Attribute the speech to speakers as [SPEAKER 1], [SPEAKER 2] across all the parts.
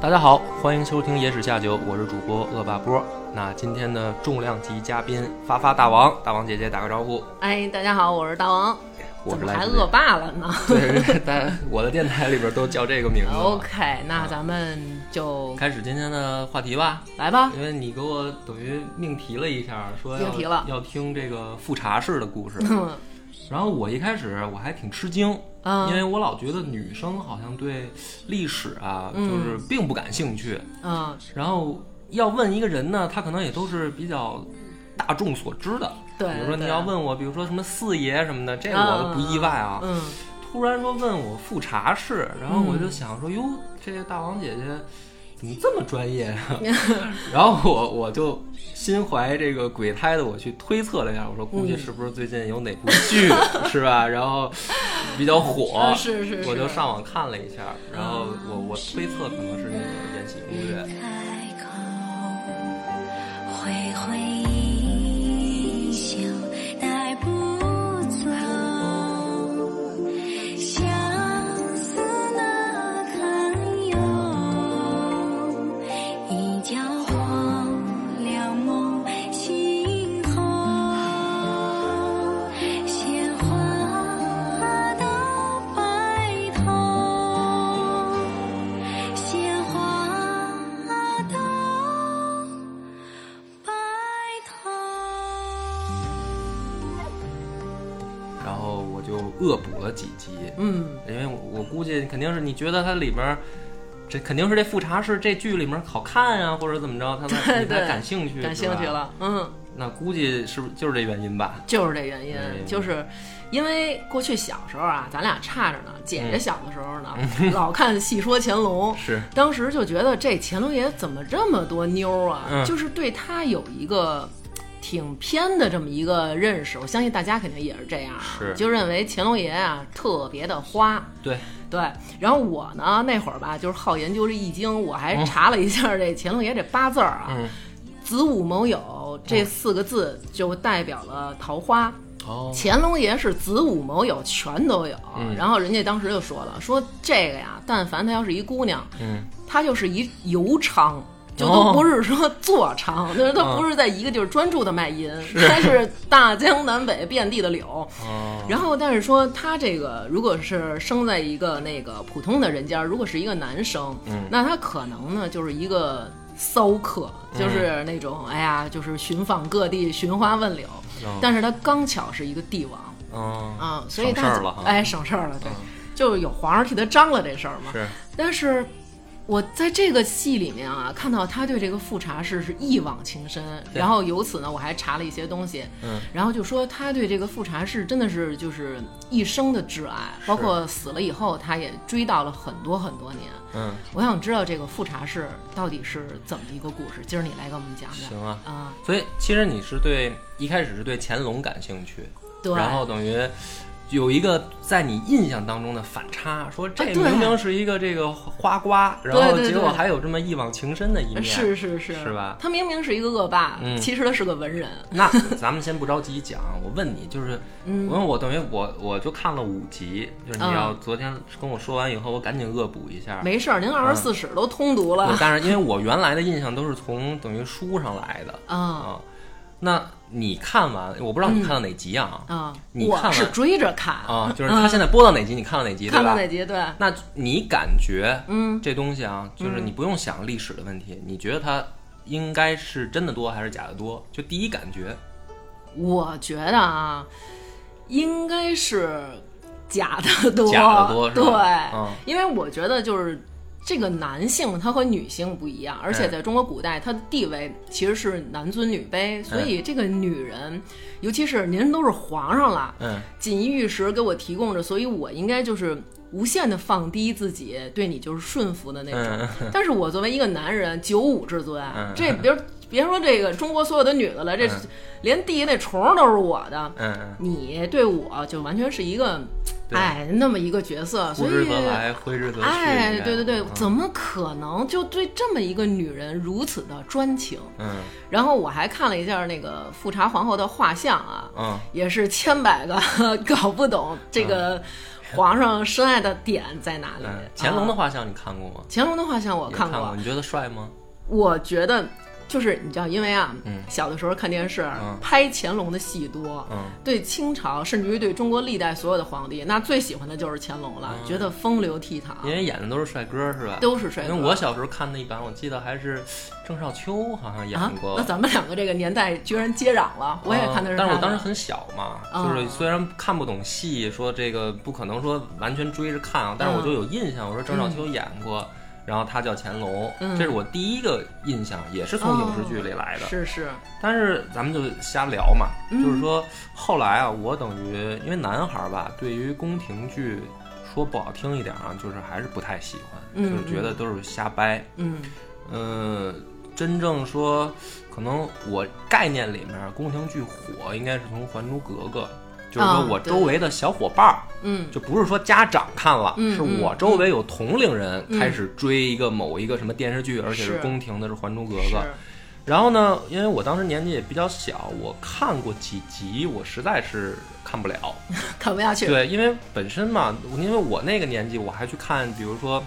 [SPEAKER 1] 大家好，欢迎收听《野史下酒》，我是主播恶霸波。那今天的重量级嘉宾发发大王，大王姐姐打个招呼。
[SPEAKER 2] 哎，大家好，我是大王，
[SPEAKER 1] 我
[SPEAKER 2] 怎
[SPEAKER 1] 是
[SPEAKER 2] 么
[SPEAKER 1] 来
[SPEAKER 2] 还
[SPEAKER 1] 自
[SPEAKER 2] 恶霸了呢
[SPEAKER 1] 对，大家我的电台里边都叫这个名字了。
[SPEAKER 2] ？OK，那咱们就
[SPEAKER 1] 开始今天的话题吧，
[SPEAKER 2] 来吧。
[SPEAKER 1] 因为你给我等于命题了一下，说要
[SPEAKER 2] 命题了
[SPEAKER 1] 要听这个富察氏的 故事。
[SPEAKER 2] 嗯
[SPEAKER 1] 然后我一开始我还挺吃惊，因
[SPEAKER 2] 嗯
[SPEAKER 1] 为我老觉得女生好像对历史啊，就是并不感兴趣。
[SPEAKER 2] 嗯，
[SPEAKER 1] 然后要问一个人呢，他可能也都是比较大众所知的。
[SPEAKER 2] 对。
[SPEAKER 1] 比如说你
[SPEAKER 2] 对
[SPEAKER 1] 要，问我，比如说什么四爷什么的，这个我都不意外啊。
[SPEAKER 2] 嗯
[SPEAKER 1] 突然说问我富察氏，然后我就想说，哟，这个大王姐姐怎么这么专业 啊？然后我我就心怀这个鬼胎的，我去推测了一下，我说估
[SPEAKER 2] 嗯
[SPEAKER 1] 计是不是最近有哪部剧、是 吧？然后比较火
[SPEAKER 2] 啊，是是是
[SPEAKER 1] 我就上网看了一下，然后我我推测可能是那个《延禧攻略》。
[SPEAKER 3] 开口，挥挥衣袖，带不走相思那堪忧。一觉黄粱梦醒后，鲜花到白头。鲜花到白头。
[SPEAKER 1] 然后我就恶补了几集，
[SPEAKER 2] 嗯
[SPEAKER 1] 因为我我估计肯定是你觉得它里面儿，这肯定是这富察氏这剧里面好看啊，或者怎么着，他才
[SPEAKER 2] 对
[SPEAKER 1] 你才
[SPEAKER 2] 对
[SPEAKER 1] 感兴趣，
[SPEAKER 2] 感
[SPEAKER 1] 是吧
[SPEAKER 2] 兴趣。了，嗯，
[SPEAKER 1] 那估计是不是就是这原因吧？
[SPEAKER 2] 就是这原因
[SPEAKER 1] 哎，
[SPEAKER 2] 就是因为过去小时候啊，咱俩差着呢，姐
[SPEAKER 1] 嗯
[SPEAKER 2] 姐小的时 候呢，老看《戏说乾隆》，
[SPEAKER 1] 是
[SPEAKER 2] 当时就觉得这乾隆爷怎么这么多妞儿啊？
[SPEAKER 1] 嗯
[SPEAKER 2] 就是对他有一个挺偏的这么一个认识，我相信大家肯定也是这样啊，
[SPEAKER 1] 是
[SPEAKER 2] 就认为乾隆爷啊特别的花。
[SPEAKER 1] 对，
[SPEAKER 2] 对，然后我呢那会儿吧，就是好研究这易经，我还查了一下这乾隆爷这八字儿啊，
[SPEAKER 1] 嗯，
[SPEAKER 2] 子午卯酉这四个字就代表了桃花。
[SPEAKER 1] 哦，
[SPEAKER 2] 乾隆爷是子午卯酉全都有，
[SPEAKER 1] 嗯
[SPEAKER 2] 然后人家当时就说了，说这个呀，但凡她要是一姑娘，
[SPEAKER 1] 嗯，
[SPEAKER 2] 她就是一油娼，就都不是说坐娼， 就是她
[SPEAKER 1] 哦嗯
[SPEAKER 2] 不是在一个地儿专注的卖淫，她是大江南北遍地的柳。
[SPEAKER 1] 哦，
[SPEAKER 2] 然后，但是说她这个如果是生在一个那个普通的人家，如果是一个男生，
[SPEAKER 1] 嗯
[SPEAKER 2] 那他可能呢就是一个骚客，
[SPEAKER 1] 嗯
[SPEAKER 2] 就是那种、哎呀，就是寻访各地寻花问柳。
[SPEAKER 1] 嗯
[SPEAKER 2] 但是他刚巧是一个帝王
[SPEAKER 1] 哦，
[SPEAKER 2] 啊，所
[SPEAKER 1] 省
[SPEAKER 2] 以大
[SPEAKER 1] 事
[SPEAKER 2] 家
[SPEAKER 1] 儿了哈嗯
[SPEAKER 2] 哎，省事儿了，对，就有皇上替他张罗这事儿嘛。
[SPEAKER 1] 是，
[SPEAKER 2] 但是我在这个戏里面啊，看到他对这个富察氏是一往情深，
[SPEAKER 1] 对
[SPEAKER 2] 然后由此呢，我还查了一些东西，
[SPEAKER 1] 嗯，
[SPEAKER 2] 然后就说他对这个富察氏真的是就是一生的挚爱，包括死了以后，他也追悼了很多很多年。
[SPEAKER 1] 嗯，
[SPEAKER 2] 我想知道这个富察氏到底是怎么一个故事，今儿你来给我们讲讲
[SPEAKER 1] 行啊。
[SPEAKER 2] 啊、
[SPEAKER 1] 所以其实你是对一开始是对乾隆感兴趣，
[SPEAKER 2] 对，
[SPEAKER 1] 然后等于。有一个在你印象当中的反差，说这
[SPEAKER 2] 啊对
[SPEAKER 1] 明明是一个这个花瓜，然后
[SPEAKER 2] 对对
[SPEAKER 1] 结果
[SPEAKER 2] 对
[SPEAKER 1] 还有这么一往情深的一面，
[SPEAKER 2] 是是是，
[SPEAKER 1] 是吧
[SPEAKER 2] 他明明是一个恶霸，
[SPEAKER 1] 嗯
[SPEAKER 2] 其实他是个文人。
[SPEAKER 1] 那咱们先不着急讲，我问你，就是，因为我等于我我就看了五集，就是你
[SPEAKER 2] 嗯
[SPEAKER 1] 要昨天跟我说完以后，我赶紧恶补一下。
[SPEAKER 2] 没事儿，您二十四史都通读
[SPEAKER 1] 嗯我
[SPEAKER 2] 了。
[SPEAKER 1] 但是因为我原来的印象都是从等于书上来的
[SPEAKER 2] 啊嗯
[SPEAKER 1] 啊。那你看完，我不知道你看到哪集啊？
[SPEAKER 2] 啊！
[SPEAKER 1] 你看
[SPEAKER 2] 我
[SPEAKER 1] 完
[SPEAKER 2] 是追着看，
[SPEAKER 1] 啊，就是他现在播到哪集，你看到哪集，对
[SPEAKER 2] 看到
[SPEAKER 1] 吧？
[SPEAKER 2] 哪集？对，
[SPEAKER 1] 那你感觉，
[SPEAKER 2] 嗯，
[SPEAKER 1] 这东西啊，就是你不用想历史的问题，你觉得它应该是真的多还是假的多？就第一感觉，
[SPEAKER 2] 我觉得啊，应该是假的多，
[SPEAKER 1] 假 的多是
[SPEAKER 2] 对
[SPEAKER 1] 吧嗯，
[SPEAKER 2] 因为我觉得就是。这个男性他和女性不一样，而
[SPEAKER 1] 哎
[SPEAKER 2] 且在中国古代，他的地位其实是男尊女
[SPEAKER 1] 哎
[SPEAKER 2] 卑，所以这个女人，尤其是您都是皇上了，
[SPEAKER 1] 嗯，
[SPEAKER 2] 锦衣玉食给我提供着，所以我应该就是无限的放低自己，对你就是顺服的那种。 但是我作为一个男人，九五至尊，
[SPEAKER 1] 嗯
[SPEAKER 2] 这别别说这个中国所有的女的了，这、
[SPEAKER 1] 嗯
[SPEAKER 2] 连地下那虫儿都是我的。
[SPEAKER 1] 嗯嗯。
[SPEAKER 2] 你对我就完全是一个
[SPEAKER 1] 对
[SPEAKER 2] 哎，那么一个角色，
[SPEAKER 1] 呼
[SPEAKER 2] 所
[SPEAKER 1] 之
[SPEAKER 2] 以
[SPEAKER 1] 则来，挥之则去。
[SPEAKER 2] 哎，
[SPEAKER 1] 应该
[SPEAKER 2] 对对对
[SPEAKER 1] 嗯，
[SPEAKER 2] 怎么可能就对这么一个女人如此的专情？
[SPEAKER 1] 嗯
[SPEAKER 2] 然后我还看了一下那个富察皇后的画像啊，
[SPEAKER 1] 嗯
[SPEAKER 2] 也是千百个 搞不懂这个皇上深爱的点在哪里。
[SPEAKER 1] 嗯，乾隆的
[SPEAKER 2] 啊
[SPEAKER 1] 画像你看过吗？
[SPEAKER 2] 乾隆的画像我
[SPEAKER 1] 也
[SPEAKER 2] 看
[SPEAKER 1] 看
[SPEAKER 2] 过，
[SPEAKER 1] 你觉得帅吗？
[SPEAKER 2] 我觉得就是你知道，因为啊，
[SPEAKER 1] 嗯
[SPEAKER 2] 小的时候看电视、
[SPEAKER 1] 嗯
[SPEAKER 2] 拍乾隆的戏多，
[SPEAKER 1] 嗯
[SPEAKER 2] 对清朝甚至于对中国历代所有的皇帝，那最喜欢的就是乾隆了，觉得风流倜傥。
[SPEAKER 1] 嗯因为演的都是帅哥是吧？
[SPEAKER 2] 都是帅哥
[SPEAKER 1] 因为我小时候看那一版，我记得还是郑少秋好像演
[SPEAKER 2] 啊，
[SPEAKER 1] 过。
[SPEAKER 2] 那咱们两个这个年代居然接壤了，我也看的
[SPEAKER 1] 嗯
[SPEAKER 2] 是他的、
[SPEAKER 1] 但是我当时很小嘛，
[SPEAKER 2] 啊
[SPEAKER 1] 就是虽然看不懂戏，说这个不可能说完全追着看啊，但
[SPEAKER 2] 嗯
[SPEAKER 1] 是我就有印象，我说郑少秋演过，然后他叫乾隆，
[SPEAKER 2] 嗯
[SPEAKER 1] 这是我第一个印象，也是从影视剧里来的。
[SPEAKER 2] 哦是是，
[SPEAKER 1] 但是咱们就瞎聊嘛，
[SPEAKER 2] 嗯
[SPEAKER 1] 就是说后来啊，我等于因为男孩儿吧，对于宫廷剧。说不好听一点啊，就是还是不太喜欢，
[SPEAKER 2] 嗯
[SPEAKER 1] 就是觉得都是瞎掰。
[SPEAKER 2] 嗯
[SPEAKER 1] 呃，真正说，可能我概念里面宫廷剧火，应该是从《还珠格格》，就是说
[SPEAKER 2] 啊
[SPEAKER 1] 我
[SPEAKER 2] 对
[SPEAKER 1] 周围的小伙伴儿，
[SPEAKER 2] 嗯
[SPEAKER 1] 就不是说家长看了，
[SPEAKER 2] 嗯
[SPEAKER 1] 是
[SPEAKER 2] 嗯
[SPEAKER 1] 我周围有同龄人开始追一个某一个什么电视剧，而且是
[SPEAKER 2] 是
[SPEAKER 1] 宫廷的，是《还珠格格》。
[SPEAKER 2] 是，
[SPEAKER 1] 然后呢，因为我当时年纪也比较小，我看过几集，我实在是看不了。
[SPEAKER 2] 看不下去。
[SPEAKER 1] 对，因为本身嘛，因为我那个年纪，我还去看，比如说。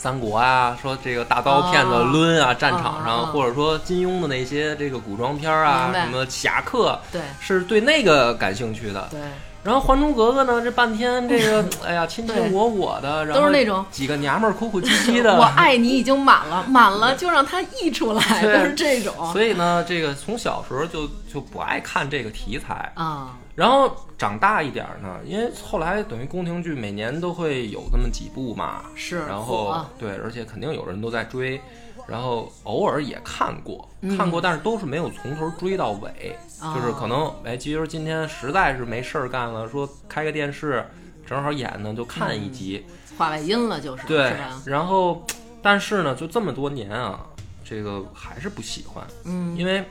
[SPEAKER 1] 三国啊，说这个大刀片子
[SPEAKER 2] 哦
[SPEAKER 1] 抡啊，战场上，
[SPEAKER 2] 哦哦
[SPEAKER 1] 或者说金庸的那些这个古装片儿啊，
[SPEAKER 2] 明白
[SPEAKER 1] 什么侠客，
[SPEAKER 2] 对
[SPEAKER 1] 是对那个感兴趣的。
[SPEAKER 2] 对
[SPEAKER 1] 然后《还珠格格》呢，这半天这 个，哎呀，亲亲
[SPEAKER 2] 对
[SPEAKER 1] 我我的，然后
[SPEAKER 2] 都是那种
[SPEAKER 1] 几个娘们儿哭哭唧唧的，
[SPEAKER 2] 我爱你已经满了，满了就让它溢出来，
[SPEAKER 1] 对
[SPEAKER 2] 都是这种
[SPEAKER 1] 所以呢，这个从小时候就就不爱看这个题材。
[SPEAKER 2] 啊。
[SPEAKER 1] 然后长大一点儿呢，因为后来等于宫廷剧每年都会有那么几部嘛，
[SPEAKER 2] 是啊
[SPEAKER 1] 然后
[SPEAKER 2] 火
[SPEAKER 1] 对，而且肯定有人都在追，然后偶尔也看过，看过，但是都是没有从头追到尾，
[SPEAKER 2] 嗯哦
[SPEAKER 1] 就是可能哎，其实今天实在是没事儿干了，说开个电视，正好演呢，就看一
[SPEAKER 2] 嗯
[SPEAKER 1] 集，
[SPEAKER 2] 话外音了，就是
[SPEAKER 1] 对
[SPEAKER 2] 是吧，？
[SPEAKER 1] 然后但是呢，就这么多年啊，这个还是不喜欢，
[SPEAKER 2] 嗯，
[SPEAKER 1] 因为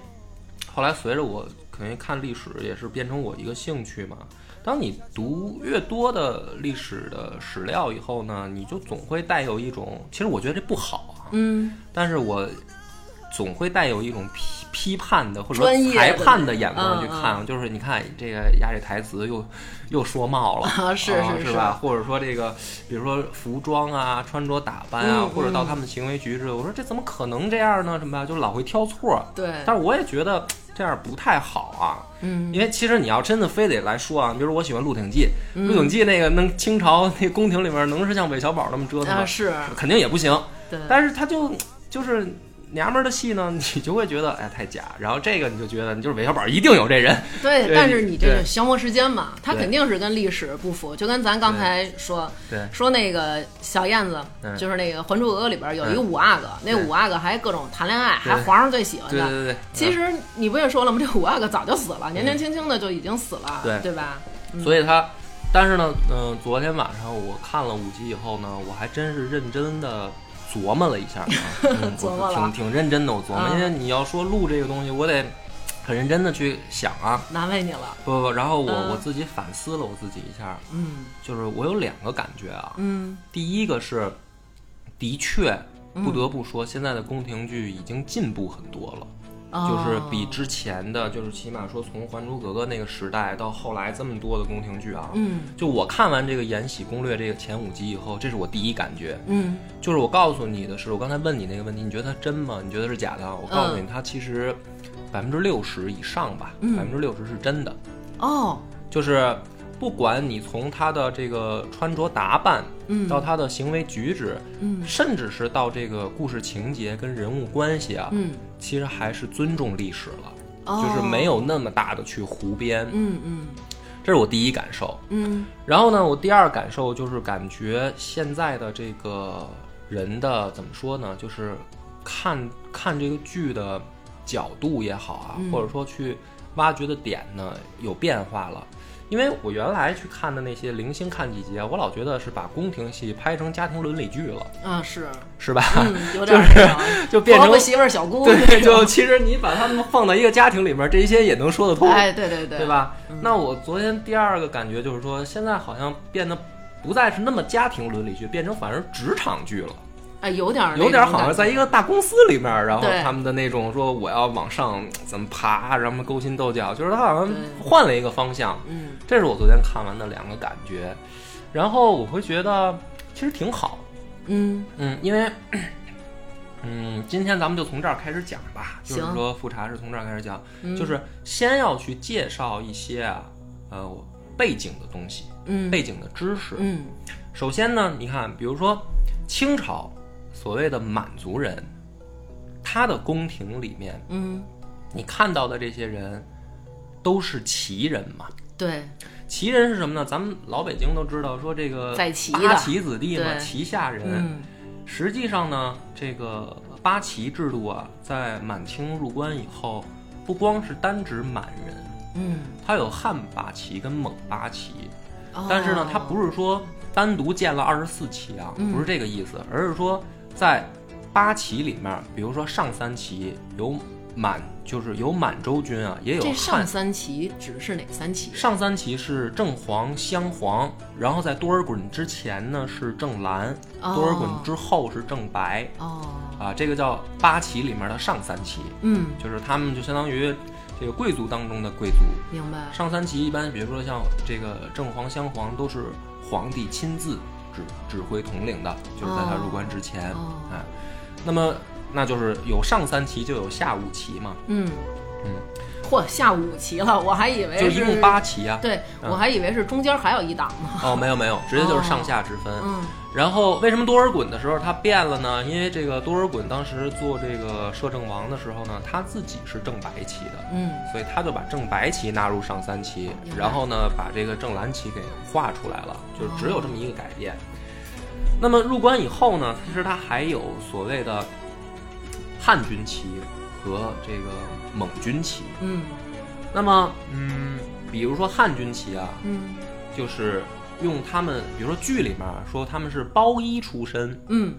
[SPEAKER 1] 后来随着我可能看历史也是变成我一个兴趣嘛。当你读越多的历史的史料以后呢，你就总会带有一种，其实我觉得这不好啊，
[SPEAKER 2] 嗯，
[SPEAKER 1] 但是我总会带有一种批批判的或者
[SPEAKER 2] 专业
[SPEAKER 1] 说
[SPEAKER 2] 的
[SPEAKER 1] 裁判的眼光去
[SPEAKER 2] 嗯嗯
[SPEAKER 1] 看，就是你看这个呀，这台词又又说冒了，
[SPEAKER 2] 啊是
[SPEAKER 1] 啊
[SPEAKER 2] 是
[SPEAKER 1] 是
[SPEAKER 2] 是
[SPEAKER 1] 吧？或者说这个，比如说服装啊、穿着打扮啊，
[SPEAKER 2] 嗯
[SPEAKER 1] 或者到他们的行为举止，我说这怎么可能这样呢？什么呀，就老会挑错。
[SPEAKER 2] 对，
[SPEAKER 1] 但是我也觉得这样不太好啊，
[SPEAKER 2] 嗯，
[SPEAKER 1] 因为其实你要真的非得来说啊，比如我喜欢《鹿鼎记》，
[SPEAKER 2] 嗯
[SPEAKER 1] 鹿鼎记》那个能清朝那宫廷里面能是像韦小宝那么折腾吗？
[SPEAKER 2] 啊是，嗯
[SPEAKER 1] 肯定也不行。
[SPEAKER 2] 对，
[SPEAKER 1] 但是他就就是娘们儿的戏呢，你就会觉得哎太假，然后这个你就觉得你就是韦小宝一定有这人，
[SPEAKER 2] 对，
[SPEAKER 1] 对
[SPEAKER 2] 但是你这
[SPEAKER 1] 呃对
[SPEAKER 2] 个消磨时间嘛，它
[SPEAKER 1] 对
[SPEAKER 2] 肯定是跟历史不符，就跟咱刚才说
[SPEAKER 1] 对
[SPEAKER 2] 说那个小燕子
[SPEAKER 1] 嗯，
[SPEAKER 2] 就是那个《还珠格格》里边有一个
[SPEAKER 1] 嗯
[SPEAKER 2] 五阿哥，那
[SPEAKER 1] 对
[SPEAKER 2] 五阿哥还各种谈恋爱，
[SPEAKER 1] 对
[SPEAKER 2] 还皇上最喜欢
[SPEAKER 1] 对
[SPEAKER 2] 的。
[SPEAKER 1] 对嗯对，
[SPEAKER 2] 其实你不也说了吗？这五阿哥早就死了，年年轻轻的就已经死了，
[SPEAKER 1] 对
[SPEAKER 2] 对吧？
[SPEAKER 1] 嗯所以他。但是呢，嗯、昨天晚上我看了五集以后呢，我还真是认真的琢磨了一 下啊，嗯、
[SPEAKER 2] 琢磨
[SPEAKER 1] 我
[SPEAKER 2] 了
[SPEAKER 1] 挺挺认真的，我琢磨，
[SPEAKER 2] 嗯
[SPEAKER 1] 因为你要说录这个东西，我得很认真的去想啊，
[SPEAKER 2] 难为你了，
[SPEAKER 1] 不不不，然后我、
[SPEAKER 2] 嗯
[SPEAKER 1] 我自己反思了我自己一下，
[SPEAKER 2] 嗯
[SPEAKER 1] 就是我有两个感觉啊，
[SPEAKER 2] 嗯
[SPEAKER 1] 第一个是，的确不得不说，现在的宫廷剧已经进步很多了。
[SPEAKER 2] 哦
[SPEAKER 1] 就是比之前的，就是起码说从《还珠格格》那个时代到后来这么多的宫廷剧啊，
[SPEAKER 2] 嗯
[SPEAKER 1] 就我看完这个《延禧攻略》这个前五集以后，这是我第一感觉，
[SPEAKER 2] 嗯
[SPEAKER 1] 就是我告诉你的是，我刚才问你那个问题，你觉得它真吗？你觉得是假的啊？我告诉你，它其实百分之六十以上吧，
[SPEAKER 2] 嗯
[SPEAKER 1] 百分之六十是真的，
[SPEAKER 2] 哦
[SPEAKER 1] 就是不管你从他的这个穿着打扮，
[SPEAKER 2] 嗯
[SPEAKER 1] 到他的行为举止，
[SPEAKER 2] 嗯
[SPEAKER 1] 甚至是到这个故事情节跟人物关系啊，
[SPEAKER 2] 嗯
[SPEAKER 1] 其实还是尊重历史了，
[SPEAKER 2] 哦，
[SPEAKER 1] 就是没有那么大的去胡编，
[SPEAKER 2] 嗯嗯
[SPEAKER 1] 这是我第一感受。
[SPEAKER 2] 嗯
[SPEAKER 1] 然后呢，我第二感受就是感觉现在的这个人的怎么说呢，就是看看这个剧的角度也好啊，
[SPEAKER 2] 嗯
[SPEAKER 1] 或者说去挖掘的点呢有变化了。因为我原来去看的那些零星看几集啊，我老觉得是把宫廷戏拍成家庭伦理剧了，
[SPEAKER 2] 啊，是，
[SPEAKER 1] 是 吧？
[SPEAKER 2] 嗯，有点儿
[SPEAKER 1] 就是
[SPEAKER 2] 那种
[SPEAKER 1] 就变
[SPEAKER 2] 婆
[SPEAKER 1] 成
[SPEAKER 2] 婆媳妇儿小姑那
[SPEAKER 1] 对，就
[SPEAKER 2] 种
[SPEAKER 1] 其实你把他们放到一个家庭里面，这些也能说得通，
[SPEAKER 2] 哎，对对嗯对，
[SPEAKER 1] 对？吧？那我昨天第二个感觉就是说，现在好像变得不再是那么家庭伦理剧，变成反而职场剧了。
[SPEAKER 2] 哎，有点儿那
[SPEAKER 1] 有点
[SPEAKER 2] 种
[SPEAKER 1] 好像
[SPEAKER 2] 感
[SPEAKER 1] 在
[SPEAKER 2] 觉
[SPEAKER 1] 一个大公司里面，然后
[SPEAKER 2] 对
[SPEAKER 1] 他们的那种说我要往上怎么爬，然后勾心斗角，就是他好像
[SPEAKER 2] 对
[SPEAKER 1] 换了一个方向。
[SPEAKER 2] 嗯
[SPEAKER 1] 这是我昨天看完的两个感觉，然后我会觉得其实挺好，
[SPEAKER 2] 嗯
[SPEAKER 1] 嗯，因为。嗯，今天咱们就从这儿开始讲吧，就是
[SPEAKER 2] 行
[SPEAKER 1] 说复查是从这儿开始讲，
[SPEAKER 2] 嗯
[SPEAKER 1] 就是先要去介绍一些啊，呃，背景的东西，
[SPEAKER 2] 嗯
[SPEAKER 1] 背景的知识。
[SPEAKER 2] 嗯
[SPEAKER 1] 首先呢，你看，比如说清朝所谓的满族人，他的宫廷里面，
[SPEAKER 2] 嗯，
[SPEAKER 1] 你看到的这些人都是旗人嘛？
[SPEAKER 2] 对，
[SPEAKER 1] 旗人是什么呢？咱们老北京都知道，说这个
[SPEAKER 2] 在旗的
[SPEAKER 1] 八旗子弟嘛，
[SPEAKER 2] 对
[SPEAKER 1] 旗下人。
[SPEAKER 2] 嗯
[SPEAKER 1] 实际上呢，这个八旗制度啊，在满清入关以后，不光是单指满人，
[SPEAKER 2] 嗯，
[SPEAKER 1] 它有汉八旗跟蒙八旗。
[SPEAKER 2] 哦
[SPEAKER 1] 但是呢，它不是说单独建了二十四旗啊，
[SPEAKER 2] 嗯
[SPEAKER 1] 不是这个意思，而是说在八旗里面，比如说上三旗有满，就是有满洲军啊，也有
[SPEAKER 2] 这
[SPEAKER 1] 汉
[SPEAKER 2] 上。三旗指的是哪三旗？
[SPEAKER 1] 上三旗是正黄、镶黄，然后在多尔衮之前呢是正蓝，
[SPEAKER 2] 哦
[SPEAKER 1] 多尔衮之后是正白
[SPEAKER 2] 哦，
[SPEAKER 1] 啊，这个叫八旗里面的上三旗，
[SPEAKER 2] 嗯，
[SPEAKER 1] 就是他们就相当于这个贵族当中的贵族。
[SPEAKER 2] 明白，
[SPEAKER 1] 上三旗一般，比如说像这个正黄、镶黄，都是皇帝亲自指指挥统领的，就是在他入关之前，
[SPEAKER 2] 哦哦
[SPEAKER 1] 哎，那么那就是有上三旗，就有下五旗嘛，
[SPEAKER 2] 嗯
[SPEAKER 1] 嗯，
[SPEAKER 2] 嚯，下五旗了，我还以为
[SPEAKER 1] 就是一共八旗啊。
[SPEAKER 2] 对，
[SPEAKER 1] 嗯
[SPEAKER 2] 我还以为是中间还有一档呢。
[SPEAKER 1] 哦，没有没有，直接就是上下之分。
[SPEAKER 2] 嗯
[SPEAKER 1] 然后为什么多尔衮的时候他变了呢？因为这个多尔衮当时做这个摄政王的时候呢，他自己是正白旗的，
[SPEAKER 2] 嗯，
[SPEAKER 1] 所以他就把正白旗纳入上三旗
[SPEAKER 2] 明，白
[SPEAKER 1] 然后呢，把这个正蓝旗给划出来了，就是只有这么一个改变。那么入关以后呢，其实它还有所谓的汉军旗和这个蒙军旗。
[SPEAKER 2] 嗯
[SPEAKER 1] 那么，嗯，比如说汉军旗啊，
[SPEAKER 2] 嗯
[SPEAKER 1] 就是用他们，比如说剧里面说他们是包衣出身，
[SPEAKER 2] 嗯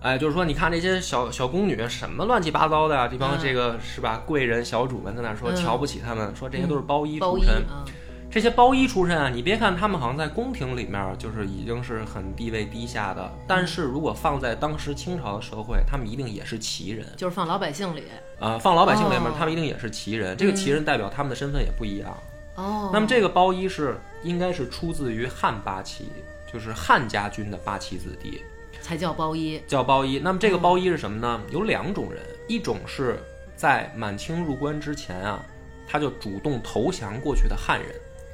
[SPEAKER 1] 哎，就是说，你看这些小小宫女什么乱七八糟的呀、这帮
[SPEAKER 2] 嗯
[SPEAKER 1] 这个、是吧？贵人小主们在那说、
[SPEAKER 2] 嗯
[SPEAKER 1] 瞧不起他们，说这些都是包衣
[SPEAKER 2] 包
[SPEAKER 1] 出
[SPEAKER 2] 衣
[SPEAKER 1] 身。
[SPEAKER 2] 啊，
[SPEAKER 1] 这些包衣出身啊，你别看他们好像在宫廷里面就是已经是很地位低下的，
[SPEAKER 2] 嗯
[SPEAKER 1] 但是如果放在当时清朝的社会，他们一定也是旗人。
[SPEAKER 2] 就是放老百姓里。
[SPEAKER 1] 呃，放老百姓里面，
[SPEAKER 2] 哦嗯
[SPEAKER 1] 他们一定也是旗人。这个旗人代表他们的身份也不一样。
[SPEAKER 2] 哦，
[SPEAKER 1] 嗯那么这个包衣是应该是出自于汉八旗，就是汉家军的八旗子弟。
[SPEAKER 2] 才叫包衣。
[SPEAKER 1] 叫包衣。那么这个包衣是什么呢？有两种人，一种是在满清入关之前啊，他就主动投降过去的汉人，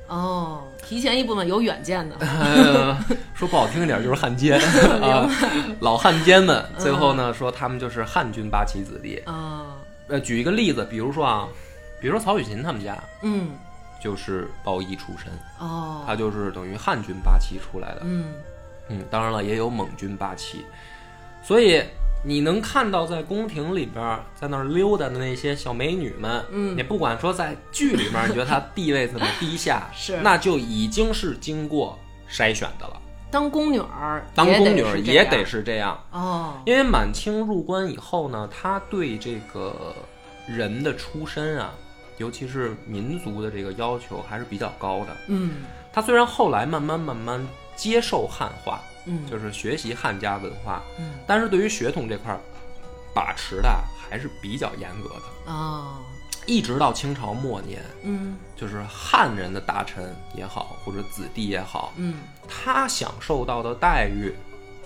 [SPEAKER 2] 哦，提前一部分有远见的。
[SPEAKER 1] 呃、说不好听一点就是汉奸啊，老汉奸们。最后呢，说他们就是汉军八旗子弟。
[SPEAKER 2] 啊，
[SPEAKER 1] 呃，举一个例子，比如说啊，比如说曹雪芹他们家
[SPEAKER 2] 嗯，
[SPEAKER 1] 就是包衣出身，他
[SPEAKER 2] 哦，
[SPEAKER 1] 就是等于汉军八旗出来的。
[SPEAKER 2] 嗯，
[SPEAKER 1] 嗯，当然了，也有蒙军八旗，所以你能看到在宫廷里边儿在那儿溜达的那些小美女们，
[SPEAKER 2] 嗯
[SPEAKER 1] 你不管说在剧里面儿，你觉得她地位怎么低下，
[SPEAKER 2] 是
[SPEAKER 1] 那就已经是经过筛选的了。
[SPEAKER 2] 当宫女儿，
[SPEAKER 1] 当宫女儿也
[SPEAKER 2] 得
[SPEAKER 1] 得
[SPEAKER 2] 是
[SPEAKER 1] 是这样，
[SPEAKER 2] 这样哦，
[SPEAKER 1] 因为满清入关以后呢，他对这个人的出身啊，尤其是民族的这个要求还是比较高的。
[SPEAKER 2] 嗯
[SPEAKER 1] 他虽然后来慢慢慢慢接受汉化，
[SPEAKER 2] 嗯，
[SPEAKER 1] 就是学习汉家文化，
[SPEAKER 2] 嗯
[SPEAKER 1] 但是对于血统这块儿把持的还是比较严格的，
[SPEAKER 2] 哦，
[SPEAKER 1] 一直到清朝末年，
[SPEAKER 2] 嗯
[SPEAKER 1] 就是汉人的大臣也好，或者子弟也好，
[SPEAKER 2] 嗯
[SPEAKER 1] 他享受到的待遇，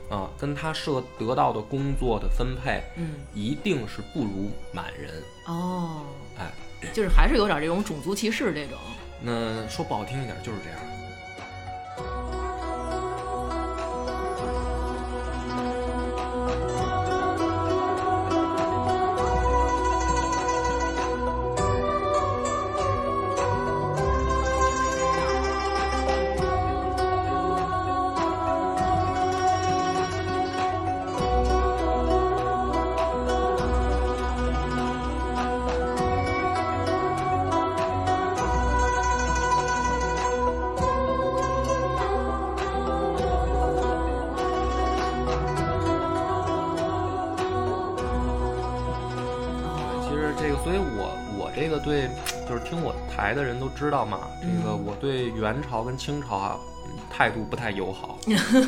[SPEAKER 1] 啊、跟他设得到的工作的分配，
[SPEAKER 2] 嗯，
[SPEAKER 1] 一定是不如满人，
[SPEAKER 2] 哦，
[SPEAKER 1] 哎，
[SPEAKER 2] 就是还是有点这种种族歧视这种。
[SPEAKER 1] 那说不好听一点就是这样。对，就是听我台的人都知道嘛，这个
[SPEAKER 2] 嗯
[SPEAKER 1] 我对元朝跟清朝啊态度不太友 好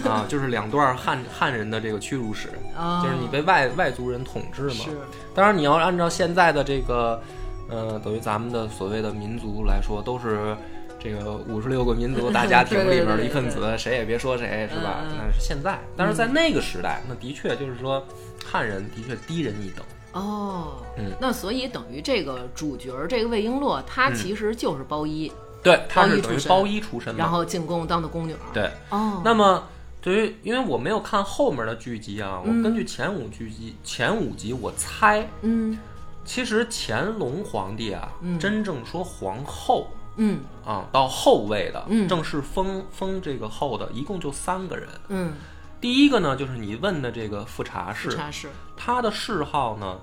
[SPEAKER 1] 啊，就是两段汉汉人的这个屈辱史，
[SPEAKER 2] 啊，
[SPEAKER 1] 就是你被外外族人统治嘛。
[SPEAKER 2] 是
[SPEAKER 1] 当然，你要按照现在的这个，呃，等于咱们的所谓的民族来说，都是这个五十六个民族大家庭里边的一份
[SPEAKER 2] 对对对
[SPEAKER 1] 子，谁也别说谁，是吧
[SPEAKER 2] 嗯嗯？嗯
[SPEAKER 1] 那是现在，但是在那个时代，那的确就是说，汉人的确低人一等。
[SPEAKER 2] 哦，
[SPEAKER 1] 嗯
[SPEAKER 2] 那所以等于这个主角儿这个魏璎珞，她
[SPEAKER 1] 嗯
[SPEAKER 2] 其实就是包衣，
[SPEAKER 1] 对，他
[SPEAKER 2] 包衣
[SPEAKER 1] 是
[SPEAKER 2] 出
[SPEAKER 1] 等于
[SPEAKER 2] 身
[SPEAKER 1] 包衣出身嘛。
[SPEAKER 2] 然后进宫当的宫女儿。
[SPEAKER 1] 对，
[SPEAKER 2] 哦，
[SPEAKER 1] 那么对于因为我没有看后面的剧集啊，我
[SPEAKER 2] 嗯
[SPEAKER 1] 根据前五剧集前五集我猜，
[SPEAKER 2] 嗯
[SPEAKER 1] 其实乾隆皇帝啊，
[SPEAKER 2] 嗯
[SPEAKER 1] 真正说皇后。
[SPEAKER 2] 嗯
[SPEAKER 1] 啊、到后位的，
[SPEAKER 2] 嗯
[SPEAKER 1] 正式封封这个后的，一共就三个人。
[SPEAKER 2] 嗯，
[SPEAKER 1] 第一个呢，就是你问的这个富察氏，
[SPEAKER 2] 查是，
[SPEAKER 1] 她的谥号呢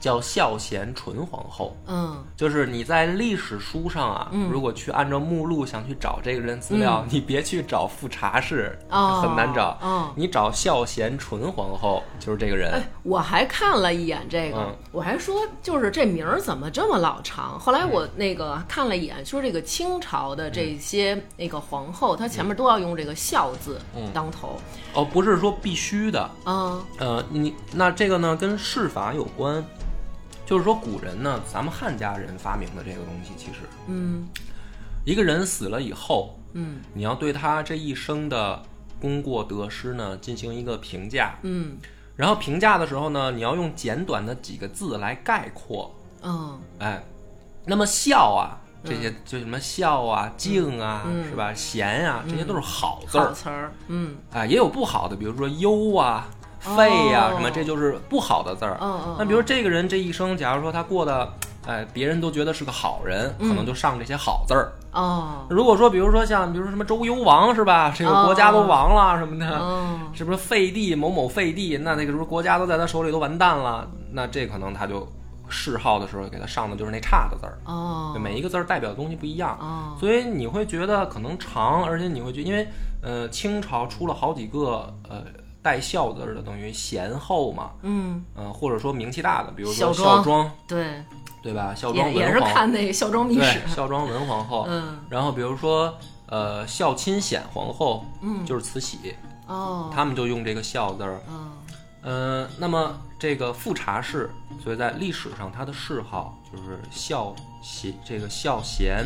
[SPEAKER 1] 叫孝贤纯皇后。
[SPEAKER 2] 嗯
[SPEAKER 1] 就是你在历史书上啊，
[SPEAKER 2] 嗯
[SPEAKER 1] 如果去按照目录想去找这个人资料，你别去找富察氏，
[SPEAKER 2] 哦，
[SPEAKER 1] 很难找。
[SPEAKER 2] 哦。
[SPEAKER 1] 你找孝贤纯皇后就是这个人，
[SPEAKER 2] 哎，我还看了一眼这个，
[SPEAKER 1] 嗯
[SPEAKER 2] 我还说就是这名儿怎么这么老长？后来我那个看了一眼，说这个清朝的这些那个皇后，她前面都要用这个“孝”字
[SPEAKER 1] 嗯
[SPEAKER 2] 当头。
[SPEAKER 1] 哦，不是说必须的，
[SPEAKER 2] 嗯
[SPEAKER 1] 呃，你那这个呢跟世法有关，就是说古人呢，咱们汉家人发明的这个东西，其实
[SPEAKER 2] 嗯
[SPEAKER 1] 一个人死了以后，
[SPEAKER 2] 嗯
[SPEAKER 1] 你要对他这一生的功过得失呢进行一个评价，
[SPEAKER 2] 嗯
[SPEAKER 1] 然后评价的时候呢，你要用简短的几个字来概括，
[SPEAKER 2] 嗯
[SPEAKER 1] 哎，那么孝啊，这些就什么孝啊、敬啊，是吧？贤啊，这些都是好字
[SPEAKER 2] 嗯好
[SPEAKER 1] 儿，
[SPEAKER 2] 词儿，嗯
[SPEAKER 1] 哎，也有不好的，比如说忧啊、废呀、
[SPEAKER 2] 哦
[SPEAKER 1] 什么，这就是不好的字儿。
[SPEAKER 2] 嗯嗯
[SPEAKER 1] 那比如说这个人这一生，假如说他过得，哎，别人都觉得是个好人，
[SPEAKER 2] 嗯
[SPEAKER 1] 可能就上这些好字儿。
[SPEAKER 2] 哦
[SPEAKER 1] 如果说，比如说像，比如说什么周幽王是吧？这个国家都亡了什么的，
[SPEAKER 2] 哦
[SPEAKER 1] 是不是废帝某某废帝？那那个是不是国家都在他手里都完蛋了？那这可能他就谥号的时候给他上的就是那差的字儿。
[SPEAKER 2] 哦
[SPEAKER 1] 对每一个字儿代表的东西不一样，
[SPEAKER 2] 哦
[SPEAKER 1] 所以你会觉得可能长，而且你会觉因为呃清朝出了好几个呃带孝字儿的，等于贤后嘛，
[SPEAKER 2] 嗯，
[SPEAKER 1] 嗯、或者说名气大的，比如说
[SPEAKER 2] 孝庄
[SPEAKER 1] 孝庄，
[SPEAKER 2] 对，
[SPEAKER 1] 对吧？孝庄
[SPEAKER 2] 也也
[SPEAKER 1] 文
[SPEAKER 2] 是
[SPEAKER 1] 皇
[SPEAKER 2] 看那《孝庄秘史
[SPEAKER 1] 对，》。孝庄文皇后，
[SPEAKER 2] 嗯
[SPEAKER 1] 然后比如说呃孝钦显皇后，
[SPEAKER 2] 嗯
[SPEAKER 1] 就是慈禧，
[SPEAKER 2] 哦
[SPEAKER 1] 他们就用这个孝字儿，
[SPEAKER 2] 嗯
[SPEAKER 1] 嗯、那么这个富察氏，所以在历史上她的谥号就是孝贤，这个孝贤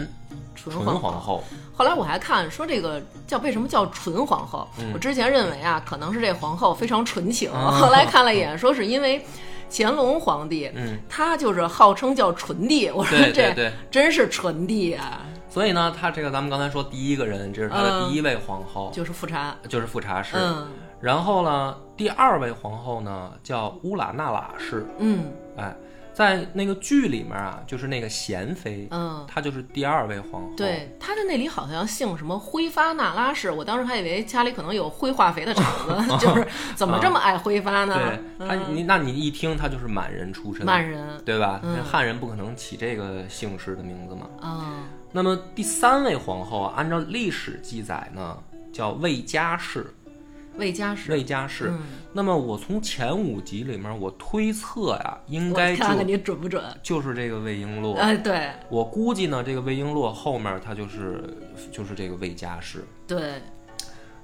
[SPEAKER 2] 纯
[SPEAKER 1] 纯皇后，
[SPEAKER 2] 后来我还看说这个叫为什么叫纯皇后？我之前认为啊，可能是这皇后非常纯情。
[SPEAKER 1] 嗯啊
[SPEAKER 2] 后来看了一眼，说是因为乾隆皇帝，
[SPEAKER 1] 嗯，
[SPEAKER 2] 他就是号称叫纯帝。我说
[SPEAKER 1] 对对
[SPEAKER 2] 这
[SPEAKER 1] 对，
[SPEAKER 2] 真是纯帝啊，
[SPEAKER 1] 所以呢，她这个咱们刚才说第一个人，这是她的
[SPEAKER 2] 嗯
[SPEAKER 1] 第一位皇后，
[SPEAKER 2] 就是富察。
[SPEAKER 1] 就是富察氏。
[SPEAKER 2] 嗯
[SPEAKER 1] 然后呢，第二位皇后呢叫乌拉那喇氏，
[SPEAKER 2] 嗯
[SPEAKER 1] 哎，在那个剧里面啊，就是那个贤妃，
[SPEAKER 2] 嗯，
[SPEAKER 1] 她就是第二位皇后。
[SPEAKER 2] 对，他在那里好像姓什么挥发那拉氏，我当时还以为家里可能有挥化肥的厂子， 就是怎么这么爱挥发呢？
[SPEAKER 1] 对，她你那你一听，她就是满人出身，
[SPEAKER 2] 嗯满人，
[SPEAKER 1] 啊对吧？
[SPEAKER 2] 嗯
[SPEAKER 1] 那汉人不可能起这个姓氏的名字嘛。
[SPEAKER 2] 嗯
[SPEAKER 1] 那么第三位皇后啊，按照历史记载呢，叫魏佳氏。
[SPEAKER 2] 魏家氏，
[SPEAKER 1] 魏佳氏。
[SPEAKER 2] 嗯，
[SPEAKER 1] 那么我从前五集里面，我推测呀、应
[SPEAKER 2] 我
[SPEAKER 1] 该就
[SPEAKER 2] 看看你准不准？
[SPEAKER 1] 就是这个魏璎珞。
[SPEAKER 2] 哎，对
[SPEAKER 1] 我估计呢，这个魏璎珞后面她就是就是这个魏佳氏。
[SPEAKER 2] 对，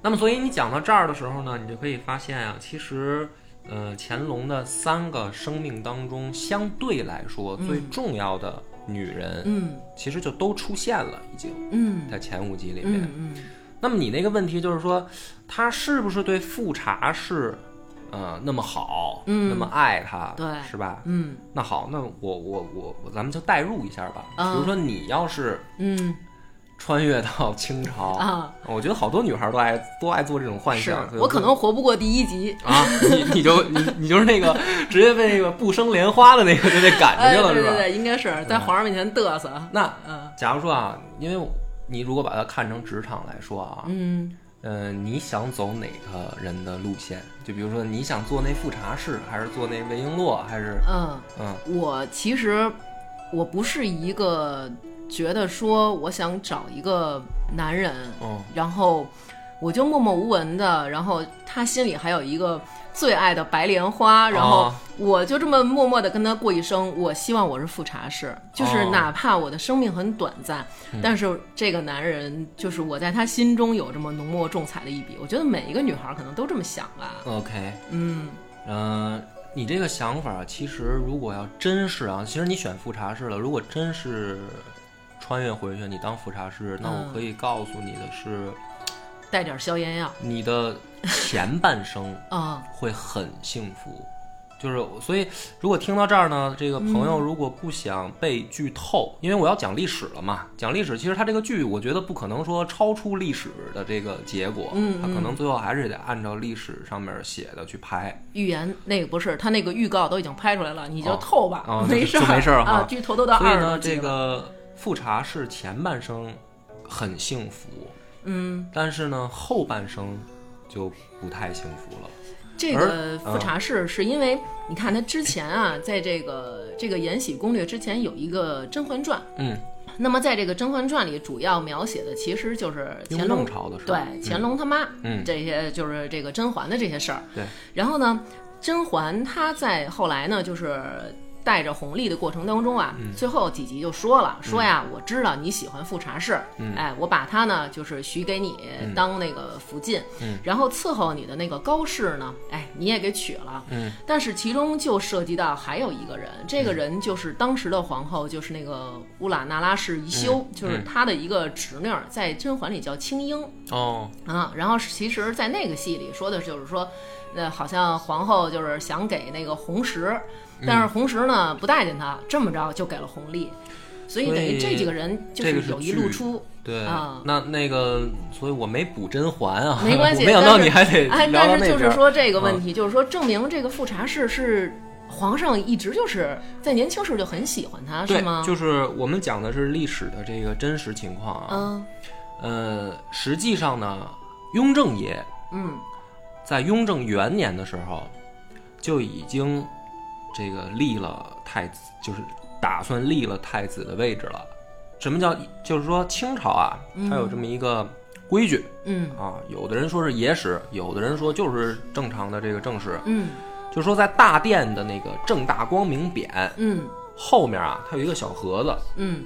[SPEAKER 1] 那么，所以你讲到这儿的时候呢，你就可以发现啊，其实，呃，乾隆的三个生命当中，相对来说最重要的女人，
[SPEAKER 2] 嗯
[SPEAKER 1] 其实就都出现了，已经
[SPEAKER 2] 嗯
[SPEAKER 1] 在前五集里面。
[SPEAKER 2] 嗯嗯，
[SPEAKER 1] 那么你那个问题就是说，他是不是对富察氏，呃，那么好，
[SPEAKER 2] 嗯
[SPEAKER 1] 那么爱她，
[SPEAKER 2] 对
[SPEAKER 1] 是吧？
[SPEAKER 2] 嗯
[SPEAKER 1] 那好，那我我我我，咱们就代入一下吧。
[SPEAKER 2] 啊
[SPEAKER 1] 比如说，你要是
[SPEAKER 2] 嗯
[SPEAKER 1] 穿越到清朝，
[SPEAKER 2] 啊，
[SPEAKER 1] 我觉得好多女孩都爱都爱做这种幻
[SPEAKER 2] 是
[SPEAKER 1] 想。所以
[SPEAKER 2] 我可能活不过第一 集。
[SPEAKER 1] 啊，你你就你你就是那个直接被那个不生莲花的那个就得赶出
[SPEAKER 2] 哎，
[SPEAKER 1] 去了，
[SPEAKER 2] 对
[SPEAKER 1] 是
[SPEAKER 2] 对
[SPEAKER 1] 吧？
[SPEAKER 2] 对，应该是在皇上面前嘚瑟。
[SPEAKER 1] 那
[SPEAKER 2] 嗯
[SPEAKER 1] 假如说啊，因为你如果把它看成职场来说啊，
[SPEAKER 2] 嗯
[SPEAKER 1] 呃，你想走哪个人的路线？就比如说，你想做那富察氏，还是做那魏璎珞，还是
[SPEAKER 2] 嗯，
[SPEAKER 1] 嗯
[SPEAKER 2] 我其实我不是一个觉得说我想找一个男人，
[SPEAKER 1] 哦
[SPEAKER 2] 然后我就默默无闻的，然后他心里还有一个最爱的白莲花，然后
[SPEAKER 1] 哦
[SPEAKER 2] 我就这么默默的跟他过一生。我希望我是富察氏，就是
[SPEAKER 1] 哦嗯
[SPEAKER 2] 哪怕我的生命很短暂，但是这个男人就是我在他心中有这么浓墨重彩的一笔。我觉得每一个女孩可能都这么想吧。
[SPEAKER 1] OK，
[SPEAKER 2] 嗯，
[SPEAKER 1] 嗯、你这个想法其实如果要真是啊，其实你选富察氏了，如果真是穿越回去，你当富察氏，那
[SPEAKER 2] 嗯
[SPEAKER 1] 我可以告诉你的是，
[SPEAKER 2] 带点消炎药
[SPEAKER 1] 你的前半生
[SPEAKER 2] 啊、
[SPEAKER 1] 会很幸福。就是，所以如果听到这儿呢，这个朋
[SPEAKER 2] 嗯
[SPEAKER 1] 友如果不想被剧透，因为我要讲历史了嘛，讲历史，其实它这个剧，我觉得不可能说超出历史的这个结果，
[SPEAKER 2] 嗯
[SPEAKER 1] 它可能最后还是得按照历史上面写的去拍。
[SPEAKER 2] 预言那个不是他那个预告都已经拍出来了，你就
[SPEAKER 1] 哦
[SPEAKER 2] 透吧，
[SPEAKER 1] 哦
[SPEAKER 2] 没事儿，
[SPEAKER 1] 就没事儿哈
[SPEAKER 2] 啊，剧透都到
[SPEAKER 1] 所以
[SPEAKER 2] 二
[SPEAKER 1] 呢，
[SPEAKER 2] 了，
[SPEAKER 1] 这个富察氏前半生很幸福，
[SPEAKER 2] 嗯。
[SPEAKER 1] 但是呢后半生就不太幸福了。
[SPEAKER 2] 这
[SPEAKER 1] 而啊
[SPEAKER 2] 个富察氏是因为你看他之前啊，在这个这个《延禧攻略》之前有一个《甄嬛传》，
[SPEAKER 1] 嗯，
[SPEAKER 2] 那么在这个《甄嬛传》里，主要描写的其实就是乾
[SPEAKER 1] 雍正
[SPEAKER 2] 隆
[SPEAKER 1] 朝的时候，
[SPEAKER 2] 对乾隆他妈，
[SPEAKER 1] 嗯
[SPEAKER 2] 这些就是这个甄嬛的这些事儿。
[SPEAKER 1] 对，
[SPEAKER 2] 然后呢，甄嬛她在后来呢，就是带着弘历的过程当中啊，
[SPEAKER 1] 嗯
[SPEAKER 2] 最后几集就说了，说呀，我知道你喜欢富察氏，
[SPEAKER 1] 嗯
[SPEAKER 2] 哎，我把她呢就是许给你当那个福晋，
[SPEAKER 1] 嗯
[SPEAKER 2] 然后伺候你的那个高氏呢，哎，你也给娶了，
[SPEAKER 1] 嗯，
[SPEAKER 2] 但是其中就涉及到还有一个人，这个人就是当时的皇后，就是那个乌拉那拉氏宜修，
[SPEAKER 1] 嗯
[SPEAKER 2] 就是她的一个侄女儿，在甄嬛里叫青樱，
[SPEAKER 1] 哦，
[SPEAKER 2] 啊，然后其实，在那个戏里说的就是说，呃，好像皇后就是想给那个红石，
[SPEAKER 1] 嗯
[SPEAKER 2] 但是红石呢不待见她，这么着就给了红历，所以等于
[SPEAKER 1] 所以
[SPEAKER 2] 这几个人就
[SPEAKER 1] 这个
[SPEAKER 2] 是
[SPEAKER 1] 是
[SPEAKER 2] 有意
[SPEAKER 1] 剧
[SPEAKER 2] 露出。
[SPEAKER 1] 对，
[SPEAKER 2] 啊
[SPEAKER 1] 那那个，所以我没补甄嬛啊，
[SPEAKER 2] 没关 系，
[SPEAKER 1] 我没想到
[SPEAKER 2] 但是
[SPEAKER 1] 你还得
[SPEAKER 2] 哎，
[SPEAKER 1] 聊到
[SPEAKER 2] 但是
[SPEAKER 1] 那边。嗯
[SPEAKER 2] 就是说这个问题，就是说证明这个富察氏是皇上一直就是在年轻时候就很喜欢她，是
[SPEAKER 1] 对
[SPEAKER 2] 吗，？
[SPEAKER 1] 就是我们讲的是历史的这个真实情况啊。
[SPEAKER 2] 嗯
[SPEAKER 1] 呃，实际上呢，雍正爷
[SPEAKER 2] 嗯
[SPEAKER 1] 在雍正元年的时候，就已经这个立了太子，就是打算立了太子的位置了。什么叫？就是说清朝啊，它有这么一个规矩、
[SPEAKER 2] 嗯
[SPEAKER 1] 啊，有的人说是野史，有的人说就是正常的这个正史，
[SPEAKER 2] 嗯
[SPEAKER 1] 就说在大殿的那个正大光明匾
[SPEAKER 2] 嗯
[SPEAKER 1] 后面啊，它有一个小盒子，
[SPEAKER 2] 嗯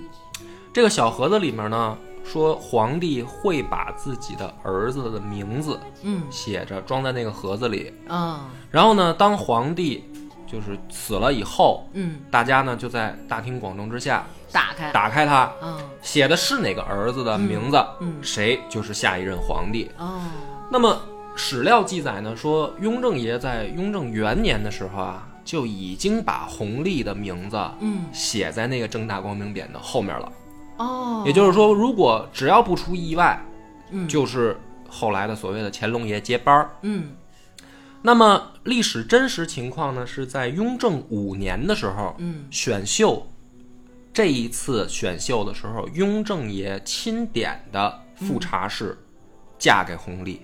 [SPEAKER 1] 这个小盒子里面呢，说皇帝会把自己的儿子的名字
[SPEAKER 2] 嗯
[SPEAKER 1] 写着装在那个盒子里，
[SPEAKER 2] 啊
[SPEAKER 1] 然后呢，当皇帝就是死了以后，
[SPEAKER 2] 嗯，
[SPEAKER 1] 大家呢就在大庭广众之下
[SPEAKER 2] 打开
[SPEAKER 1] 打开它，
[SPEAKER 2] 啊
[SPEAKER 1] 写的是哪个儿子的名字，
[SPEAKER 2] 嗯嗯
[SPEAKER 1] 谁就是下一任皇帝。
[SPEAKER 2] 哦
[SPEAKER 1] 那么史料记载呢，说雍正爷在雍正元年的时候啊，就已经把弘历的名字
[SPEAKER 2] 嗯
[SPEAKER 1] 写在那个正大光明匾的后面了。
[SPEAKER 2] 哦，
[SPEAKER 1] 也就是说，如果只要不出意外，
[SPEAKER 2] 嗯
[SPEAKER 1] 就是后来的所谓的乾隆爷接班儿。
[SPEAKER 2] 嗯
[SPEAKER 1] 那么历史真实情况呢，是在雍正五年的时候，
[SPEAKER 2] 嗯
[SPEAKER 1] 选秀这一次选秀的时候，雍正爷钦点的富察氏嫁给弘历、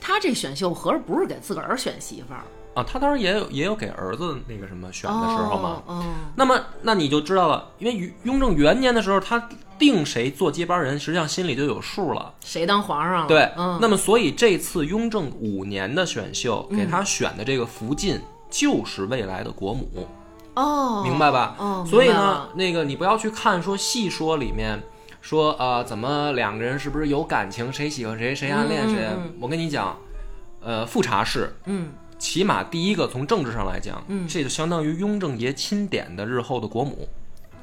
[SPEAKER 2] 他这选秀合着不是给自个儿选媳妇儿
[SPEAKER 1] 啊，他当时也有也有给儿子那个什么选的时候嘛。
[SPEAKER 2] 哦哦
[SPEAKER 1] 那么，那你就知道了，因为雍雍正元年的时候，他定谁做接班人，实际上心里就有数了。
[SPEAKER 2] 谁当皇上了？
[SPEAKER 1] 对，
[SPEAKER 2] 嗯，
[SPEAKER 1] 那么所以这次雍正五年的选秀，
[SPEAKER 2] 嗯
[SPEAKER 1] 给他选的这个福晋就是未来的国母。
[SPEAKER 2] 哦，
[SPEAKER 1] 明白吧？
[SPEAKER 2] 哦，
[SPEAKER 1] 所以
[SPEAKER 2] 明白
[SPEAKER 1] 呢
[SPEAKER 2] 了，，
[SPEAKER 1] 那个你不要去看说细说里面说呃怎么两个人是不是有感情，谁喜欢谁，谁暗恋谁。
[SPEAKER 2] 嗯嗯
[SPEAKER 1] 我跟你讲，呃，富察氏
[SPEAKER 2] 嗯
[SPEAKER 1] 起码第一个从政治上来讲，
[SPEAKER 2] 嗯
[SPEAKER 1] 这就相当于雍正爷钦点的日后的国母。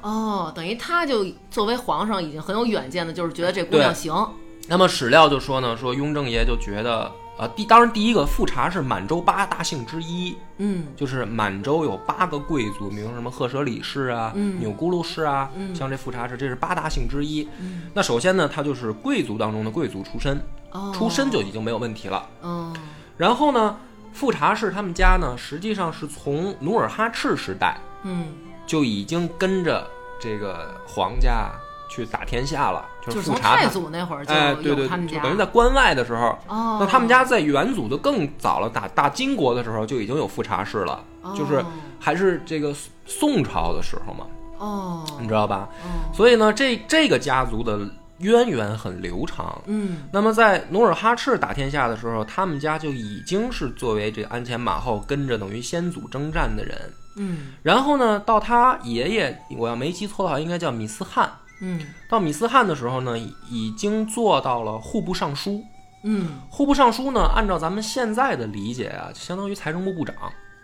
[SPEAKER 2] 哦，等于他就作为皇上已经很有远见的，就是觉得这姑娘
[SPEAKER 1] 对
[SPEAKER 2] 行，
[SPEAKER 1] 那么史料就说呢，说雍正爷就觉得。呃，第当然，第一个富察是满洲八大姓之一，
[SPEAKER 2] 嗯
[SPEAKER 1] 就是满洲有八个贵族，比如什么赫舍里氏啊、
[SPEAKER 2] 嗯
[SPEAKER 1] 钮钴禄氏啊，
[SPEAKER 2] 嗯
[SPEAKER 1] 像这富察氏，这是八大姓之一。
[SPEAKER 2] 嗯
[SPEAKER 1] 那首先呢，他就是贵族当中的贵族出身，
[SPEAKER 2] 哦，
[SPEAKER 1] 出身就已经没有问题了。
[SPEAKER 2] 嗯
[SPEAKER 1] 然后呢，富察氏他们家呢，实际上是从努尔哈赤时代
[SPEAKER 2] 嗯，
[SPEAKER 1] 就已经跟着这个皇家去打天下了，就
[SPEAKER 2] 就是是
[SPEAKER 1] 富
[SPEAKER 2] 从
[SPEAKER 1] 察
[SPEAKER 2] 太
[SPEAKER 1] 他。
[SPEAKER 2] 祖那会儿就
[SPEAKER 1] 哎，对
[SPEAKER 2] 有
[SPEAKER 1] 对，
[SPEAKER 2] 他们
[SPEAKER 1] 就
[SPEAKER 2] 家，
[SPEAKER 1] 等于在关外的时候，
[SPEAKER 2] 哦，
[SPEAKER 1] 那他们家在元祖就更早了，打打金国的时候就已经有富察氏了，就是
[SPEAKER 2] 哦
[SPEAKER 1] 还是这个宋朝的时候嘛，
[SPEAKER 2] 哦
[SPEAKER 1] 你知道吧？
[SPEAKER 2] 哦
[SPEAKER 1] 所以呢，这这个家族的渊源很流长。
[SPEAKER 2] 嗯
[SPEAKER 1] 那么在努尔哈赤打天下的时候，他们家就已经是作为这鞍前马后跟着等于先祖征战的人。
[SPEAKER 2] 嗯
[SPEAKER 1] 然后呢，到他爷爷，我要没记错的话，应该叫米斯汗。
[SPEAKER 2] 嗯
[SPEAKER 1] 到米斯汗的时候呢，已已经做到了户部尚书。
[SPEAKER 2] 嗯，
[SPEAKER 1] 户部尚书呢，按照咱们现在的理解啊，就相当于财政部部长。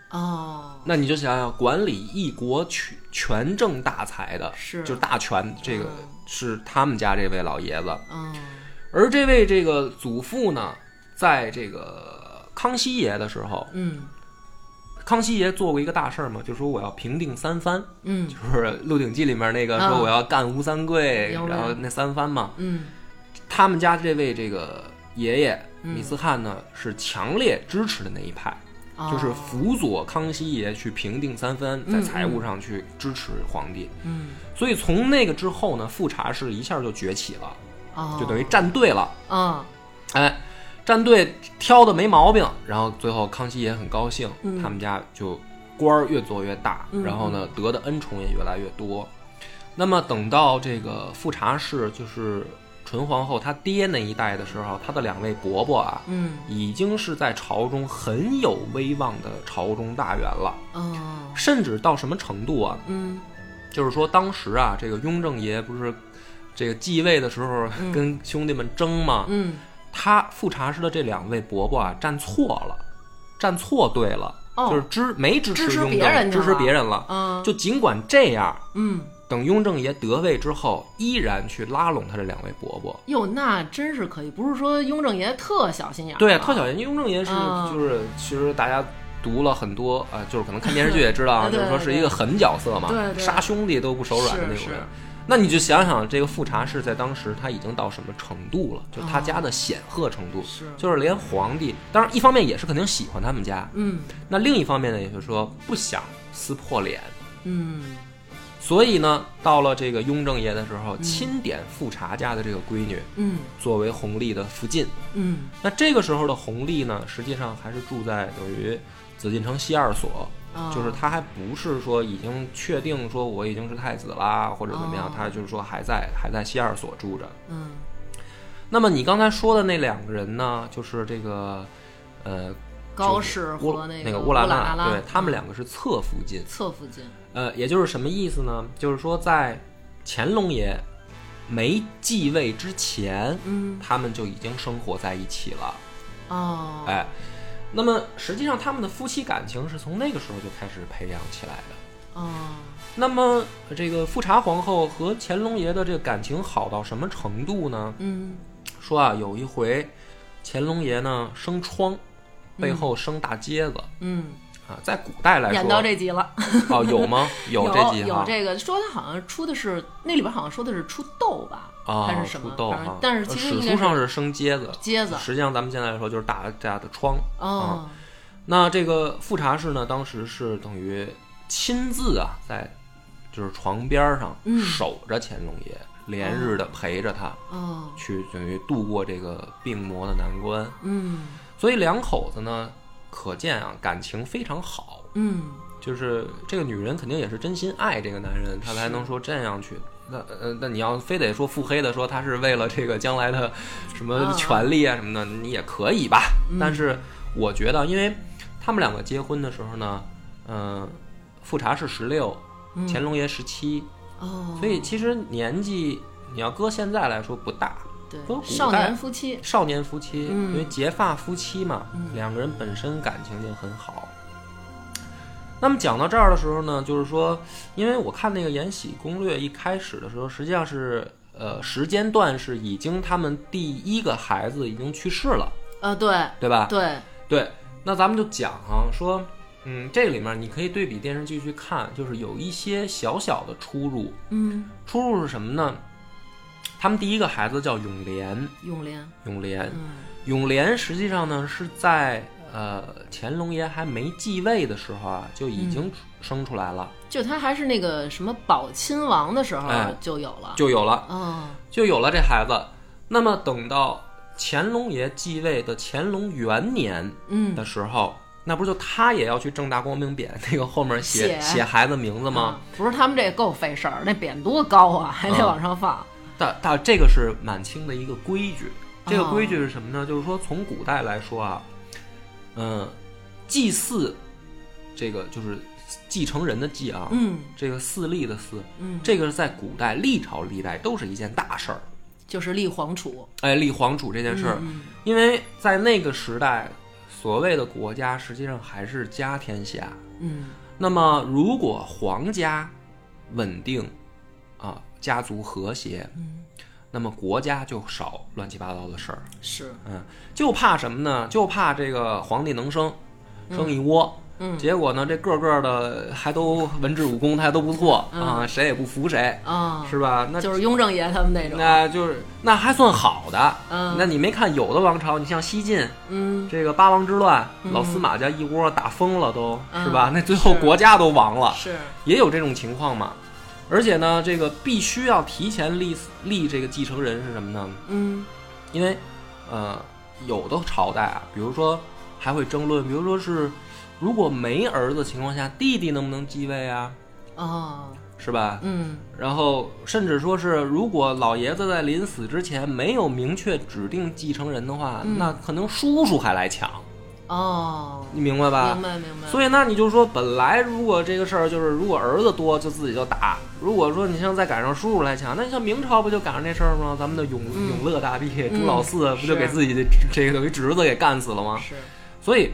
[SPEAKER 2] 哦，
[SPEAKER 1] 那你就想想，管理一国权权政大财的，
[SPEAKER 2] 是
[SPEAKER 1] 就是大权，这个
[SPEAKER 2] 嗯
[SPEAKER 1] 是他们家这位老爷子。
[SPEAKER 2] 嗯
[SPEAKER 1] 而这位这个祖父呢，在这个康熙爷的时候，
[SPEAKER 2] 嗯
[SPEAKER 1] 康熙爷做过一个大事儿嘛，就说我要平定三藩，
[SPEAKER 2] 嗯
[SPEAKER 1] 就是《鹿鼎记》里面那个
[SPEAKER 2] 啊
[SPEAKER 1] 说我要干吴三桂，
[SPEAKER 2] 明白
[SPEAKER 1] 然后那三藩嘛。
[SPEAKER 2] 嗯
[SPEAKER 1] 他们家这位这个爷爷
[SPEAKER 2] 嗯
[SPEAKER 1] 米斯汉呢，是强烈支持的那一派，
[SPEAKER 2] 哦
[SPEAKER 1] 就是辅佐康熙爷去平定三藩，在
[SPEAKER 2] 嗯
[SPEAKER 1] 财务上去支持皇帝。
[SPEAKER 2] 嗯
[SPEAKER 1] 所以从那个之后呢，富察氏一下就崛起了，
[SPEAKER 2] 哦，
[SPEAKER 1] 就等于站队了。
[SPEAKER 2] 嗯
[SPEAKER 1] 哎，站队挑的没毛病，然后最后康熙也很高兴，
[SPEAKER 2] 嗯
[SPEAKER 1] 他们家就官儿越做越大，
[SPEAKER 2] 嗯
[SPEAKER 1] 然后呢得的恩宠也越来越多。那么等到这个富察氏就是纯皇后她爹那一代的时候，她的两位伯伯啊，
[SPEAKER 2] 嗯
[SPEAKER 1] 已经是在朝中很有威望的朝中大员了，
[SPEAKER 2] 哦
[SPEAKER 1] 甚至到什么程度啊？
[SPEAKER 2] 嗯
[SPEAKER 1] 就是说当时啊，这个雍正爷不是这个继位的时候
[SPEAKER 2] 嗯
[SPEAKER 1] 跟兄弟们争嘛，
[SPEAKER 2] 嗯
[SPEAKER 1] 他富察氏的这两位伯伯啊，站错了，站错队了，
[SPEAKER 2] 哦
[SPEAKER 1] 就是支没支
[SPEAKER 2] 支持
[SPEAKER 1] 雍
[SPEAKER 2] 别
[SPEAKER 1] 正，
[SPEAKER 2] 人去
[SPEAKER 1] 支持
[SPEAKER 2] 了
[SPEAKER 1] 别人了。
[SPEAKER 2] 嗯
[SPEAKER 1] 就尽管这样，
[SPEAKER 2] 嗯。
[SPEAKER 1] 等雍正爷得位之后，依然去拉拢他这两位伯伯。
[SPEAKER 2] 哟，那真是可以，不是说雍正爷特小心眼儿啊，
[SPEAKER 1] 对，特小爷，雍正爷是
[SPEAKER 2] 嗯
[SPEAKER 1] 就是其实大家。读了很多啊、呃就是可能看电视剧也知道啊，
[SPEAKER 2] 对
[SPEAKER 1] 就是说是一个狠角色嘛
[SPEAKER 2] 对对，对
[SPEAKER 1] 杀兄弟都不手软的那
[SPEAKER 2] 是
[SPEAKER 1] 种人
[SPEAKER 2] 是。
[SPEAKER 1] 那你就想想，这个富察氏在当时他已经到什么程度了？就他家的显赫程度，
[SPEAKER 2] 嗯是
[SPEAKER 1] 就是连皇帝，当然一方面也是肯定喜欢他们家，
[SPEAKER 2] 嗯
[SPEAKER 1] 那另一方面呢，也就是说不想撕破脸，
[SPEAKER 2] 嗯
[SPEAKER 1] 所以呢，到了这个雍正爷的时候，钦点富察家的这个闺女
[SPEAKER 2] 嗯
[SPEAKER 1] 作为弘历的福晋。
[SPEAKER 2] 嗯
[SPEAKER 1] 那这个时候的弘历呢，实际上还是住在等于紫禁城西二所，
[SPEAKER 2] 啊，
[SPEAKER 1] 就是他还不是说已经确定说我已经是太子啦，或者怎么样
[SPEAKER 2] 哦，
[SPEAKER 1] 他就是说还在还在西二所住着。
[SPEAKER 2] 嗯
[SPEAKER 1] 那么你刚才说的那两个人呢，就是这个，呃，
[SPEAKER 2] 高适
[SPEAKER 1] 乌
[SPEAKER 2] 和那
[SPEAKER 1] 那
[SPEAKER 2] 个
[SPEAKER 1] 乌拉
[SPEAKER 2] 那拉，嗯
[SPEAKER 1] 对他们两个是侧福晋，
[SPEAKER 2] 侧福晋，
[SPEAKER 1] 呃，也就是什么意思呢？就是说在乾隆爷没继位之前，
[SPEAKER 2] 嗯
[SPEAKER 1] 他们就已经生活在一起了，
[SPEAKER 2] 哦，
[SPEAKER 1] 哎。那么实际上，他们的夫妻感情是从那个时候就开始培养起来的。
[SPEAKER 2] 哦
[SPEAKER 1] 那么，这个富察皇后和乾隆爷的这个感情好到什么程度呢？
[SPEAKER 2] 嗯
[SPEAKER 1] 说啊，有一回，乾隆爷呢生疮，背后生大疖子、
[SPEAKER 2] 嗯，
[SPEAKER 1] 啊，在古代来说，
[SPEAKER 2] 演到这集了，
[SPEAKER 1] 哦有吗？有这
[SPEAKER 2] 有
[SPEAKER 1] 集
[SPEAKER 2] 有
[SPEAKER 1] 哈，
[SPEAKER 2] 这个说他好像出的是那里边好像说的是出痘吧，
[SPEAKER 1] 啊
[SPEAKER 2] 还是什么
[SPEAKER 1] 出，痘
[SPEAKER 2] 反
[SPEAKER 1] 哈呃
[SPEAKER 2] 正，但是其实
[SPEAKER 1] 史
[SPEAKER 2] 应
[SPEAKER 1] 书
[SPEAKER 2] 该
[SPEAKER 1] 上是
[SPEAKER 2] 是
[SPEAKER 1] 生疖子，
[SPEAKER 2] 疖子
[SPEAKER 1] 实际上咱们现在来说就是啊大大的疮。
[SPEAKER 2] 哦
[SPEAKER 1] 那这个富察氏呢，当时是等于亲自啊，在就是床边上
[SPEAKER 2] 嗯
[SPEAKER 1] 守着乾隆爷，连日的陪着他
[SPEAKER 2] 哦
[SPEAKER 1] 去等于度过这个病魔的难关。
[SPEAKER 2] 嗯
[SPEAKER 1] 所以两口子呢，可见啊感情非常好，
[SPEAKER 2] 嗯
[SPEAKER 1] 就是这个女人肯定也是真心爱这个男人，她才能说这样去。那呃，那你要非得说腹黑的说她是为了这个将来 的什么
[SPEAKER 2] 啊
[SPEAKER 1] 权利啊嗯什么的，你也可以吧。但是我觉得，因为他们两个结婚的时候呢，嗯、富察氏十六，乾隆爷十七，
[SPEAKER 2] 哦，
[SPEAKER 1] 所以其实年纪你要搁现在来说不大，说
[SPEAKER 2] 对
[SPEAKER 1] 古
[SPEAKER 2] 少
[SPEAKER 1] 代
[SPEAKER 2] 年夫妻
[SPEAKER 1] 少年夫妻，
[SPEAKER 2] 嗯
[SPEAKER 1] 因为结发夫妻嘛，两个人本身感情就很好。那么讲到这儿的时候呢，就是说，因为我看那个《延禧攻略》一开始的时候，实际上是呃时间段是已经他们第一个孩子已经去世了，
[SPEAKER 2] 呃对
[SPEAKER 1] 对吧？
[SPEAKER 2] 对
[SPEAKER 1] 对，那咱们就讲啊，说，嗯，这里面你可以对比电视剧去看，就是有一些小小的出入。
[SPEAKER 2] 嗯
[SPEAKER 1] 出入是什么呢？他们第一个孩子叫永莲，
[SPEAKER 2] 永莲
[SPEAKER 1] 永莲，
[SPEAKER 2] 嗯
[SPEAKER 1] 永莲实际上呢是在呃乾隆爷还没继位的时候啊就已
[SPEAKER 2] 嗯
[SPEAKER 1] 经生出来了，
[SPEAKER 2] 就他还是那个什么宝亲王的时候
[SPEAKER 1] 哎
[SPEAKER 2] 就有了，
[SPEAKER 1] 就有了，
[SPEAKER 2] 嗯
[SPEAKER 1] 就有了这孩子。那么等到乾隆爷继位的乾隆元年
[SPEAKER 2] 嗯
[SPEAKER 1] 的时候，那不是就他也要去正大光明匾那个后面写
[SPEAKER 2] 写
[SPEAKER 1] 写孩子名字吗？
[SPEAKER 2] 嗯不是他们这够费事儿，那匾多高啊，还得
[SPEAKER 1] 嗯
[SPEAKER 2] 往上放。
[SPEAKER 1] 大大这个是满清的一个规矩。这个
[SPEAKER 2] 哦
[SPEAKER 1] 规矩是什么呢？就是说从古代来说啊，嗯、祭祀这个就是继承人的继啊，
[SPEAKER 2] 嗯
[SPEAKER 1] 这个四立的四，
[SPEAKER 2] 嗯，
[SPEAKER 1] 这个是在古代历朝历代都是一件大事儿。
[SPEAKER 2] 就是立皇储
[SPEAKER 1] 哎，立皇储这件事儿，
[SPEAKER 2] 嗯
[SPEAKER 1] 因为在那个时代，所谓的国家实际上还是家天下。
[SPEAKER 2] 嗯
[SPEAKER 1] 那么，如果皇家稳定，啊，家族和谐，
[SPEAKER 2] 嗯
[SPEAKER 1] 那么国家就少乱七八糟的事儿。
[SPEAKER 2] 是
[SPEAKER 1] 嗯，就怕什么呢？就怕这个皇帝能生，生一窝。
[SPEAKER 2] 嗯
[SPEAKER 1] 结果呢，这个个的还都文治武功，还都不错、
[SPEAKER 2] 嗯
[SPEAKER 1] 啊，谁也不服谁，
[SPEAKER 2] 啊，
[SPEAKER 1] 是吧？那
[SPEAKER 2] 就是雍正爷他们那种，
[SPEAKER 1] 那就是那还算好的。
[SPEAKER 2] 嗯
[SPEAKER 1] 那你没看有的王朝，你像西晋
[SPEAKER 2] 嗯
[SPEAKER 1] 这个八王之乱，
[SPEAKER 2] 嗯
[SPEAKER 1] 老司马家一窝打疯了都，
[SPEAKER 2] 嗯
[SPEAKER 1] 是吧？那最后
[SPEAKER 2] 是
[SPEAKER 1] 国家都亡了，
[SPEAKER 2] 是
[SPEAKER 1] 也有这种情况嘛。而且呢，这个必须要提前立立这个继承人是什么呢？
[SPEAKER 2] 嗯
[SPEAKER 1] 因为，呃，有的朝代啊，比如说还会争论，比如说是如果没儿子的情况下，弟弟能不能继位啊，
[SPEAKER 2] 哦
[SPEAKER 1] 是吧？
[SPEAKER 2] 嗯
[SPEAKER 1] 然后甚至说是，如果老爷子在临死之前没有明确指定继承人的话，
[SPEAKER 2] 嗯
[SPEAKER 1] 那可能叔叔还来抢，
[SPEAKER 2] 哦，
[SPEAKER 1] 你明白吧？
[SPEAKER 2] 明白明白，
[SPEAKER 1] 啊所以呢，你就说，本来如果这个事儿就是，如果儿子多，就自己就打；如果说你像再赶上叔叔来抢，那你像明朝不就赶上这事儿吗？咱们的永、
[SPEAKER 2] 嗯
[SPEAKER 1] 永乐大帝
[SPEAKER 2] 嗯
[SPEAKER 1] 朱老四不就是给自己的这个等于侄子给干死了吗？
[SPEAKER 2] 是
[SPEAKER 1] 所以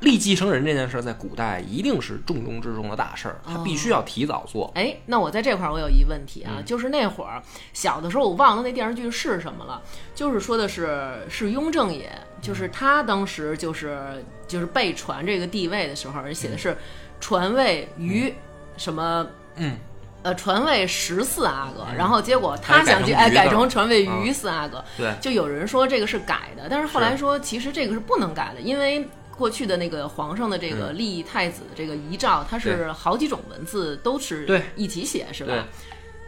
[SPEAKER 1] 立继承人这件事儿在古代一定是重中之重的大事儿，他必须
[SPEAKER 2] 哦
[SPEAKER 1] 要提早做。
[SPEAKER 2] 哎，那我在这块儿我有一问题啊，
[SPEAKER 1] 嗯
[SPEAKER 2] 就是那会儿小的时候我忘了那电视剧是什么了，就是说的是是雍正爷，
[SPEAKER 1] 嗯
[SPEAKER 2] 就是他当时就是就是被传这个地位的时候，人写的是传位于什么。
[SPEAKER 1] 嗯，
[SPEAKER 2] 呃，传位十四阿哥，
[SPEAKER 1] 嗯
[SPEAKER 2] 然后结果他想去，哎，
[SPEAKER 1] 还改成于字
[SPEAKER 2] 改成传位
[SPEAKER 1] 嗯
[SPEAKER 2] 于四阿哥，
[SPEAKER 1] 对，
[SPEAKER 2] 就有人说这个是改的，但是后来
[SPEAKER 1] 是
[SPEAKER 2] 说其实这个是不能改的，因为过去的那个皇上的这个
[SPEAKER 1] 嗯
[SPEAKER 2] 立太子的这个遗诏，它是
[SPEAKER 1] 对
[SPEAKER 2] 好几种文字都是
[SPEAKER 1] 对
[SPEAKER 2] 一起写，是
[SPEAKER 1] 对
[SPEAKER 2] 吧？。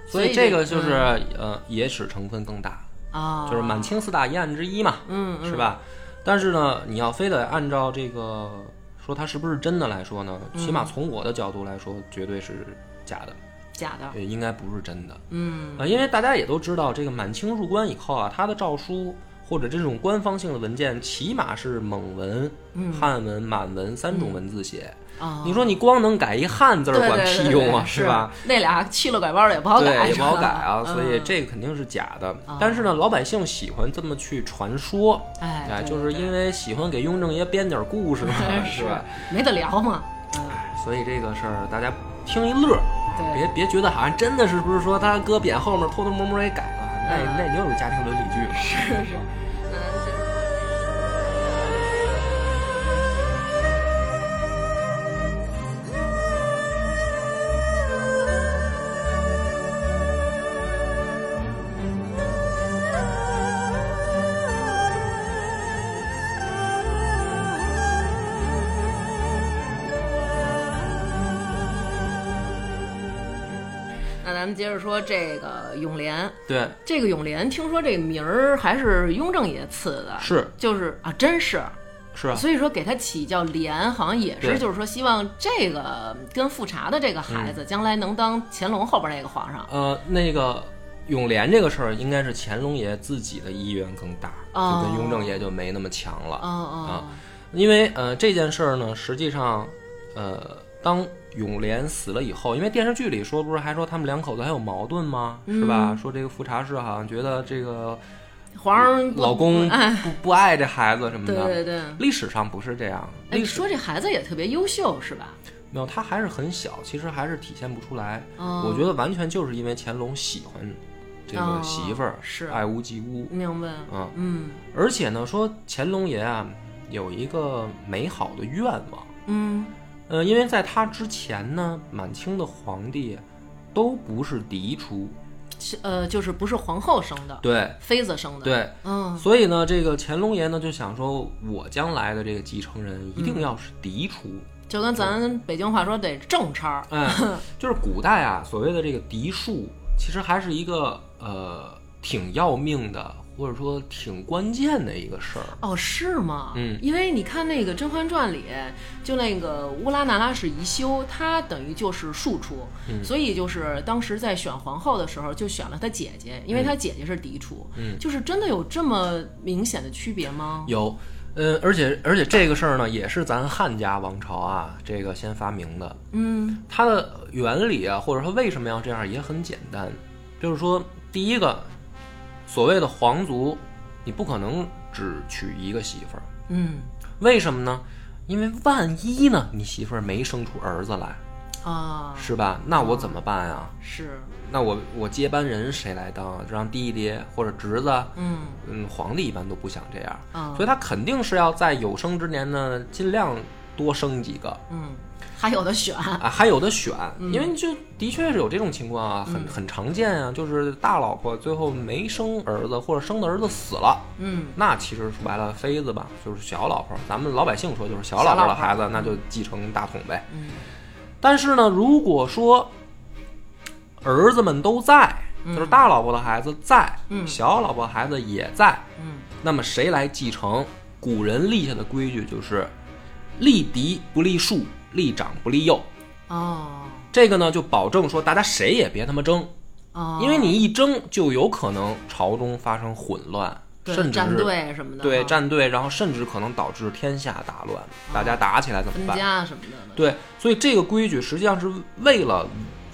[SPEAKER 1] 所
[SPEAKER 2] 以嗯
[SPEAKER 1] 以这个就是、呃野史成分更大，
[SPEAKER 2] 啊，
[SPEAKER 1] 就是满，清四大疑案之一嘛。
[SPEAKER 2] 嗯嗯，
[SPEAKER 1] 是？吧？但是呢，你要非得按照这个说它是不是真的来说呢，起
[SPEAKER 2] 嗯
[SPEAKER 1] 码从我的角度来说，绝对是假的，
[SPEAKER 2] 假的，
[SPEAKER 1] 也应该不是真的。
[SPEAKER 2] 啊嗯
[SPEAKER 1] 呃，因为大家也都知道，这个满清入关以后啊，它的诏书或者这种官方性的文件，起码是蒙文、
[SPEAKER 2] 嗯
[SPEAKER 1] 汉文、满文三种文字写。
[SPEAKER 2] 啊，
[SPEAKER 1] 你说你光能改一汉字
[SPEAKER 2] 对
[SPEAKER 1] 儿，
[SPEAKER 2] 对
[SPEAKER 1] 管
[SPEAKER 2] 对
[SPEAKER 1] 屁
[SPEAKER 2] 对
[SPEAKER 1] 用啊，
[SPEAKER 2] 是
[SPEAKER 1] 吧？？
[SPEAKER 2] 那俩去了拐弯了也不好改，
[SPEAKER 1] 对，也
[SPEAKER 2] 是
[SPEAKER 1] 不好
[SPEAKER 2] 吧
[SPEAKER 1] 改啊，所以
[SPEAKER 2] 嗯
[SPEAKER 1] 这个肯定是假的
[SPEAKER 2] 啊。
[SPEAKER 1] 但是呢，老百姓喜欢这么去传说，
[SPEAKER 2] 哎
[SPEAKER 1] 哎，
[SPEAKER 2] 对
[SPEAKER 1] 就是因为喜欢给雍正爷编点故事嘛，是
[SPEAKER 2] 是
[SPEAKER 1] 吧？
[SPEAKER 2] 没得聊嘛，嗯，
[SPEAKER 1] 所以这个事儿大家听一乐，
[SPEAKER 2] 对
[SPEAKER 1] 哎别别觉得好像真的是不是说他搁匾后面偷偷摸摸也改了，
[SPEAKER 2] 嗯
[SPEAKER 1] 那那又是家庭伦理剧了。
[SPEAKER 2] 是是，嗯。这那咱们接着说这个永联，
[SPEAKER 1] 对，
[SPEAKER 2] 这个永联，听说这名儿还是雍正爷赐的，
[SPEAKER 1] 是
[SPEAKER 2] 就是啊，真是，
[SPEAKER 1] 是啊，
[SPEAKER 2] 所以说给他起叫联，好像也是，
[SPEAKER 1] 对
[SPEAKER 2] 就是说希望这个跟富察的这个孩
[SPEAKER 1] 嗯
[SPEAKER 2] 子将来能当乾隆后边那个皇上。
[SPEAKER 1] 呃，那个永联这个事儿，应该是乾隆爷自己的意愿更大，
[SPEAKER 2] 哦
[SPEAKER 1] 就跟雍正爷就没那么强了。
[SPEAKER 2] 哦哦
[SPEAKER 1] 啊，因为呃这件事儿呢，实际上，呃，当永联死了以后，因为电视剧里说不是还说他们两口子还有矛盾吗？是
[SPEAKER 2] 嗯
[SPEAKER 1] 吧？说这个富察氏好像觉得这个
[SPEAKER 2] 皇上不
[SPEAKER 1] 老公不不不爱这孩子什么
[SPEAKER 2] 嗯哎对
[SPEAKER 1] 的。
[SPEAKER 2] 对对。
[SPEAKER 1] 历史上不是这样，
[SPEAKER 2] 哎，
[SPEAKER 1] 历
[SPEAKER 2] 你
[SPEAKER 1] 史
[SPEAKER 2] 说这孩子也特别优秀是吧？
[SPEAKER 1] 没有，他还是很小，其实还是体现不出来。
[SPEAKER 2] 哦
[SPEAKER 1] 我觉得完全就是因为乾隆喜欢这
[SPEAKER 2] 哦
[SPEAKER 1] 个媳妇儿，
[SPEAKER 2] 是
[SPEAKER 1] 爱屋及乌，
[SPEAKER 2] 明白。
[SPEAKER 1] 嗯，
[SPEAKER 2] 嗯
[SPEAKER 1] 而且呢，说乾隆爷啊有一个美好的愿望，
[SPEAKER 2] 嗯
[SPEAKER 1] 呃，因为在他之前呢，满清的皇帝都不是嫡出，
[SPEAKER 2] 是呃，就是不是皇后生的，
[SPEAKER 1] 对
[SPEAKER 2] 妃子生的。，
[SPEAKER 1] 对，
[SPEAKER 2] 嗯
[SPEAKER 1] 所以呢，这个乾隆爷呢就想说，我将来的这个继承人一定要是嫡出，
[SPEAKER 2] 就跟咱北京话说得正差儿。
[SPEAKER 1] 哎，就是古代啊，所谓的这个嫡庶，其实还是一个呃挺要命的或者说挺关键的一个事儿。
[SPEAKER 2] 哦，是吗？
[SPEAKER 1] 嗯
[SPEAKER 2] 因为你看那个《甄嬛传》里，就那个乌拉那拉氏宜修，她等于就是庶出，
[SPEAKER 1] 嗯
[SPEAKER 2] 所以就是当时在选皇后的时候，就选了她姐姐，因为她姐姐是嫡出。
[SPEAKER 1] 嗯
[SPEAKER 2] 就是真的有这么明显的区别吗？
[SPEAKER 1] 有，呃，而且而且这个事儿呢，也是咱汉家王朝啊，这个先发明的。
[SPEAKER 2] 嗯
[SPEAKER 1] 它的原理啊，或者说为什么要这样，也很简单，就是说，第一个，所谓的皇族，你不可能只娶一个媳妇儿，
[SPEAKER 2] 嗯
[SPEAKER 1] 为什么呢？因为万一呢，你媳妇儿没生出儿子来，
[SPEAKER 2] 啊，
[SPEAKER 1] 是吧？那我怎么办啊？
[SPEAKER 2] 是，
[SPEAKER 1] 那我我接班人谁来当啊？让弟弟或者侄子？
[SPEAKER 2] 嗯
[SPEAKER 1] 嗯，皇帝一般都不想这样，
[SPEAKER 2] 啊
[SPEAKER 1] 所以他肯定是要在有生之年呢，尽量多生几个
[SPEAKER 2] 嗯，还有的选，
[SPEAKER 1] 啊，还有的选，因为就的确是有这种情况啊，很很常见啊，就是大老婆最后没生儿子，或者生的儿子死了，
[SPEAKER 2] 嗯
[SPEAKER 1] 那其实说白了，妃子吧，就是小老婆，咱们老百姓说就是小老婆的孩子，那就继承大统呗。
[SPEAKER 2] 嗯
[SPEAKER 1] 但是呢，如果说儿子们都在，就是大老婆的孩子在，
[SPEAKER 2] 嗯
[SPEAKER 1] 小老婆孩子也在，
[SPEAKER 2] 嗯
[SPEAKER 1] 那么谁来继承？古人立下的规矩就是，立嫡不立庶，立长不立幼。
[SPEAKER 2] 哦
[SPEAKER 1] 这个呢，就保证说大家谁也别他妈争，
[SPEAKER 2] 哦，
[SPEAKER 1] 因为你一争就有可能朝中发生混乱，
[SPEAKER 2] 对
[SPEAKER 1] 甚至
[SPEAKER 2] 站
[SPEAKER 1] 是
[SPEAKER 2] 队什么的，
[SPEAKER 1] 对
[SPEAKER 2] 啊
[SPEAKER 1] 站队，然后甚至可能导致天下大乱，大家打起来怎么
[SPEAKER 2] 哦分
[SPEAKER 1] 办？
[SPEAKER 2] 家什么的，
[SPEAKER 1] 对，所以这个规矩实际上是为了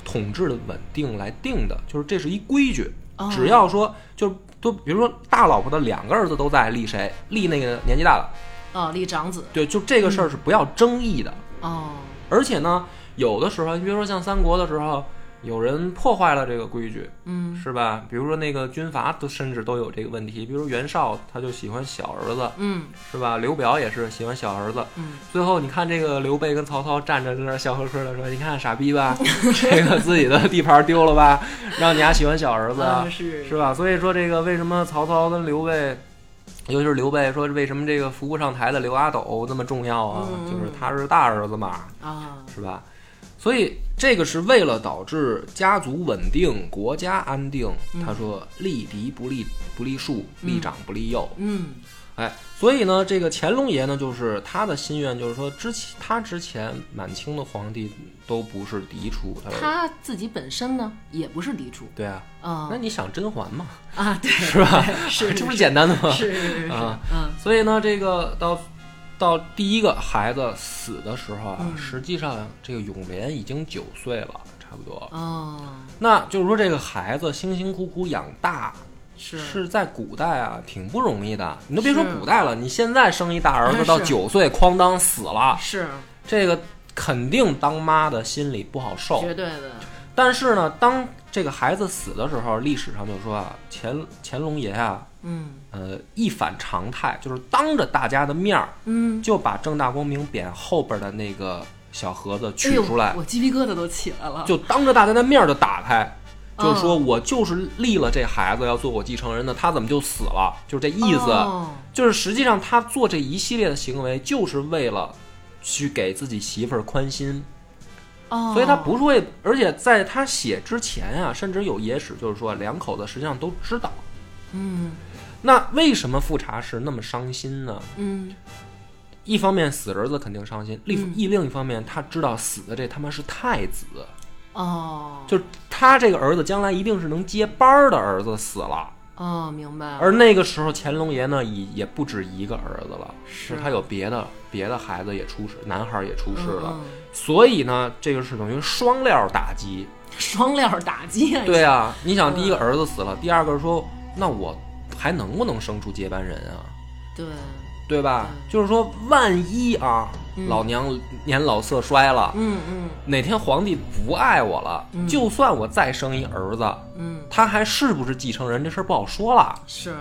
[SPEAKER 1] 统治的稳定来定的，就是这是一规矩
[SPEAKER 2] 哦，
[SPEAKER 1] 只要说就是都，比如说大老婆的两个儿子都在立谁，立那个年纪大的，
[SPEAKER 2] 哦，立长子，
[SPEAKER 1] 对，就这个事儿是不要争议的。
[SPEAKER 2] 哦
[SPEAKER 1] 而且呢，有的时候，你比如说像三国的时候，有人破坏了这个规矩，
[SPEAKER 2] 嗯
[SPEAKER 1] 是吧？比如说那个军阀都甚至都有这个问题，比如袁绍他就喜欢小儿子，
[SPEAKER 2] 嗯
[SPEAKER 1] 是吧？刘表也是喜欢小儿子，
[SPEAKER 2] 嗯，
[SPEAKER 1] 最后你看这个刘备跟曹操站着在那儿笑呵呵的说：“你看傻逼 吧，这个自己的地盘丢了吧，让你还喜欢小儿子啊
[SPEAKER 2] 嗯，是
[SPEAKER 1] 是吧？”所以说这个为什么曹操跟刘备，尤其是刘备说为什么这个扶不上台的刘阿斗那么重要啊？
[SPEAKER 2] 嗯嗯
[SPEAKER 1] 就是他是大儿子嘛，
[SPEAKER 2] 啊，
[SPEAKER 1] 是吧？所以这个是为了导致家族稳定、国家安定。
[SPEAKER 2] 嗯
[SPEAKER 1] 他说：“立嫡不立不立庶，立长不立幼。”
[SPEAKER 2] 嗯
[SPEAKER 1] 哎，所以呢，这个乾隆爷呢，就是他的心愿，就是说之前他之前满清的皇帝都不是嫡出，他说
[SPEAKER 2] 他自己本身呢也不是嫡出
[SPEAKER 1] 对啊，
[SPEAKER 2] 啊
[SPEAKER 1] 那你想甄嬛嘛，
[SPEAKER 2] 啊，对，
[SPEAKER 1] 是吧？
[SPEAKER 2] 是
[SPEAKER 1] 这不是简单的吗？
[SPEAKER 2] 是是是是
[SPEAKER 1] 啊
[SPEAKER 2] 嗯
[SPEAKER 1] 所以呢，这个到到第一个孩子死的时候啊，
[SPEAKER 2] 嗯
[SPEAKER 1] 实际上这个永莲已经九岁了，差不多。
[SPEAKER 2] 哦
[SPEAKER 1] 那就是说，这个孩子辛辛苦苦养大，
[SPEAKER 2] 是
[SPEAKER 1] 是在古代啊，挺不容易的。你都别说
[SPEAKER 2] 是哎
[SPEAKER 1] 古代了，你现在生一大儿子到
[SPEAKER 2] 是
[SPEAKER 1] 九岁，哐当死了，
[SPEAKER 2] 是
[SPEAKER 1] 这个肯定当妈的心里不好受。
[SPEAKER 2] 绝对的
[SPEAKER 1] 但是呢，当这个孩子死的时候，历史上就说啊，乾乾隆爷啊，
[SPEAKER 2] 嗯
[SPEAKER 1] 呃，一反常态，就是当着大家的面儿，
[SPEAKER 2] 嗯。
[SPEAKER 1] 就把正大光明匾后边的那个小盒子
[SPEAKER 2] 哎
[SPEAKER 1] 取
[SPEAKER 2] 呦
[SPEAKER 1] 出来，
[SPEAKER 2] 我鸡皮疙瘩都起来了。
[SPEAKER 1] 就当着大家的面儿就打开。
[SPEAKER 2] 哦
[SPEAKER 1] 就是说我就是立了这孩子要做我继承人的，他怎么就死了？就是这意思。
[SPEAKER 2] 哦
[SPEAKER 1] 就是实际上他做这一系列的行为，就是为了去给自己媳妇儿宽心。
[SPEAKER 2] 哦，
[SPEAKER 1] 所以他不是会，而且在他写之前啊，甚至有野史，就是说两口子实际上都知道。
[SPEAKER 2] 嗯
[SPEAKER 1] 那为什么富察氏那么伤心呢？
[SPEAKER 2] 嗯
[SPEAKER 1] 一方面死儿子肯定伤心，另
[SPEAKER 2] 嗯
[SPEAKER 1] 一另一方面他知道死的这他妈是太子，
[SPEAKER 2] 哦，
[SPEAKER 1] 就是他这个儿子将来一定是能接班儿的儿子死了。
[SPEAKER 2] 哦明白了。
[SPEAKER 1] 而那个时候乾隆爷呢，也也不止一个儿子了，
[SPEAKER 2] 是
[SPEAKER 1] 他有别的别的孩子也出世，男孩儿也出世了，
[SPEAKER 2] 嗯
[SPEAKER 1] 所以呢，这个是等于双料打击。
[SPEAKER 2] 双料打击啊，
[SPEAKER 1] 对啊，你想第一个儿子死了，
[SPEAKER 2] 嗯
[SPEAKER 1] 第二个说那我还能不能生出接班人啊？
[SPEAKER 2] 对，
[SPEAKER 1] 对吧？
[SPEAKER 2] 嗯
[SPEAKER 1] 就是说，万一啊，
[SPEAKER 2] 嗯
[SPEAKER 1] 老娘年老色衰了，
[SPEAKER 2] 嗯嗯
[SPEAKER 1] 哪天皇帝不爱我了，
[SPEAKER 2] 嗯
[SPEAKER 1] 就算我再生一儿子，
[SPEAKER 2] 嗯，
[SPEAKER 1] 他还是不是继承人这事儿不好说了，
[SPEAKER 2] 是，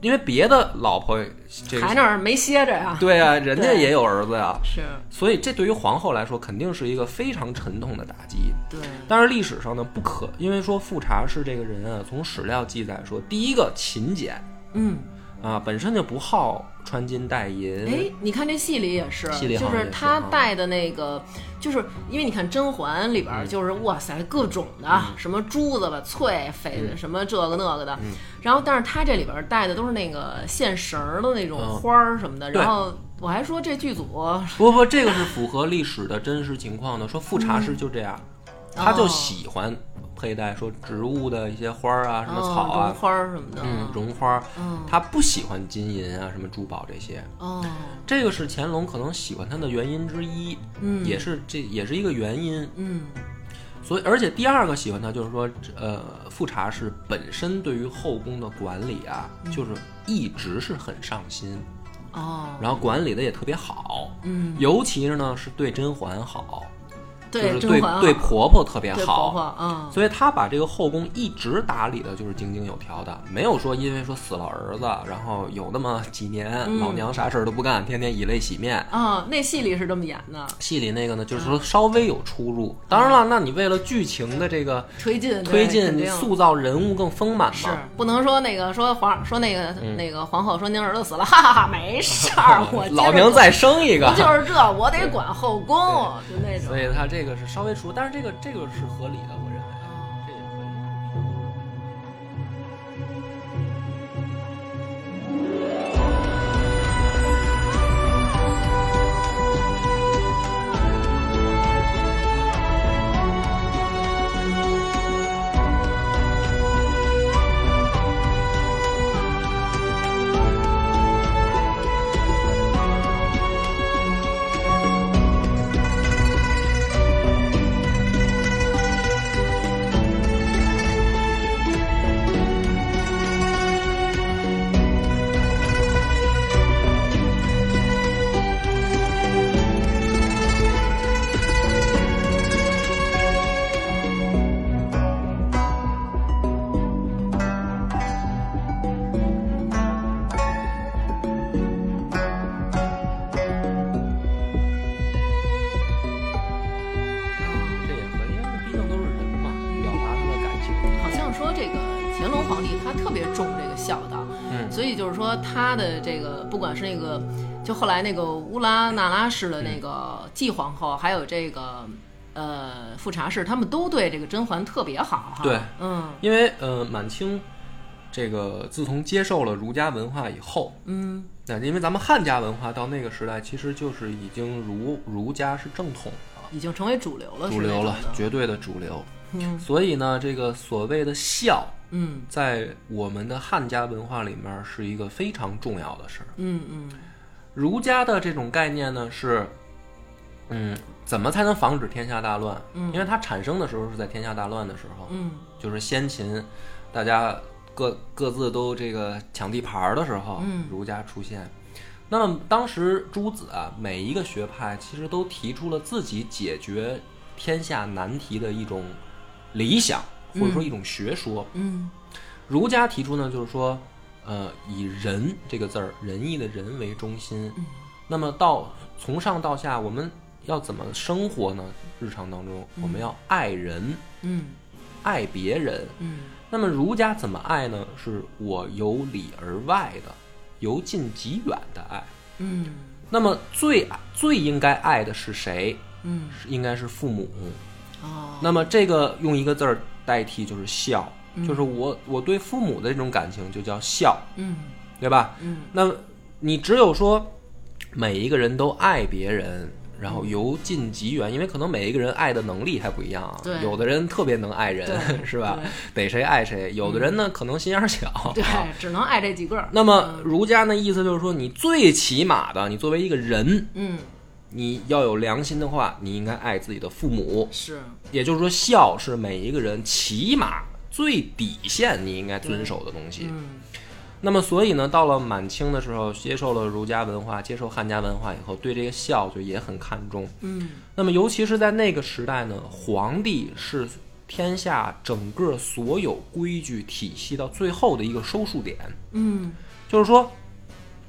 [SPEAKER 1] 因为别的老婆这
[SPEAKER 2] 还
[SPEAKER 1] 个
[SPEAKER 2] 那儿没歇着呀，
[SPEAKER 1] 对啊，人家
[SPEAKER 2] 对
[SPEAKER 1] 也有儿子呀、啊
[SPEAKER 2] 是
[SPEAKER 1] 所以这对于皇后来说肯定是一个非常沉痛的打击。
[SPEAKER 2] 对，
[SPEAKER 1] 但是历史上呢，不可因为说富察氏这个人啊，从史料记载说，第一个勤俭，
[SPEAKER 2] 嗯
[SPEAKER 1] 啊，本身就不好穿金戴银。
[SPEAKER 2] 哎，你看这戏里也是，
[SPEAKER 1] 戏里好
[SPEAKER 2] 就
[SPEAKER 1] 像也是
[SPEAKER 2] 是他
[SPEAKER 1] 啊
[SPEAKER 2] 带的那个，就是因为你看《甄嬛》里
[SPEAKER 1] 嗯
[SPEAKER 2] 边儿就是、哇塞各种的，什么珠子吧、翠翡、
[SPEAKER 1] 嗯
[SPEAKER 2] 什么这个那个的，然后但是他这里边儿带的都是那个线绳儿的那种
[SPEAKER 1] 嗯
[SPEAKER 2] 花儿什么的，
[SPEAKER 1] 对
[SPEAKER 2] 然后我还说这剧组
[SPEAKER 1] 不不，这个是符合历史的真实情况的。说富察
[SPEAKER 2] 嗯
[SPEAKER 1] 氏就这
[SPEAKER 2] 哦
[SPEAKER 1] 样，他就喜欢佩戴说植物的一些花儿啊，什么草
[SPEAKER 2] 嗯绒
[SPEAKER 1] 啊，
[SPEAKER 2] 花儿什么的，
[SPEAKER 1] 嗯，绒花儿
[SPEAKER 2] 嗯，
[SPEAKER 1] 他不喜欢金银啊，什么珠宝这些。
[SPEAKER 2] 哦，
[SPEAKER 1] 这个是乾隆可能喜欢他的原因之一，
[SPEAKER 2] 嗯
[SPEAKER 1] 也是这也是一个原因。
[SPEAKER 2] 嗯
[SPEAKER 1] 所以，而且第二个喜欢他就是说，呃，富察氏本身对于后宫的管理啊，
[SPEAKER 2] 嗯
[SPEAKER 1] 就是一直是很上心，
[SPEAKER 2] 哦，
[SPEAKER 1] 然后管理的也特别好，
[SPEAKER 2] 嗯，
[SPEAKER 1] 尤其是呢是对甄嬛好，
[SPEAKER 2] 对
[SPEAKER 1] 就是
[SPEAKER 2] 甄
[SPEAKER 1] 对
[SPEAKER 2] 嬛啊
[SPEAKER 1] 对婆婆特别
[SPEAKER 2] 对
[SPEAKER 1] 好，
[SPEAKER 2] 婆婆，嗯，
[SPEAKER 1] 所以她把这个后宫一直打理的就是井井有条的，没有说因为说死了儿子，然后有那么几年、
[SPEAKER 2] 嗯
[SPEAKER 1] 老娘啥事儿都不干，天天以泪洗面。
[SPEAKER 2] 啊，那戏里是这么演的，
[SPEAKER 1] 戏里那个呢，就是说
[SPEAKER 2] 嗯
[SPEAKER 1] 稍微有出入。当然了，那你为了剧情的这个
[SPEAKER 2] 推进
[SPEAKER 1] 推
[SPEAKER 2] 对肯
[SPEAKER 1] 进，
[SPEAKER 2] 定
[SPEAKER 1] 塑造人物更丰满
[SPEAKER 2] 是
[SPEAKER 1] 嘛。
[SPEAKER 2] 不能说那个说皇说那个、
[SPEAKER 1] 嗯
[SPEAKER 2] 那个皇后说您儿子死了，哈哈哈，没事 儿，我接着
[SPEAKER 1] 老娘再生一个
[SPEAKER 2] 管，就是这，我得管后宫，就那种
[SPEAKER 1] 啊所。以他这个是稍微出入，但是这个这个是合理的，我认为啊这也合理。这也合理，因为毕竟都是人嘛，表达他的感情。
[SPEAKER 2] 好像说这个乾隆皇帝他特别重这个孝道，
[SPEAKER 1] 嗯
[SPEAKER 2] 所以就是说他的这个不管是那个就后来那个乌拉那拉氏的
[SPEAKER 1] 嗯
[SPEAKER 2] 那个继皇后，还有这个呃富察氏，他们都对这个甄嬛特别好哈。
[SPEAKER 1] 对，
[SPEAKER 2] 嗯
[SPEAKER 1] 因为呃，满清这个自从接受了儒家文化以后，
[SPEAKER 2] 嗯
[SPEAKER 1] 那因为咱们汉家文化到那个时代，其实就是已经儒儒家是正统了，
[SPEAKER 2] 已经成为主流了，
[SPEAKER 1] 主
[SPEAKER 2] 是那
[SPEAKER 1] 流
[SPEAKER 2] 种
[SPEAKER 1] 了，
[SPEAKER 2] 的
[SPEAKER 1] 绝对的主流。
[SPEAKER 2] 嗯
[SPEAKER 1] 所以呢，这个所谓的孝，
[SPEAKER 2] 嗯
[SPEAKER 1] 在我们的汉家文化里面是一个非常重要的事儿。
[SPEAKER 2] 嗯嗯
[SPEAKER 1] 儒家的这种概念呢是，嗯，怎么才能防止天下大乱？因为它产生的时候是在天下大乱的时候，
[SPEAKER 2] 嗯
[SPEAKER 1] 就是先秦，大家各各自都这个抢地盘儿的时候，
[SPEAKER 2] 嗯
[SPEAKER 1] 儒家出现。那么当时诸子啊，每一个学派其实都提出了自己解决天下难题的一种理想，或者说一种学说。
[SPEAKER 2] 嗯
[SPEAKER 1] 儒家提出呢，就是说，呃，以仁这个字儿，仁义的仁为中心。
[SPEAKER 2] 嗯
[SPEAKER 1] 那么到从上到下，我们要怎么生活呢？日常当中，我们要爱人，
[SPEAKER 2] 嗯
[SPEAKER 1] 爱别人。
[SPEAKER 2] 嗯
[SPEAKER 1] 那么儒家怎么爱呢？是我由里而外的，由近及远的爱。
[SPEAKER 2] 嗯
[SPEAKER 1] 那么最最应该爱的是谁？
[SPEAKER 2] 嗯
[SPEAKER 1] 是应该是父母。
[SPEAKER 2] 哦
[SPEAKER 1] 那么这个用一个字儿代替就是孝，就是我我对父母的这种感情就叫孝，
[SPEAKER 2] 嗯
[SPEAKER 1] 对吧？
[SPEAKER 2] 嗯
[SPEAKER 1] 那么你只有说每一个人都爱别人。然后由近及远，因为可能每一个人爱的能力还不一样啊
[SPEAKER 2] 对
[SPEAKER 1] 有的人特别能爱人，
[SPEAKER 2] 对嗯
[SPEAKER 1] 是吧？逮谁爱谁。有的人呢，可能心眼儿小，
[SPEAKER 2] 对，嗯只能爱这几个儿。
[SPEAKER 1] 哦那么儒家呢，意思就是说，你最起码的，你作为一个人，
[SPEAKER 2] 嗯
[SPEAKER 1] 你要有良心的话，你应该爱自己的父母。
[SPEAKER 2] 是
[SPEAKER 1] 也就是说，孝是每一个人起码最底线你应该遵守的东西。
[SPEAKER 2] 嗯
[SPEAKER 1] 那么，所以呢，到了满清的时候，接受了儒家文化，接受汉家文化以后，对这个孝就也很看重。
[SPEAKER 2] 嗯
[SPEAKER 1] 那么，尤其是在那个时代呢，皇帝是天下整个所有规矩体系到最后的一个收束点。
[SPEAKER 2] 嗯
[SPEAKER 1] 就是说，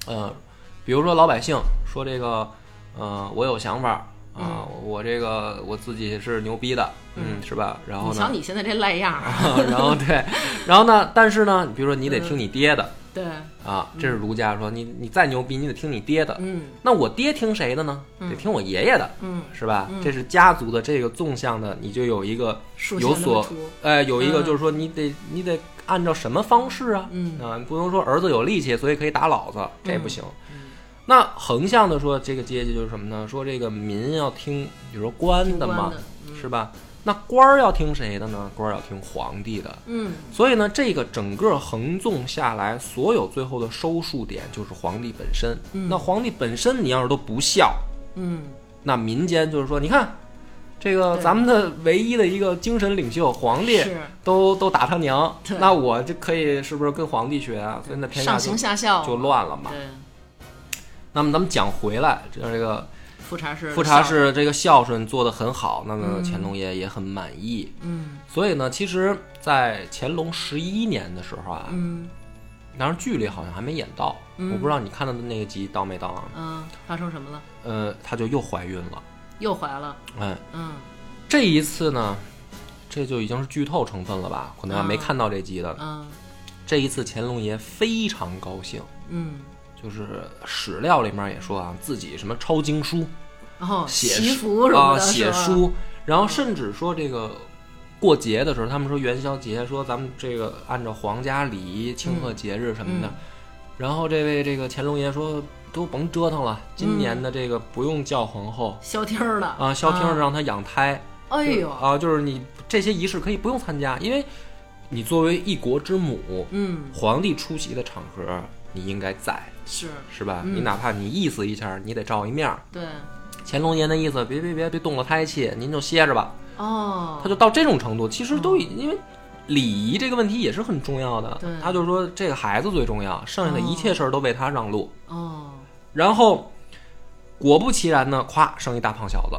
[SPEAKER 1] 呃，比如说老百姓说这个，呃，我有想法儿啊、我这个我自己是牛逼的，嗯，是吧？然后
[SPEAKER 2] 你瞧
[SPEAKER 1] 呢，
[SPEAKER 2] 你现在这赖样儿啊，嗯
[SPEAKER 1] 然后对，然后呢，但是呢，比如说你得听你爹的，
[SPEAKER 2] 对，
[SPEAKER 1] 啊，这是儒家说你你再牛逼，你得听你爹的。
[SPEAKER 2] 嗯
[SPEAKER 1] 那我爹听谁的呢？得听我爷爷的，
[SPEAKER 2] 嗯，
[SPEAKER 1] 是吧？这是家族的这个纵向的，你就有一个
[SPEAKER 2] 竖线
[SPEAKER 1] 有
[SPEAKER 2] 那么
[SPEAKER 1] 所
[SPEAKER 2] 图，
[SPEAKER 1] 呃，有一个
[SPEAKER 2] 嗯
[SPEAKER 1] 就是说你得你得按照什么方式啊？
[SPEAKER 2] 嗯
[SPEAKER 1] 啊，你不能说儿子有力气，所以可以打老子，这也不行。
[SPEAKER 2] 嗯
[SPEAKER 1] 那横向的说，这个阶级就是什么呢？说这个民要听，比如说官的嘛
[SPEAKER 2] 听官的，嗯
[SPEAKER 1] 是吧？那官儿要听谁的呢？官儿要听皇帝的。
[SPEAKER 2] 嗯
[SPEAKER 1] 所以呢，这个整个横纵下来，所有最后的收束点就是皇帝本身。那皇帝本身，你要是都不孝，
[SPEAKER 2] 嗯，
[SPEAKER 1] 那民间就是说，你看，这个
[SPEAKER 2] 对
[SPEAKER 1] 咱们的唯一的一个精神领袖皇帝
[SPEAKER 2] 是
[SPEAKER 1] 都都打他娘，
[SPEAKER 2] 对
[SPEAKER 1] 那我就可以是不是跟皇帝学啊？所以那天下
[SPEAKER 2] 上
[SPEAKER 1] 就
[SPEAKER 2] 行下效
[SPEAKER 1] 就乱了嘛。
[SPEAKER 2] 对，
[SPEAKER 1] 那么咱们讲回来，这这个
[SPEAKER 2] 富察氏，
[SPEAKER 1] 富察，氏这个孝顺做得很好，那么乾隆爷也很满意。
[SPEAKER 2] 嗯
[SPEAKER 1] 所以呢，其实，在乾隆十一年的时候啊，
[SPEAKER 2] 嗯
[SPEAKER 1] 当时剧里好像还没演到，我不知道你看到的那个集到没到啊？
[SPEAKER 2] 嗯，发生什么了？
[SPEAKER 1] 呃，她就又怀孕了，
[SPEAKER 2] 又怀了，
[SPEAKER 1] 哎，
[SPEAKER 2] 嗯
[SPEAKER 1] 这一次呢，这就已经是剧透成分了吧？可能还没
[SPEAKER 2] 啊
[SPEAKER 1] 看到这集的。
[SPEAKER 2] 嗯
[SPEAKER 1] 这一次乾隆爷非常高兴，
[SPEAKER 2] 嗯，
[SPEAKER 1] 就是史料里面也说啊，自己什么抄经书、
[SPEAKER 2] 然后
[SPEAKER 1] 写
[SPEAKER 2] 祈
[SPEAKER 1] 书
[SPEAKER 2] 福什么
[SPEAKER 1] 啊、
[SPEAKER 2] 的，
[SPEAKER 1] 写
[SPEAKER 2] 是吧，
[SPEAKER 1] 书，然后甚至说这个。过节的时候，他们说元宵节，说咱们这个按照皇家礼仪庆贺节日什么的。
[SPEAKER 2] 嗯
[SPEAKER 1] 然后这位这个乾隆爷说，都甭折腾了，今
[SPEAKER 2] 嗯
[SPEAKER 1] 年的这个不用叫皇后、
[SPEAKER 2] 消停儿的
[SPEAKER 1] 啊，消停儿让她养胎。
[SPEAKER 2] 哎
[SPEAKER 1] 就是
[SPEAKER 2] 呦，
[SPEAKER 1] 啊，就是你这些仪式可以不用参加，因为你作为一国之母，
[SPEAKER 2] 嗯
[SPEAKER 1] 皇帝出席的场合你应该在，
[SPEAKER 2] 是，
[SPEAKER 1] 是吧？
[SPEAKER 2] 嗯
[SPEAKER 1] 你哪怕你意思一下，你得照一面儿。
[SPEAKER 2] 对，
[SPEAKER 1] 乾隆爷那意思，别别别别动了胎气，您就歇着吧。
[SPEAKER 2] 哦，
[SPEAKER 1] 他就到这种程度，其实都已因为礼仪这个问题也是很重要的
[SPEAKER 2] 对。
[SPEAKER 1] 他就说这个孩子最重要，剩下的一切事儿都为他让路。
[SPEAKER 2] 哦
[SPEAKER 1] 然后果不其然呢，咵生一大胖小子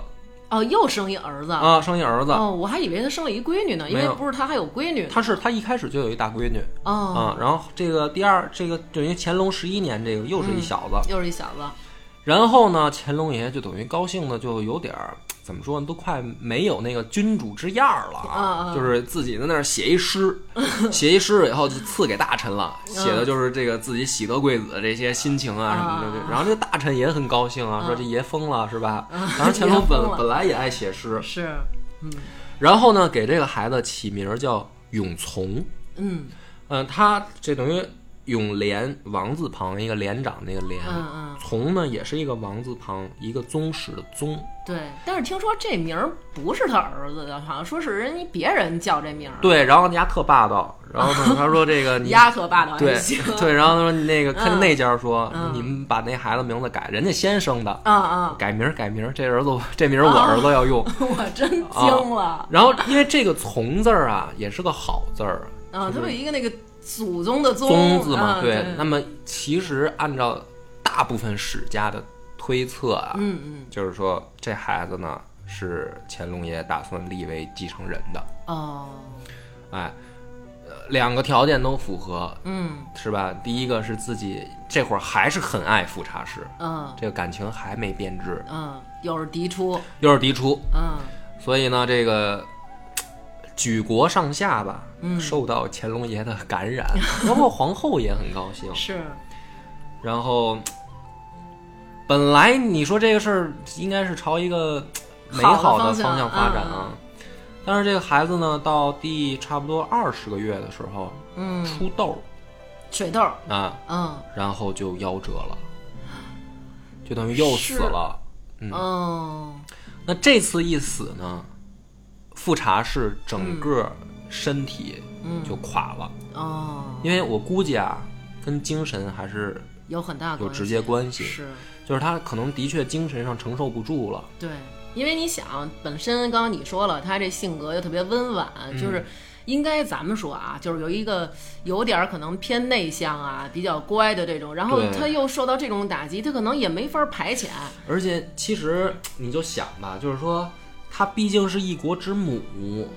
[SPEAKER 2] 哦，又生一儿子
[SPEAKER 1] 啊，生一儿子。
[SPEAKER 2] 哦，我还以为他生了一闺女呢，因
[SPEAKER 1] 没
[SPEAKER 2] 为
[SPEAKER 1] 有
[SPEAKER 2] 不是他还有闺女呢
[SPEAKER 1] 他是他一开始就有一大闺女，啊
[SPEAKER 2] 哦，，
[SPEAKER 1] 然后这个第二，这个等于乾隆十一年，这个又是
[SPEAKER 2] 嗯
[SPEAKER 1] 一小子。
[SPEAKER 2] 又是一小子，
[SPEAKER 1] 然后呢，乾隆爷就等于高兴的就有点儿怎么说呢，都快没有那个君主之样儿了
[SPEAKER 2] 啊啊
[SPEAKER 1] 就是自己在那儿写一 诗，写一诗以后就赐给大臣了，写的就是这个自己喜得贵子这些心情啊什么的。
[SPEAKER 2] 啊
[SPEAKER 1] 然后这大臣也很高兴啊，说这爷疯了是吧？当然乾
[SPEAKER 2] 爷
[SPEAKER 1] 隆
[SPEAKER 2] 疯
[SPEAKER 1] 本
[SPEAKER 2] 了
[SPEAKER 1] 本来也爱写诗，
[SPEAKER 2] 是，
[SPEAKER 1] 然后呢，给这个孩子起名儿叫永琮。
[SPEAKER 2] 嗯
[SPEAKER 1] 嗯，他这等于永廉王字旁一个连长那个连，
[SPEAKER 2] 嗯嗯，
[SPEAKER 1] 从呢也是一个王字旁一个宗室的宗，
[SPEAKER 2] 对，但是听说这名儿不是他儿子的，好像说是人家别人叫这名儿，，
[SPEAKER 1] 对，然后人家特霸道，然后呢他说这个 你。
[SPEAKER 2] 丫头霸道
[SPEAKER 1] 对
[SPEAKER 2] 还行，
[SPEAKER 1] 对，然后他说那个跟那家说，
[SPEAKER 2] 嗯
[SPEAKER 1] 你们把那孩子名字改，人家先生的，
[SPEAKER 2] 啊啊，
[SPEAKER 1] 改名儿改名儿，这儿子我这名儿
[SPEAKER 2] 哦
[SPEAKER 1] 我儿子要用。
[SPEAKER 2] 我真惊了，
[SPEAKER 1] 然后因为这个“从”字儿啊，也是个好字儿，就
[SPEAKER 2] 啊，他
[SPEAKER 1] 是
[SPEAKER 2] 们有一个那个祖宗的宗
[SPEAKER 1] 宗字嘛，
[SPEAKER 2] 啊
[SPEAKER 1] 对。
[SPEAKER 2] 对，
[SPEAKER 1] 那么其实按照大部分史家的推测啊，
[SPEAKER 2] 嗯嗯，
[SPEAKER 1] 就是说这孩子呢是乾隆爷打算立为继承人的，
[SPEAKER 2] 哦，
[SPEAKER 1] 哎，呃两个条件都符合，
[SPEAKER 2] 嗯
[SPEAKER 1] 是吧？第一个是自己这会儿还是很爱富察氏，
[SPEAKER 2] 嗯
[SPEAKER 1] 这个感情还没变质，
[SPEAKER 2] 嗯，又是嫡出，
[SPEAKER 1] 又是嫡出，
[SPEAKER 2] 嗯
[SPEAKER 1] 所以呢，这个。举国上下吧，
[SPEAKER 2] 嗯
[SPEAKER 1] 受到乾隆爷的感 染，包括皇后也很高兴。
[SPEAKER 2] 是，
[SPEAKER 1] 然后，本来你说这个事儿应该是朝一个美好的方向发展啊，但是这个孩子呢，到第差不多二十个月的时候
[SPEAKER 2] 嗯，
[SPEAKER 1] 出痘
[SPEAKER 2] 水痘儿，
[SPEAKER 1] 儿啊，
[SPEAKER 2] 嗯
[SPEAKER 1] 然后就夭折了，就等于又死了。
[SPEAKER 2] 哦，
[SPEAKER 1] 那这次一死呢，富察氏整个身体就垮了，
[SPEAKER 2] 哦，
[SPEAKER 1] 因为我估计啊，跟精神还是
[SPEAKER 2] 有很大
[SPEAKER 1] 有
[SPEAKER 2] 关系
[SPEAKER 1] 直接关系，
[SPEAKER 2] 是，
[SPEAKER 1] 就是他可能的确精神上承受不住了。
[SPEAKER 2] 对，因为你想，本身刚刚你说了，他这性格又特别温婉，
[SPEAKER 1] 嗯
[SPEAKER 2] 就是。应该咱们说啊，就是有一个有点儿可能偏内向啊，比较乖的这种，然后
[SPEAKER 1] 对
[SPEAKER 2] 他又受到这种打击，他可能也没法排遣。
[SPEAKER 1] 而且其实你就想吧，就是说。她毕竟是一国之母，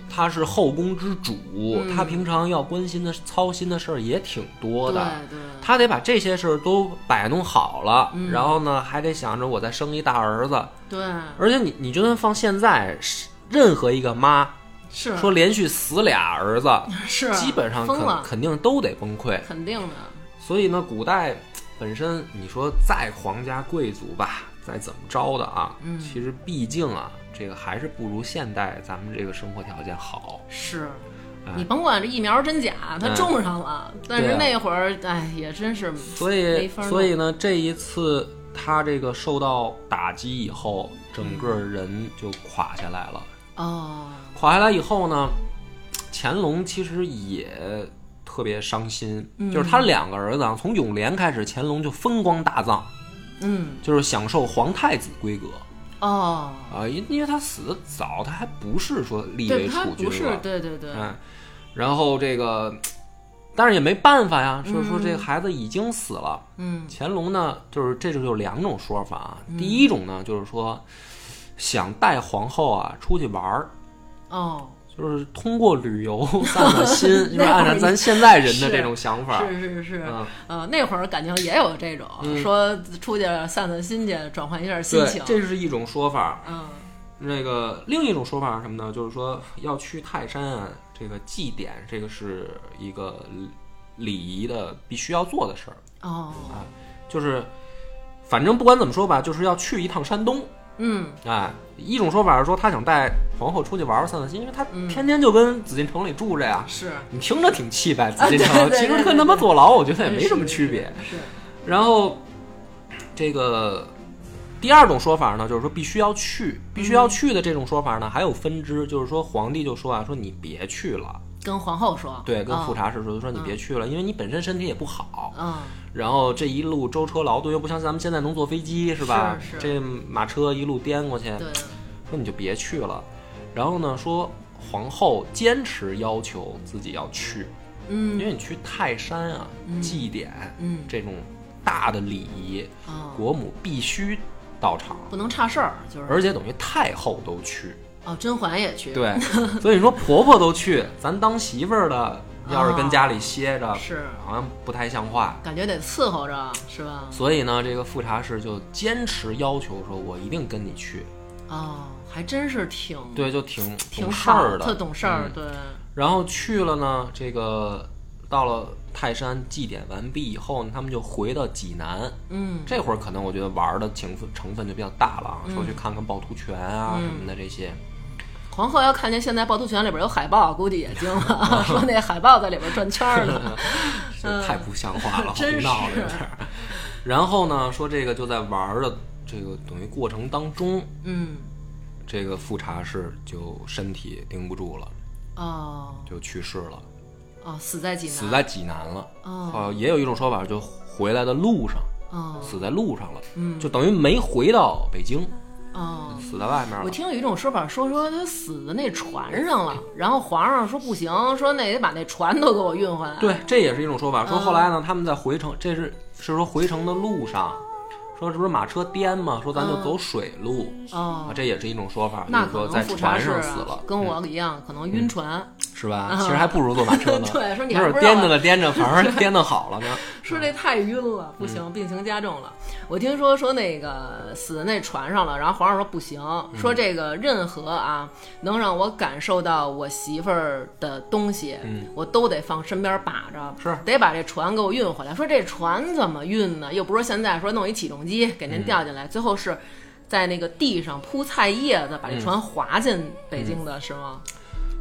[SPEAKER 1] 她是后宫之主，
[SPEAKER 2] 嗯
[SPEAKER 1] 她平常要关心的、操心的事儿也挺多
[SPEAKER 2] 对
[SPEAKER 1] 的。
[SPEAKER 2] 对，
[SPEAKER 1] 她得把这些事儿都摆弄好了，
[SPEAKER 2] 嗯
[SPEAKER 1] 然后呢，还得想着我再生一大儿子。
[SPEAKER 2] 对
[SPEAKER 1] 而且你，你就算放现在，是任何一个妈
[SPEAKER 2] 是
[SPEAKER 1] 说连续死俩儿子，
[SPEAKER 2] 是
[SPEAKER 1] 基本上
[SPEAKER 2] 疯
[SPEAKER 1] 肯
[SPEAKER 2] 了，
[SPEAKER 1] 肯定都得崩溃。
[SPEAKER 2] 肯定的。
[SPEAKER 1] 所以呢，古代本身你说再皇家贵族吧，再怎么着的啊，
[SPEAKER 2] 嗯
[SPEAKER 1] 其实毕竟啊，这个还是不如现代咱们这个生活条件好。
[SPEAKER 2] 是
[SPEAKER 1] 哎。
[SPEAKER 2] 你甭管这疫苗真假，他
[SPEAKER 1] 哎
[SPEAKER 2] 种上了，但
[SPEAKER 1] 对
[SPEAKER 2] 是
[SPEAKER 1] 啊
[SPEAKER 2] 那会儿，哎，也真是
[SPEAKER 1] 所
[SPEAKER 2] 没
[SPEAKER 1] 以，
[SPEAKER 2] 法弄
[SPEAKER 1] 所以呢，这一次他这个受到打击以后，整个人就垮下来了。
[SPEAKER 2] 哦，
[SPEAKER 1] 垮下来以后呢，乾隆其实也特别伤心，
[SPEAKER 2] 嗯
[SPEAKER 1] 就是他两个儿子啊，从永联开始，乾隆就风光大葬，
[SPEAKER 2] 嗯，
[SPEAKER 1] 就是享受皇太子规格
[SPEAKER 2] 哦，
[SPEAKER 1] 啊，因、因为他死得早，他还不是说立
[SPEAKER 2] 对
[SPEAKER 1] 为
[SPEAKER 2] 他
[SPEAKER 1] 储君
[SPEAKER 2] 不是
[SPEAKER 1] 了，，
[SPEAKER 2] 对对对，
[SPEAKER 1] 嗯，然后这个，但是也没办法呀，就是说这个孩子已经死了。
[SPEAKER 2] 嗯
[SPEAKER 1] 乾隆呢，就是这就有两种说法啊，第一种呢就是说想带皇后啊出去玩儿。
[SPEAKER 2] 哦，
[SPEAKER 1] 就是通过旅 游散散心，就是
[SPEAKER 2] 那会儿
[SPEAKER 1] 按照咱现在人的这种想法。
[SPEAKER 2] 是是是，
[SPEAKER 1] 嗯
[SPEAKER 2] 呃，那会儿感情也有这种，
[SPEAKER 1] 嗯
[SPEAKER 2] 说出去散散心去，转换一下心
[SPEAKER 1] 对
[SPEAKER 2] 情，，
[SPEAKER 1] 这是一种说法。
[SPEAKER 2] 嗯，
[SPEAKER 1] 那个另一种说法是什么呢？就是说要去泰山啊，这个祭典，这个是一个礼仪的必须要做的事儿。
[SPEAKER 2] 哦，
[SPEAKER 1] 就是反正不管怎么说吧，就是要去一趟山东。
[SPEAKER 2] 嗯，
[SPEAKER 1] 哎，一种说法是说他想带皇后出去玩玩散散心，因为他
[SPEAKER 2] 嗯
[SPEAKER 1] 天天就跟紫禁城里住着呀。
[SPEAKER 2] 是，
[SPEAKER 1] 你听着挺气派，紫禁城、
[SPEAKER 2] 啊对对对
[SPEAKER 1] 其实跟他妈坐牢，我觉得也
[SPEAKER 2] 是
[SPEAKER 1] 没什么区别。，
[SPEAKER 2] 是，是
[SPEAKER 1] 然后这个第二种说法呢，就是说必须要去，必须要去的这种说法呢，还有分支，就是说皇帝就说啊，说你别去了，
[SPEAKER 2] 跟皇后说，
[SPEAKER 1] 对，跟
[SPEAKER 2] 哦
[SPEAKER 1] 富，察氏说，就说你别去了，因为你本身身体也不好，
[SPEAKER 2] 嗯，
[SPEAKER 1] 然后这一路舟车劳顿，又不像咱们现在能坐飞机，是吧？
[SPEAKER 2] 是是
[SPEAKER 1] 这马车一路颠过去，
[SPEAKER 2] 对，
[SPEAKER 1] 说你就别去了。然后呢，说皇后坚持要求自己要去，因
[SPEAKER 2] 嗯
[SPEAKER 1] 为你去泰山啊，祭典
[SPEAKER 2] 嗯，
[SPEAKER 1] 这种大的礼仪，
[SPEAKER 2] 哦，
[SPEAKER 1] 国母必须到场，
[SPEAKER 2] 不能差事儿，就是，
[SPEAKER 1] 而且等于太后都去。
[SPEAKER 2] 哦，甄嬛也去，，
[SPEAKER 1] 对， 所以你说婆婆都去，咱当媳妇儿的要是跟家里歇着，
[SPEAKER 2] 啊是，
[SPEAKER 1] 好像不太像话。
[SPEAKER 2] 感觉得伺候着，是吧？
[SPEAKER 1] 所以呢，这个富察氏就坚持要求说，我一定跟你去。
[SPEAKER 2] 哦，还真是挺，
[SPEAKER 1] 对，就挺
[SPEAKER 2] 挺
[SPEAKER 1] 懂事
[SPEAKER 2] 好，
[SPEAKER 1] 儿的，
[SPEAKER 2] 特懂事儿，
[SPEAKER 1] 嗯
[SPEAKER 2] 对，
[SPEAKER 1] 然后去了呢，这个到了泰山祭典完毕以后呢，他们就回到济南。
[SPEAKER 2] 嗯，
[SPEAKER 1] 这会儿可能我觉得玩儿的情分成分就比较大了啊，说去看看趵突泉
[SPEAKER 2] 嗯
[SPEAKER 1] 啊什么的这些。
[SPEAKER 2] 皇后要看见现在趵突泉里边有海豹，估计也惊了， 说那海豹在里边转圈 儿呢。
[SPEAKER 1] 这太不像 话了，胡
[SPEAKER 2] 嗯真是
[SPEAKER 1] 闹了有点儿。然后呢，说这个就在玩儿的这个等于过程当中，
[SPEAKER 2] 嗯，
[SPEAKER 1] 这个富察氏就身体顶不住了，
[SPEAKER 2] 哦
[SPEAKER 1] 就去世了，
[SPEAKER 2] 哦，死在济南，
[SPEAKER 1] 死在济南了。
[SPEAKER 2] 哦
[SPEAKER 1] 呃，也有一种说法，就回来的路上
[SPEAKER 2] 哦
[SPEAKER 1] 死在路上了，
[SPEAKER 2] 嗯
[SPEAKER 1] 就等于没回到北京，
[SPEAKER 2] 哦。
[SPEAKER 1] 死在外面
[SPEAKER 2] 我
[SPEAKER 1] 了。
[SPEAKER 2] 听有一种说法，说说他死在那船上了，然后皇上说不行，说那得把那船都给我运回来。
[SPEAKER 1] 对，这也是一种说法。
[SPEAKER 2] 嗯
[SPEAKER 1] 说后来呢，他们在回程，这是是说回程的路上，说这不是马车颠吗？说咱
[SPEAKER 2] 嗯
[SPEAKER 1] 就走水路，啊
[SPEAKER 2] 哦，
[SPEAKER 1] 这也是一种说法，就
[SPEAKER 2] 那
[SPEAKER 1] 是
[SPEAKER 2] 可
[SPEAKER 1] 说
[SPEAKER 2] 能
[SPEAKER 1] 在
[SPEAKER 2] 富察
[SPEAKER 1] 船
[SPEAKER 2] 氏
[SPEAKER 1] 上
[SPEAKER 2] 啊
[SPEAKER 1] 死了，嗯
[SPEAKER 2] 跟我一样，可能晕船。。
[SPEAKER 1] 是吧？其实还不如坐马车呢
[SPEAKER 2] 对说你
[SPEAKER 1] 没
[SPEAKER 2] 还
[SPEAKER 1] 准
[SPEAKER 2] 不
[SPEAKER 1] 儿
[SPEAKER 2] 知道
[SPEAKER 1] 颠着了颠着，反而颠的好了呢。
[SPEAKER 2] 说这太晕了，不
[SPEAKER 1] 嗯
[SPEAKER 2] 行，病情加重了。我听说说那个死在那船上了，然后皇上说不行，
[SPEAKER 1] 嗯
[SPEAKER 2] 说这个任何啊能让我感受到我媳妇儿的东西，我都得放身边把着，
[SPEAKER 1] 嗯是
[SPEAKER 2] 得把这船给我运回来。说这船怎么运呢？又不是现在说弄一起重机给
[SPEAKER 1] 嗯
[SPEAKER 2] 您吊进来，最后是。在那个地上铺菜叶子，
[SPEAKER 1] 嗯
[SPEAKER 2] 把这船划进北京的是吗？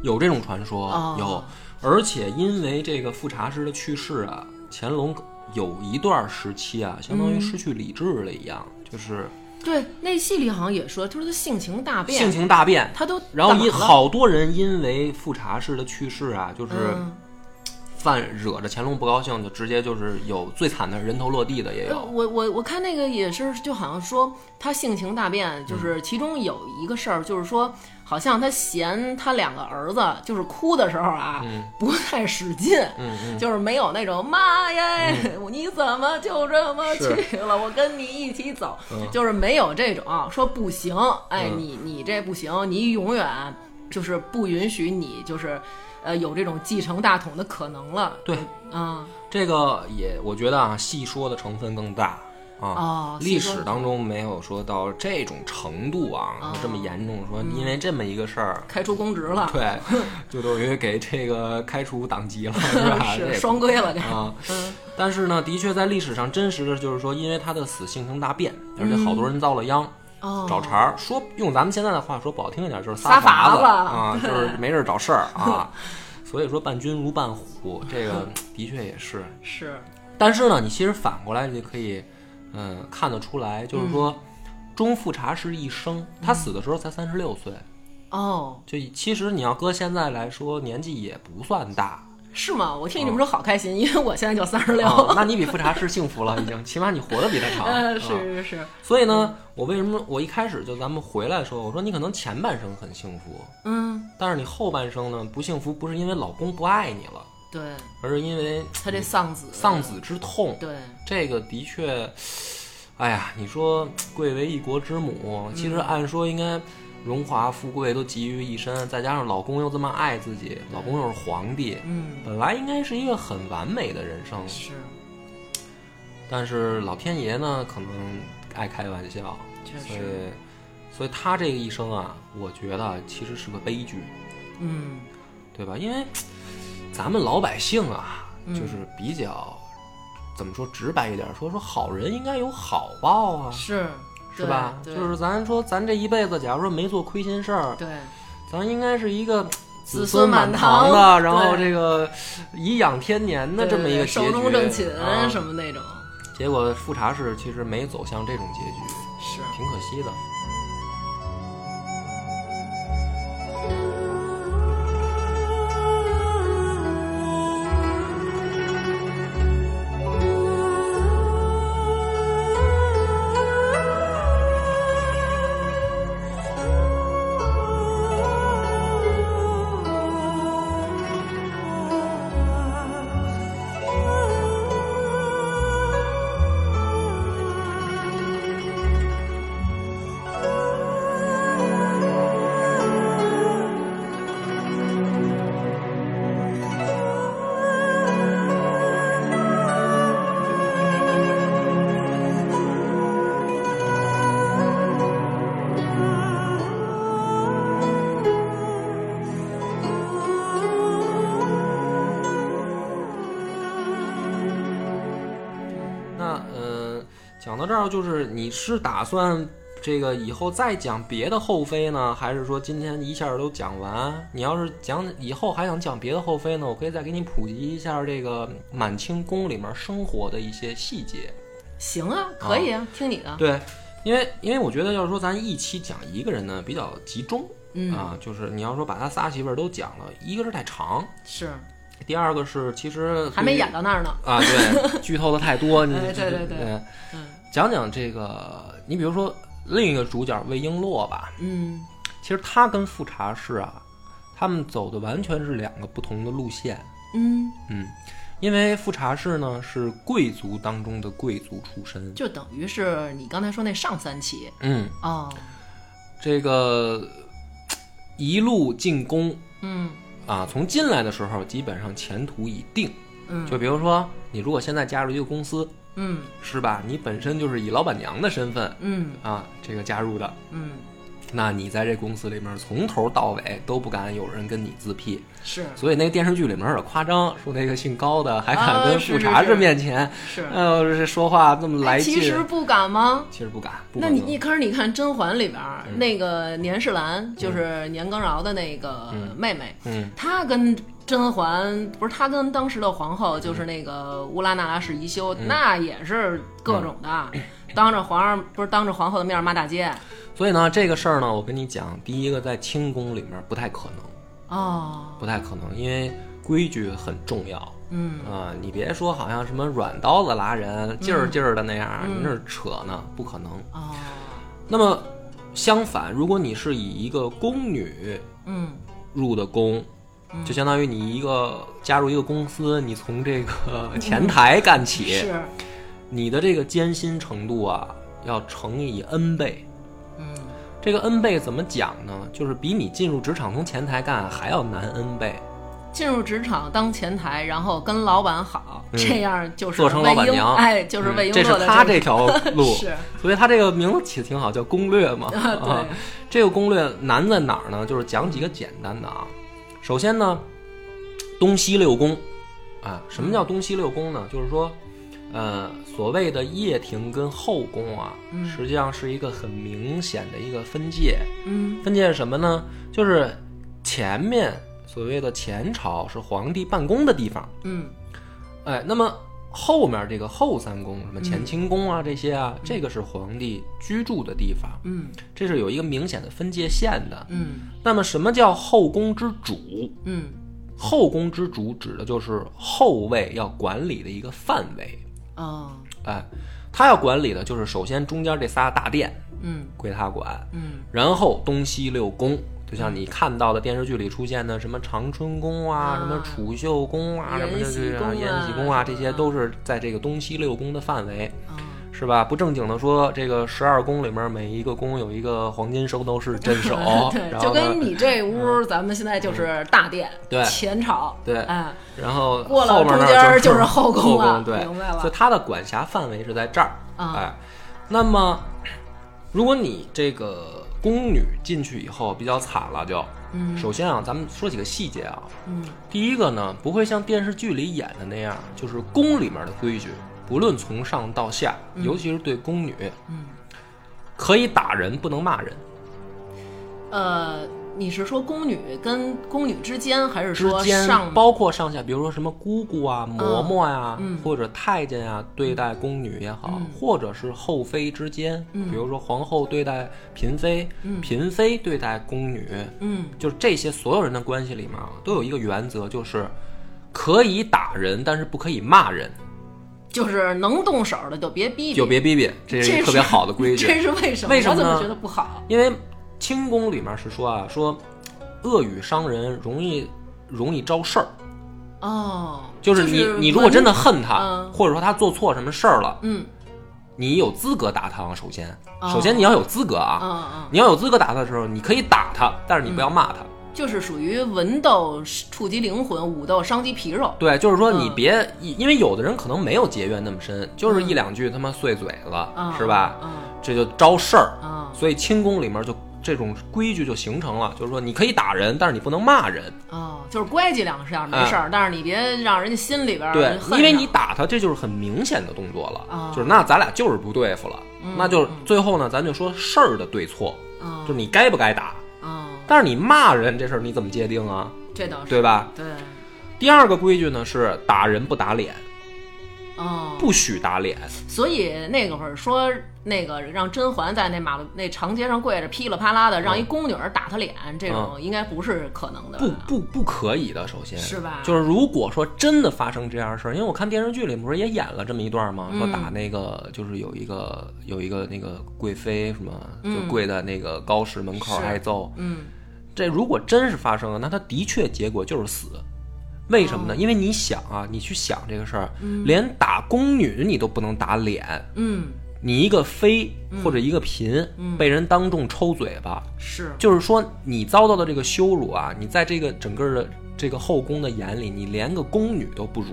[SPEAKER 1] 有这种传说，
[SPEAKER 2] 哦
[SPEAKER 1] 有，而且因为这个富察氏的去世啊，乾隆有一段时期啊，相
[SPEAKER 2] 嗯
[SPEAKER 1] 当于失去理智了一样，就是
[SPEAKER 2] 对，那戏里好像也说，就是他性情大变，
[SPEAKER 1] 性情大变。
[SPEAKER 2] 他都
[SPEAKER 1] 然后
[SPEAKER 2] 干嘛
[SPEAKER 1] 因
[SPEAKER 2] 了
[SPEAKER 1] 好多人因为富察氏的去世啊，就是
[SPEAKER 2] 嗯
[SPEAKER 1] 犯惹着乾隆不高兴，就直接就是有最惨的人头落地的也
[SPEAKER 2] 呃
[SPEAKER 1] 有。
[SPEAKER 2] 我我我看那个也是，就好像说他性情大变，
[SPEAKER 1] 嗯
[SPEAKER 2] 就是其中有一个事儿，就是说好像他嫌他两个儿子就是哭的时候啊，
[SPEAKER 1] 嗯
[SPEAKER 2] 不太使劲，就是没有那种妈耶，
[SPEAKER 1] 嗯
[SPEAKER 2] 你怎么就这么去了？我跟你一起走，就是没有这种啊说不行，哎，
[SPEAKER 1] 嗯
[SPEAKER 2] 你你这不行，你永远就是不允许你就是呃有这种继承大统的可能了，
[SPEAKER 1] 对，
[SPEAKER 2] 啊、
[SPEAKER 1] 这个也我觉得啊，戏说的成分更大。啊
[SPEAKER 2] 哦，
[SPEAKER 1] 历
[SPEAKER 2] 所以
[SPEAKER 1] 史
[SPEAKER 2] 说
[SPEAKER 1] 当中没有说到这种程度啊
[SPEAKER 2] 哦，嗯
[SPEAKER 1] 这么严重，说因为这么一个事儿，
[SPEAKER 2] 开除公职了，
[SPEAKER 1] 对， 就等于给这个开除党籍了，是吧？这
[SPEAKER 2] 嗯 是
[SPEAKER 1] 也不
[SPEAKER 2] 双规了这。
[SPEAKER 1] 啊，
[SPEAKER 2] 嗯
[SPEAKER 1] 但是呢，的确在历史上真实的就是说，因为他的死性情大变，而且好多人遭了殃，
[SPEAKER 2] 哦，
[SPEAKER 1] 找茬儿。说用咱们现在的话说不好听一点，就是法
[SPEAKER 2] 撒法
[SPEAKER 1] 子
[SPEAKER 2] 子
[SPEAKER 1] 啊，就是没事儿找事儿 啊。所以说伴君如伴虎，这个的确也是。
[SPEAKER 2] 是，
[SPEAKER 1] 但是呢，你其实反过来你就可以，嗯，看得出来，就是说。
[SPEAKER 2] 嗯
[SPEAKER 1] 中富察氏一生，他死的时候才三十六岁，
[SPEAKER 2] 哦，
[SPEAKER 1] 就其实你要搁现在来说，年纪也不算大，
[SPEAKER 2] 是吗？我听你这
[SPEAKER 1] 嗯
[SPEAKER 2] 么说好开心，因为我现在就三十六。
[SPEAKER 1] 啊那你比富察氏幸福了，已经， 起码你活得比他长。
[SPEAKER 2] 呃，
[SPEAKER 1] 啊
[SPEAKER 2] 是是是，
[SPEAKER 1] 所以呢，我为什么我一开始就咱们回来说，我说你可能前半生很幸福，
[SPEAKER 2] 嗯，
[SPEAKER 1] 但是你后半生呢不幸福，不是因为老公不爱你了，
[SPEAKER 2] 对
[SPEAKER 1] 而是因为
[SPEAKER 2] 他这丧子，
[SPEAKER 1] 丧子之痛。
[SPEAKER 2] 对，
[SPEAKER 1] 这个的确，哎呀，你说贵为一国之母，其实按说应该荣华富贵都集于一身，再加上老公又这么爱自己，老公又是皇帝，
[SPEAKER 2] 嗯，
[SPEAKER 1] 本来应该是一个很完美的人生，
[SPEAKER 2] 是，
[SPEAKER 1] 但是老天爷呢可能爱开玩笑。
[SPEAKER 2] 确
[SPEAKER 1] 所
[SPEAKER 2] 实，
[SPEAKER 1] 以，所以他这个一生啊，我觉得其实是个悲剧，
[SPEAKER 2] 嗯，
[SPEAKER 1] 对吧？因为咱们老百姓啊，就是比较怎么说直白一点，说说好人应该有好报啊，
[SPEAKER 2] 是，
[SPEAKER 1] 是吧？
[SPEAKER 2] 对
[SPEAKER 1] 就是咱说咱这一辈子，假如说没做亏心事儿，
[SPEAKER 2] 对，
[SPEAKER 1] 咱应该是一个。
[SPEAKER 2] 子孙
[SPEAKER 1] 孙
[SPEAKER 2] 满
[SPEAKER 1] 堂
[SPEAKER 2] 堂
[SPEAKER 1] 的，然后
[SPEAKER 2] 对
[SPEAKER 1] 这个颐养天年的这
[SPEAKER 2] 对
[SPEAKER 1] 么一
[SPEAKER 2] 对
[SPEAKER 1] 个
[SPEAKER 2] 对
[SPEAKER 1] 结局，
[SPEAKER 2] 寿终正寝
[SPEAKER 1] 啊
[SPEAKER 2] 什么那种，
[SPEAKER 1] 结果富察氏其实没走向这种结局，
[SPEAKER 2] 是，
[SPEAKER 1] 挺可惜的。那呃，讲到这儿，就是你是打算这个以后再讲别的后妃呢，还是说今天一下都讲完？你要是讲以后还想讲别的后妃呢，我可以再给你普及一下这个满清宫里面生活的一些细节。
[SPEAKER 2] 行啊，可以啊，听你的，
[SPEAKER 1] 对，因为因为我觉得要是说咱一期讲一个人呢，比较集中。
[SPEAKER 2] 嗯，
[SPEAKER 1] 啊，就是你要说把他仨媳妇儿都讲了，一个是太长，
[SPEAKER 2] 是，
[SPEAKER 1] 第二个是其实
[SPEAKER 2] 还没
[SPEAKER 1] 对于
[SPEAKER 2] 演到那儿呢，
[SPEAKER 1] 啊，对，剧透的太多，你
[SPEAKER 2] 哎 对
[SPEAKER 1] 这
[SPEAKER 2] 对对
[SPEAKER 1] 呃
[SPEAKER 2] 嗯
[SPEAKER 1] 讲讲这个，你比如说另一个主角魏璎珞吧，
[SPEAKER 2] 嗯，
[SPEAKER 1] 其实她跟富察氏啊，他们走的完全是两个不同的路线。
[SPEAKER 2] 嗯，
[SPEAKER 1] 嗯，因为富察氏呢是贵族当中的贵族出身，
[SPEAKER 2] 就等于是你刚才说那上三期
[SPEAKER 1] 嗯，
[SPEAKER 2] 哦，
[SPEAKER 1] 这个一路进宫
[SPEAKER 2] 嗯
[SPEAKER 1] 啊，从进来的时候基本上前途已定。
[SPEAKER 2] 嗯
[SPEAKER 1] 就比如说你如果现在加入一个公司，
[SPEAKER 2] 嗯
[SPEAKER 1] 是吧？你本身就是以老板娘的身份
[SPEAKER 2] 嗯
[SPEAKER 1] 啊，这个加入的，
[SPEAKER 2] 嗯，
[SPEAKER 1] 那你在这公司里面从头到尾都不敢有人跟你自辟，
[SPEAKER 2] 是
[SPEAKER 1] 所以那个电视剧里面有点夸张，说那个姓高的还敢
[SPEAKER 2] 啊
[SPEAKER 1] 跟
[SPEAKER 2] 是
[SPEAKER 1] 富察
[SPEAKER 2] 是
[SPEAKER 1] 氏面前，
[SPEAKER 2] 是，
[SPEAKER 1] 呃，这说话这么来
[SPEAKER 2] 嗯哎
[SPEAKER 1] 劲，
[SPEAKER 2] 其实不敢吗？
[SPEAKER 1] 其实不敢。嗯不
[SPEAKER 2] 那
[SPEAKER 1] 可
[SPEAKER 2] 你
[SPEAKER 1] 能
[SPEAKER 2] 一开始你看《甄嬛》里边儿、那个年世兰，就是年羹尧的那个妹妹，
[SPEAKER 1] 嗯
[SPEAKER 2] 她跟甄嬛不是她跟当时的皇后，就是
[SPEAKER 1] 嗯
[SPEAKER 2] 那个乌拉那拉氏宜修，那也是
[SPEAKER 1] 嗯
[SPEAKER 2] 各种的，当着皇上不是当着皇后的面骂大街
[SPEAKER 1] 所以呢，这个事儿呢，我跟你讲，第一个在清宫里面不太可能，
[SPEAKER 2] 哦，
[SPEAKER 1] 不太可能，因为规矩很重要。
[SPEAKER 2] 嗯
[SPEAKER 1] 啊、你别说好像什么软刀子拉人，劲
[SPEAKER 2] 嗯
[SPEAKER 1] 儿劲儿的那样，你那是扯呢，不可能。
[SPEAKER 2] 哦，
[SPEAKER 1] 那么相反，如果你是以一个宫女
[SPEAKER 2] 嗯
[SPEAKER 1] 入的宫，就相当于你一个加入一个公司，你从这个前台干起，
[SPEAKER 2] 嗯是
[SPEAKER 1] 你的这个艰辛程度啊，要乘以 n 倍。
[SPEAKER 2] 嗯
[SPEAKER 1] 这个 n 倍怎么讲呢？就是比你进入职场从前台干还要难 n 倍。
[SPEAKER 2] 进入职场当前台，然后跟老板好，
[SPEAKER 1] 嗯
[SPEAKER 2] 这样就是
[SPEAKER 1] 做成老板
[SPEAKER 2] 魏婴
[SPEAKER 1] 娘
[SPEAKER 2] 哎，就是
[SPEAKER 1] 嗯
[SPEAKER 2] 魏婴
[SPEAKER 1] 这
[SPEAKER 2] 做
[SPEAKER 1] 是
[SPEAKER 2] 的
[SPEAKER 1] 他
[SPEAKER 2] 这
[SPEAKER 1] 这条路，
[SPEAKER 2] 是
[SPEAKER 1] 所以他这个名字起的挺好，叫攻略嘛。
[SPEAKER 2] 啊对
[SPEAKER 1] 这个攻略难在哪儿呢？就是讲几个简单的啊。首先呢，东西六宫啊，什么叫东西六宫呢？就是说，呃，所谓的掖庭跟后宫啊，实际上是一个很明显的一个分界。
[SPEAKER 2] 嗯
[SPEAKER 1] 分界是什么呢？就是前面所谓的前朝是皇帝办公的地方，
[SPEAKER 2] 嗯
[SPEAKER 1] 哎，那么后面这个后三宫，什么乾清宫啊这些啊，这个是皇帝居住的地方，
[SPEAKER 2] 嗯
[SPEAKER 1] 这是有一个明显的分界线的。
[SPEAKER 2] 嗯
[SPEAKER 1] 那么什么叫后宫之主？
[SPEAKER 2] 嗯
[SPEAKER 1] 后宫之主指的就是后位要管理的一个范围，
[SPEAKER 2] 哦
[SPEAKER 1] 哎，他要管理的就是首先中间这仨大殿
[SPEAKER 2] 嗯
[SPEAKER 1] 归他管，
[SPEAKER 2] 嗯
[SPEAKER 1] 然后东西六宫，就像你看到的电视剧里出现的什么长春宫啊、
[SPEAKER 2] 啊
[SPEAKER 1] 什么储秀宫啊、什么
[SPEAKER 2] 延
[SPEAKER 1] 这
[SPEAKER 2] 禧
[SPEAKER 1] 这
[SPEAKER 2] 宫啊
[SPEAKER 1] 延禧宫啊，这些
[SPEAKER 2] 什么的
[SPEAKER 1] 都是在这个东西六宫的范围，
[SPEAKER 2] 哦，
[SPEAKER 1] 是吧？不正经的说，这个十二宫里面每一个宫有一个黄金圣斗士镇守
[SPEAKER 2] 对，
[SPEAKER 1] 然
[SPEAKER 2] 就
[SPEAKER 1] 后
[SPEAKER 2] 跟
[SPEAKER 1] 呢，嗯
[SPEAKER 2] 你这屋，咱们现在就是大殿，
[SPEAKER 1] 对
[SPEAKER 2] 前朝，
[SPEAKER 1] 对
[SPEAKER 2] 哎，
[SPEAKER 1] 然后
[SPEAKER 2] 过了
[SPEAKER 1] 后面那
[SPEAKER 2] 中间
[SPEAKER 1] 儿
[SPEAKER 2] 儿
[SPEAKER 1] 就
[SPEAKER 2] 就是后宫
[SPEAKER 1] 后宫，
[SPEAKER 2] 了
[SPEAKER 1] 对，
[SPEAKER 2] 明白了
[SPEAKER 1] 所以它的管辖范围是在这儿，
[SPEAKER 2] 啊
[SPEAKER 1] 哎，那么如果你这个宫女进去以后比较惨了就，
[SPEAKER 2] 嗯
[SPEAKER 1] 首先啊，咱们说几个细节啊，
[SPEAKER 2] 嗯
[SPEAKER 1] 第一个呢，不会像电视剧里演的那样，就是宫里面的规矩，不论从上到下，尤其是对宫女，
[SPEAKER 2] 嗯，
[SPEAKER 1] 可以打人，不能骂人。
[SPEAKER 2] 呃，你是说宫女跟宫女之间，还是
[SPEAKER 1] 之
[SPEAKER 2] 说
[SPEAKER 1] 间
[SPEAKER 2] 上
[SPEAKER 1] 包括上下，比如说什么姑姑啊、嬷嬷呀、
[SPEAKER 2] 嗯
[SPEAKER 1] 或者太监呀、对待宫女也好，
[SPEAKER 2] 嗯
[SPEAKER 1] 或者是后妃之间，
[SPEAKER 2] 嗯
[SPEAKER 1] 比如说皇后对待嫔妃，
[SPEAKER 2] 嗯
[SPEAKER 1] 嫔妃对待宫女，
[SPEAKER 2] 嗯
[SPEAKER 1] 就是这些所有人的关系里面啊，都有一个原则，就是可以打人，但是不可以骂人。
[SPEAKER 2] 就是能动手的就别逼逼，
[SPEAKER 1] 就别逼逼，这是一个特别好的规
[SPEAKER 2] 这
[SPEAKER 1] 矩。
[SPEAKER 2] 是为什么？
[SPEAKER 1] 为什么
[SPEAKER 2] 我怎
[SPEAKER 1] 呢
[SPEAKER 2] 么觉得不好？
[SPEAKER 1] 因为清宫里面是说啊，说恶语伤人容易容易招事儿，
[SPEAKER 2] 哦，
[SPEAKER 1] 就是你、你如果真的恨他，
[SPEAKER 2] 嗯
[SPEAKER 1] 或者说他做错什么事儿了，
[SPEAKER 2] 嗯
[SPEAKER 1] 你有资格打他啊。首先，
[SPEAKER 2] 哦
[SPEAKER 1] 首先你要有资格啊，
[SPEAKER 2] 嗯
[SPEAKER 1] 你要有资格打他的时候，你可以打他，但是你不要骂他。
[SPEAKER 2] 嗯，就是属于文斗触及灵魂，武斗伤及皮肉。
[SPEAKER 1] 对，就是说你
[SPEAKER 2] 嗯
[SPEAKER 1] 别，因为有的人可能没有结怨那么深，就是一
[SPEAKER 2] 嗯
[SPEAKER 1] 两句他妈碎嘴了，
[SPEAKER 2] 嗯
[SPEAKER 1] 是吧？
[SPEAKER 2] 嗯
[SPEAKER 1] 这就招事儿。
[SPEAKER 2] 嗯
[SPEAKER 1] 所以清宫里面就这种规矩就形成了，就是说你可以打人，但是你不能骂人。
[SPEAKER 2] 哦，就是乖几两下没事儿，但是你别让人家心里边儿
[SPEAKER 1] 对，
[SPEAKER 2] 恨
[SPEAKER 1] 因为
[SPEAKER 2] 上
[SPEAKER 1] 你打他，这就是很明显的动作了，
[SPEAKER 2] 啊
[SPEAKER 1] 就是那咱俩就是不对付了，
[SPEAKER 2] 嗯
[SPEAKER 1] 那就
[SPEAKER 2] 嗯
[SPEAKER 1] 最后呢，咱就说事儿的对错，
[SPEAKER 2] 嗯
[SPEAKER 1] 就是你该不该打。
[SPEAKER 2] 嗯，
[SPEAKER 1] 但是你骂人这事儿你怎么界定啊？
[SPEAKER 2] 这倒是
[SPEAKER 1] 对吧？
[SPEAKER 2] 对
[SPEAKER 1] 第二个规矩呢是打人不打脸，
[SPEAKER 2] 哦，
[SPEAKER 1] 不许打脸。
[SPEAKER 2] 所以那个会儿说那个让甄嬛在那马路那长街上跪着噼里啪啦的，
[SPEAKER 1] 嗯
[SPEAKER 2] 让一宫女儿打她脸，这种应该不是可能的吧。
[SPEAKER 1] 不不不可以的，首先
[SPEAKER 2] 嗯是吧
[SPEAKER 1] 就是如果说真的发生这样的事儿，因为我看电视剧里不是也演了这么一段吗？说
[SPEAKER 2] 嗯
[SPEAKER 1] 打那个就是有一个有一个那个贵妃什么，就跪在那个高石门口
[SPEAKER 2] 嗯是
[SPEAKER 1] 挨揍。
[SPEAKER 2] 嗯
[SPEAKER 1] 这如果真是发生了，那他的确结果就是死。为什么呢？因为你想啊，你去想这个事儿，连打宫女你都不能打脸，
[SPEAKER 2] 嗯，
[SPEAKER 1] 你一个妃或者一个嫔、被人当众抽嘴巴，
[SPEAKER 2] 是
[SPEAKER 1] 就是说你遭到的这个羞辱啊，你在这个整个的这个后宫的眼里，你连个宫女都不如。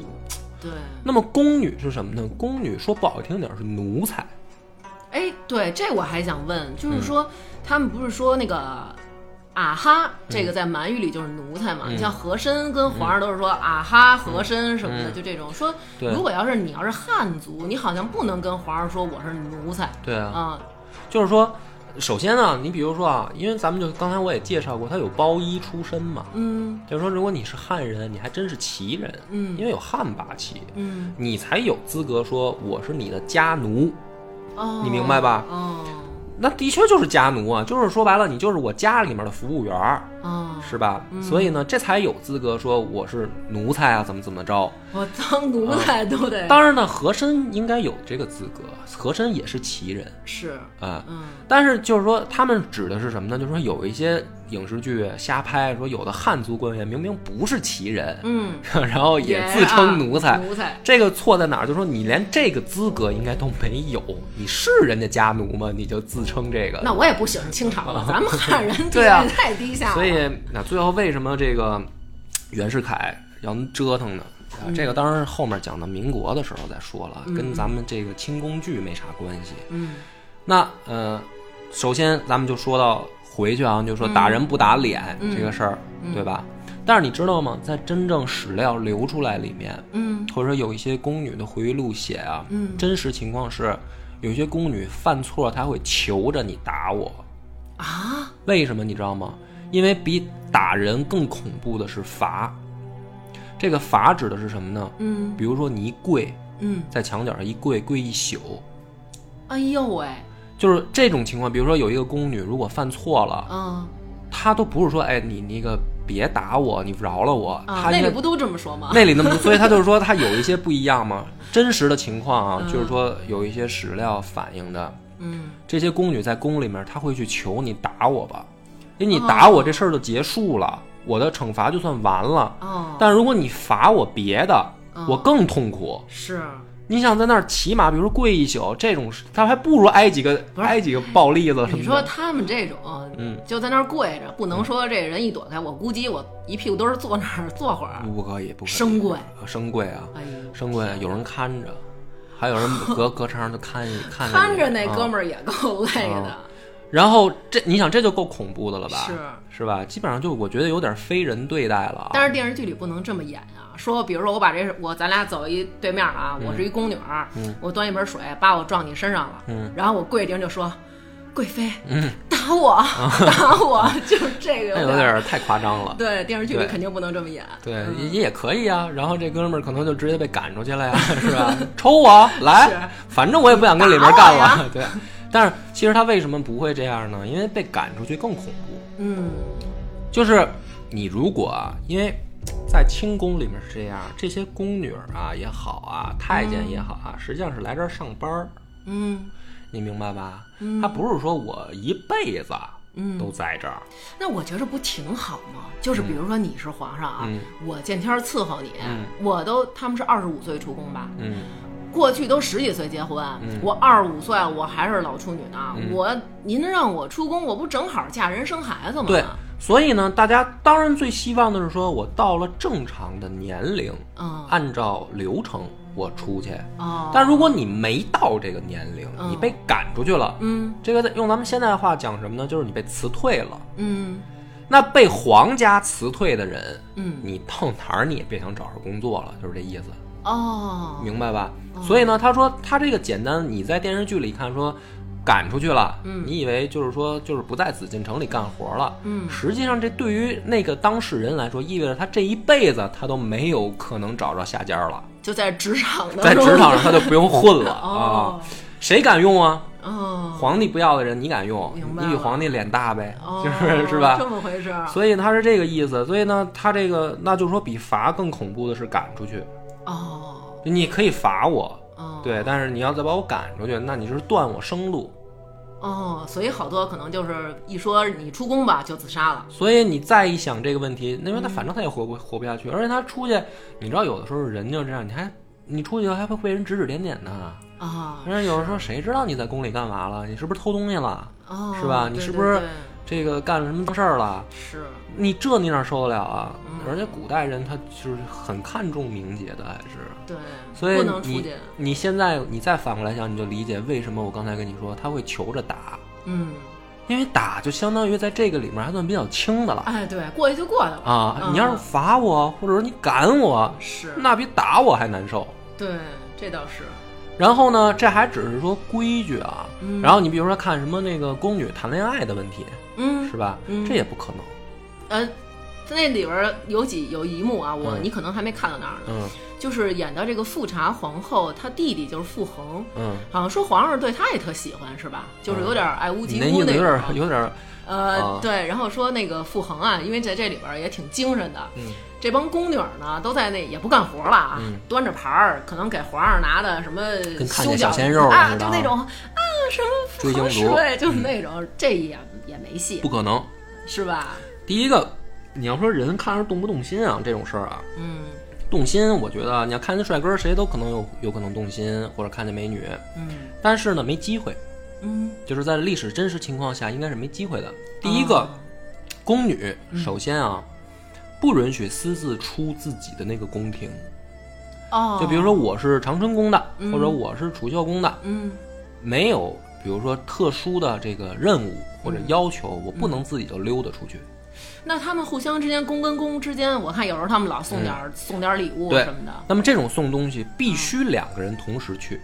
[SPEAKER 2] 对。
[SPEAKER 1] 那么宫女是什么呢？宫女说不好听点儿是奴才，
[SPEAKER 2] 哎，对，这我还想问，
[SPEAKER 1] 嗯
[SPEAKER 2] 就是说、他们不是说那个。啊
[SPEAKER 1] 嗯
[SPEAKER 2] 哈，这个在满语里就是奴才嘛。你像和珅跟皇上都是说啊哈和珅什么的，就这种说。
[SPEAKER 1] 嗯对
[SPEAKER 2] 如果要是你要是汉族，你好像不能跟皇上说我是奴才
[SPEAKER 1] 对啊，
[SPEAKER 2] 啊。
[SPEAKER 1] 就是说，首先呢，你比如说啊，因为咱们就刚才我也介绍过，她有包衣出身嘛，
[SPEAKER 2] 嗯
[SPEAKER 1] 就是说如果你是汉人，你还真是旗人，
[SPEAKER 2] 嗯
[SPEAKER 1] 因为有汉八旗，
[SPEAKER 2] 嗯，
[SPEAKER 1] 你才有资格说我是你的家奴。
[SPEAKER 2] 哦，
[SPEAKER 1] 你明白吧
[SPEAKER 2] 哦
[SPEAKER 1] 那的确就是家奴啊，就是说白了，你就是我家里面的服务员儿，
[SPEAKER 2] 哦，
[SPEAKER 1] 是吧？所以呢，这才有资格说我是奴才啊，怎么怎么着。
[SPEAKER 2] 我当奴才都得、
[SPEAKER 1] 啊当然呢，和珅应该有这个资格，和珅也是旗人
[SPEAKER 2] 是，
[SPEAKER 1] 啊。
[SPEAKER 2] 嗯
[SPEAKER 1] 但是就是说，他们指的是什么呢？就是说有一些影视剧瞎拍，说有的汉族官员明明不是旗人，
[SPEAKER 2] 嗯，
[SPEAKER 1] 然后也自称奴才
[SPEAKER 2] 啊，奴才
[SPEAKER 1] 这个错在哪儿？就是说你连这个资格应该都没有，你是人家家奴吗？你就自称这个？
[SPEAKER 2] 那我也不 喜欢清朝了，咱们汉人地
[SPEAKER 1] 对啊
[SPEAKER 2] 位太低下了，
[SPEAKER 1] 所以那最后为什么这个袁世凯要折腾的。啊，这
[SPEAKER 2] 嗯
[SPEAKER 1] 个当然后面讲到民国的时候再说了，跟咱们这个清宫剧没啥关系。
[SPEAKER 2] 嗯
[SPEAKER 1] 那呃，首先咱们就说到回去啊，就说打
[SPEAKER 2] 嗯
[SPEAKER 1] 人不打脸、这个事儿，对吧？但是你知道吗？在真正史料流出来里面，
[SPEAKER 2] 嗯
[SPEAKER 1] 或者说有一些宫女的回忆录写啊，
[SPEAKER 2] 嗯
[SPEAKER 1] 真实情况是，有一些宫女犯错，她会求着你打我。
[SPEAKER 2] 啊，
[SPEAKER 1] 为什么你知道吗？因为比打人更恐怖的是罚。这个罚指的是什么呢？
[SPEAKER 2] 嗯
[SPEAKER 1] 比如说你一跪
[SPEAKER 2] 嗯，
[SPEAKER 1] 在墙角上一跪，跪一宿，
[SPEAKER 2] 哎呦喂，
[SPEAKER 1] 就是这种情况。比如说有一个宫女如果犯错了，
[SPEAKER 2] 嗯
[SPEAKER 1] 她都不是说哎你那个别打我，你饶了我，
[SPEAKER 2] 啊，
[SPEAKER 1] 她应
[SPEAKER 2] 那里
[SPEAKER 1] 该
[SPEAKER 2] 不都这么说吗？
[SPEAKER 1] 那里 那么，所以他就是说他有一些不一样嘛。真实的情况啊，
[SPEAKER 2] 嗯
[SPEAKER 1] 就是说有一些史料反映的，
[SPEAKER 2] 嗯
[SPEAKER 1] 这些宫女在宫里面，她会去求你打我吧，因
[SPEAKER 2] 哦
[SPEAKER 1] 为你打我这事儿就结束了，我的惩罚就算完了。
[SPEAKER 2] 哦，
[SPEAKER 1] 但如果你罚我别的
[SPEAKER 2] 嗯，
[SPEAKER 1] 我更痛苦。
[SPEAKER 2] 是
[SPEAKER 1] 你想在那儿骑马，比如说跪一宿这种事，他还不如挨几个挨几个暴力子什
[SPEAKER 2] 你
[SPEAKER 1] 么
[SPEAKER 2] 说
[SPEAKER 1] 的。
[SPEAKER 2] 他们这种，
[SPEAKER 1] 嗯，
[SPEAKER 2] 就在那儿跪着，不能说这人一躲开，我估计我一屁股墩儿坐那儿坐会儿，
[SPEAKER 1] 不可以，不可以
[SPEAKER 2] 生跪，
[SPEAKER 1] 啊生跪啊，
[SPEAKER 2] 哎呦，
[SPEAKER 1] 嗯生跪啊，有人看着，还有人隔 隔墙就看一看着
[SPEAKER 2] 看
[SPEAKER 1] 你
[SPEAKER 2] 着那哥
[SPEAKER 1] 啊
[SPEAKER 2] 们儿也够累的
[SPEAKER 1] 啊，然后这你想这就够恐怖的了吧？
[SPEAKER 2] 是
[SPEAKER 1] 是吧？基本上就我觉得有点非人对待了啊。
[SPEAKER 2] 但是电视剧里不能这么演啊，说比如说我把这我咱俩走一对面啊，我是一宫女儿，我端一盆水把我撞你身上了，
[SPEAKER 1] 嗯
[SPEAKER 2] 然后我跪着就说。贵妃，打我，打我， 就是这个
[SPEAKER 1] 啊那有点儿太夸张了。
[SPEAKER 2] 对电视剧里
[SPEAKER 1] 对
[SPEAKER 2] 肯定不能这么演。
[SPEAKER 1] 对，
[SPEAKER 2] 嗯
[SPEAKER 1] 也也可以啊。然后这哥们儿可能就直接被赶出去 了呀，是吧？抽我来，反正我也不想跟里边干
[SPEAKER 2] 打
[SPEAKER 1] 了。对，但是其实他为什么不会这样呢？因为被赶出去更恐怖。
[SPEAKER 2] 嗯
[SPEAKER 1] 就是你如果啊，因为在清宫里面是这样，这些宫女儿啊也好啊，太监也好啊，实际上是来这儿上班儿。
[SPEAKER 2] 嗯，
[SPEAKER 1] 你明白吧？他不是说我一辈子
[SPEAKER 2] 嗯
[SPEAKER 1] 都在这儿，
[SPEAKER 2] 那我觉着不挺好吗？就是比如说你是皇上啊，
[SPEAKER 1] 嗯
[SPEAKER 2] 我见天儿伺候你，
[SPEAKER 1] 嗯
[SPEAKER 2] 我都他们是二十五岁出宫吧，
[SPEAKER 1] 嗯，
[SPEAKER 2] 过去都十几岁结婚，我二十五岁了我还是老处女呢。
[SPEAKER 1] 嗯
[SPEAKER 2] 我您让我出宫，我不正好嫁人生孩子吗？
[SPEAKER 1] 对。所以呢，大家当然最希望的是说，我到了正常的年龄，
[SPEAKER 2] 嗯
[SPEAKER 1] 按照流程我出去。
[SPEAKER 2] 哦，
[SPEAKER 1] 啊但如果你没到这个年龄，
[SPEAKER 2] 嗯
[SPEAKER 1] 你被赶出去了，
[SPEAKER 2] 嗯
[SPEAKER 1] 这个在用咱们现在话讲什么呢？就是你被辞退了。
[SPEAKER 2] 嗯
[SPEAKER 1] 那被皇家辞退的人，
[SPEAKER 2] 嗯
[SPEAKER 1] 你到哪儿你也别想找着工作了，就是这意思。
[SPEAKER 2] 哦，
[SPEAKER 1] 明白吧？所以呢，他说他这个简单，你在电视剧里看说赶出去了，你以为就是说就是不在紫禁城里干活了，
[SPEAKER 2] 嗯
[SPEAKER 1] 实际上这对于那个当事人来说，意味着他这一辈子他都没有可能找着下家了，
[SPEAKER 2] 就在职场当中，
[SPEAKER 1] 在职场 上他就不用 混了
[SPEAKER 2] 哦
[SPEAKER 1] 啊，谁敢用啊？
[SPEAKER 2] 哦，
[SPEAKER 1] 皇帝不要的人你敢用
[SPEAKER 2] 明，白
[SPEAKER 1] 你比
[SPEAKER 2] 了
[SPEAKER 1] 皇帝脸大呗，
[SPEAKER 2] 哦
[SPEAKER 1] 就是是吧
[SPEAKER 2] 这？么回事儿。
[SPEAKER 1] 所以他是这个意思，所以呢，他这个那就是说比罚更恐怖的是赶出去，
[SPEAKER 2] 哦
[SPEAKER 1] 你可以罚我，
[SPEAKER 2] 哦，
[SPEAKER 1] 对，但是你要再把我赶出去，那你就是断我生路。
[SPEAKER 2] 哦，所以好多可能就是一说你出宫吧，就自杀了。
[SPEAKER 1] 所以你再一想这个问题，因为他反正他也活不活不下去，而且他出去，你知道有的时候人就这样，你还你出去还会被人指指点点 呢。
[SPEAKER 2] 啊，
[SPEAKER 1] 人家有的时候谁知道你在宫里干嘛了？你是不是偷东西了？
[SPEAKER 2] 哦，
[SPEAKER 1] 是吧你
[SPEAKER 2] 对
[SPEAKER 1] 是
[SPEAKER 2] 对
[SPEAKER 1] 不是
[SPEAKER 2] 对
[SPEAKER 1] 这个干了什么事儿了？
[SPEAKER 2] 是？
[SPEAKER 1] 你这你哪受得了啊？
[SPEAKER 2] 嗯
[SPEAKER 1] 而且古代人他就是很看重名节的，还是。
[SPEAKER 2] 对，
[SPEAKER 1] 所以
[SPEAKER 2] 不能出
[SPEAKER 1] 你
[SPEAKER 2] 去。
[SPEAKER 1] 你现在你再反过来想，你就理解为什么我刚才跟你说他会求着打，
[SPEAKER 2] 嗯，
[SPEAKER 1] 因为打就相当于在这个里面还算比较轻的了
[SPEAKER 2] 哎，对，过去就过去了
[SPEAKER 1] 啊。
[SPEAKER 2] 嗯
[SPEAKER 1] 你要是罚我，或者说你赶我，
[SPEAKER 2] 是
[SPEAKER 1] 那比打我还难受。
[SPEAKER 2] 对，这倒是。
[SPEAKER 1] 然后呢，这还只是说规矩啊。
[SPEAKER 2] 嗯
[SPEAKER 1] 然后你比如说看什么那个宫女谈恋爱的问题，
[SPEAKER 2] 嗯
[SPEAKER 1] 是，吧？
[SPEAKER 2] 嗯
[SPEAKER 1] 这也不可能。
[SPEAKER 2] 呃，在那里边儿有几有一幕啊，我、
[SPEAKER 1] 嗯
[SPEAKER 2] 你可能还没看到那儿呢，
[SPEAKER 1] 嗯
[SPEAKER 2] 就是演到这个富察皇后，她弟弟就是傅恒，
[SPEAKER 1] 嗯，
[SPEAKER 2] 好像说皇上对她也特喜欢，是吧？就是有点爱屋
[SPEAKER 1] 你
[SPEAKER 2] 及啊
[SPEAKER 1] 那意思
[SPEAKER 2] 乌
[SPEAKER 1] 有点
[SPEAKER 2] 种。
[SPEAKER 1] 有点
[SPEAKER 2] 呃，
[SPEAKER 1] 啊
[SPEAKER 2] 对，然后说那个傅恒啊，因为在这里边儿也挺精神的，
[SPEAKER 1] 嗯
[SPEAKER 2] 这帮宫女儿呢都在那也不干活了啊，
[SPEAKER 1] 嗯
[SPEAKER 2] 端着盘儿，可能给皇上拿的什么
[SPEAKER 1] 跟看
[SPEAKER 2] 修
[SPEAKER 1] 见小
[SPEAKER 2] 脚
[SPEAKER 1] 鲜肉了
[SPEAKER 2] 啊，
[SPEAKER 1] 似的
[SPEAKER 2] 就
[SPEAKER 1] 啊
[SPEAKER 2] 那种啊什么
[SPEAKER 1] 追
[SPEAKER 2] 好
[SPEAKER 1] 星
[SPEAKER 2] 水
[SPEAKER 1] 族，
[SPEAKER 2] 就是那种，这也也没戏
[SPEAKER 1] 不，可能。
[SPEAKER 2] 是吧？
[SPEAKER 1] 第一个，你要说人看着动不动心啊，这种事儿啊，
[SPEAKER 2] 嗯
[SPEAKER 1] 动心，我觉得啊你要看见帅哥，谁都可能有有可能动心，或者看见美女，
[SPEAKER 2] 嗯
[SPEAKER 1] 但是呢，没机会。
[SPEAKER 2] 嗯，
[SPEAKER 1] 就是在历史真实情况下，应该是没机会的。第一个，
[SPEAKER 2] 哦
[SPEAKER 1] 宫女，首先啊，不允许私自出自己的那个宫廷。
[SPEAKER 2] 哦，
[SPEAKER 1] 就比如说，我是长春宫的，
[SPEAKER 2] 嗯
[SPEAKER 1] 或者我是储秀宫的，
[SPEAKER 2] 嗯
[SPEAKER 1] 没有比如说特殊的这个任务或
[SPEAKER 2] 嗯
[SPEAKER 1] 者要求，我不能自己就溜达出去。，
[SPEAKER 2] 那他们互相之间，公跟公之间，我看有时候他们老送点儿、送点儿礼物
[SPEAKER 1] 嗯对
[SPEAKER 2] 什么的。
[SPEAKER 1] 那么这种送东西必须两个人同时去，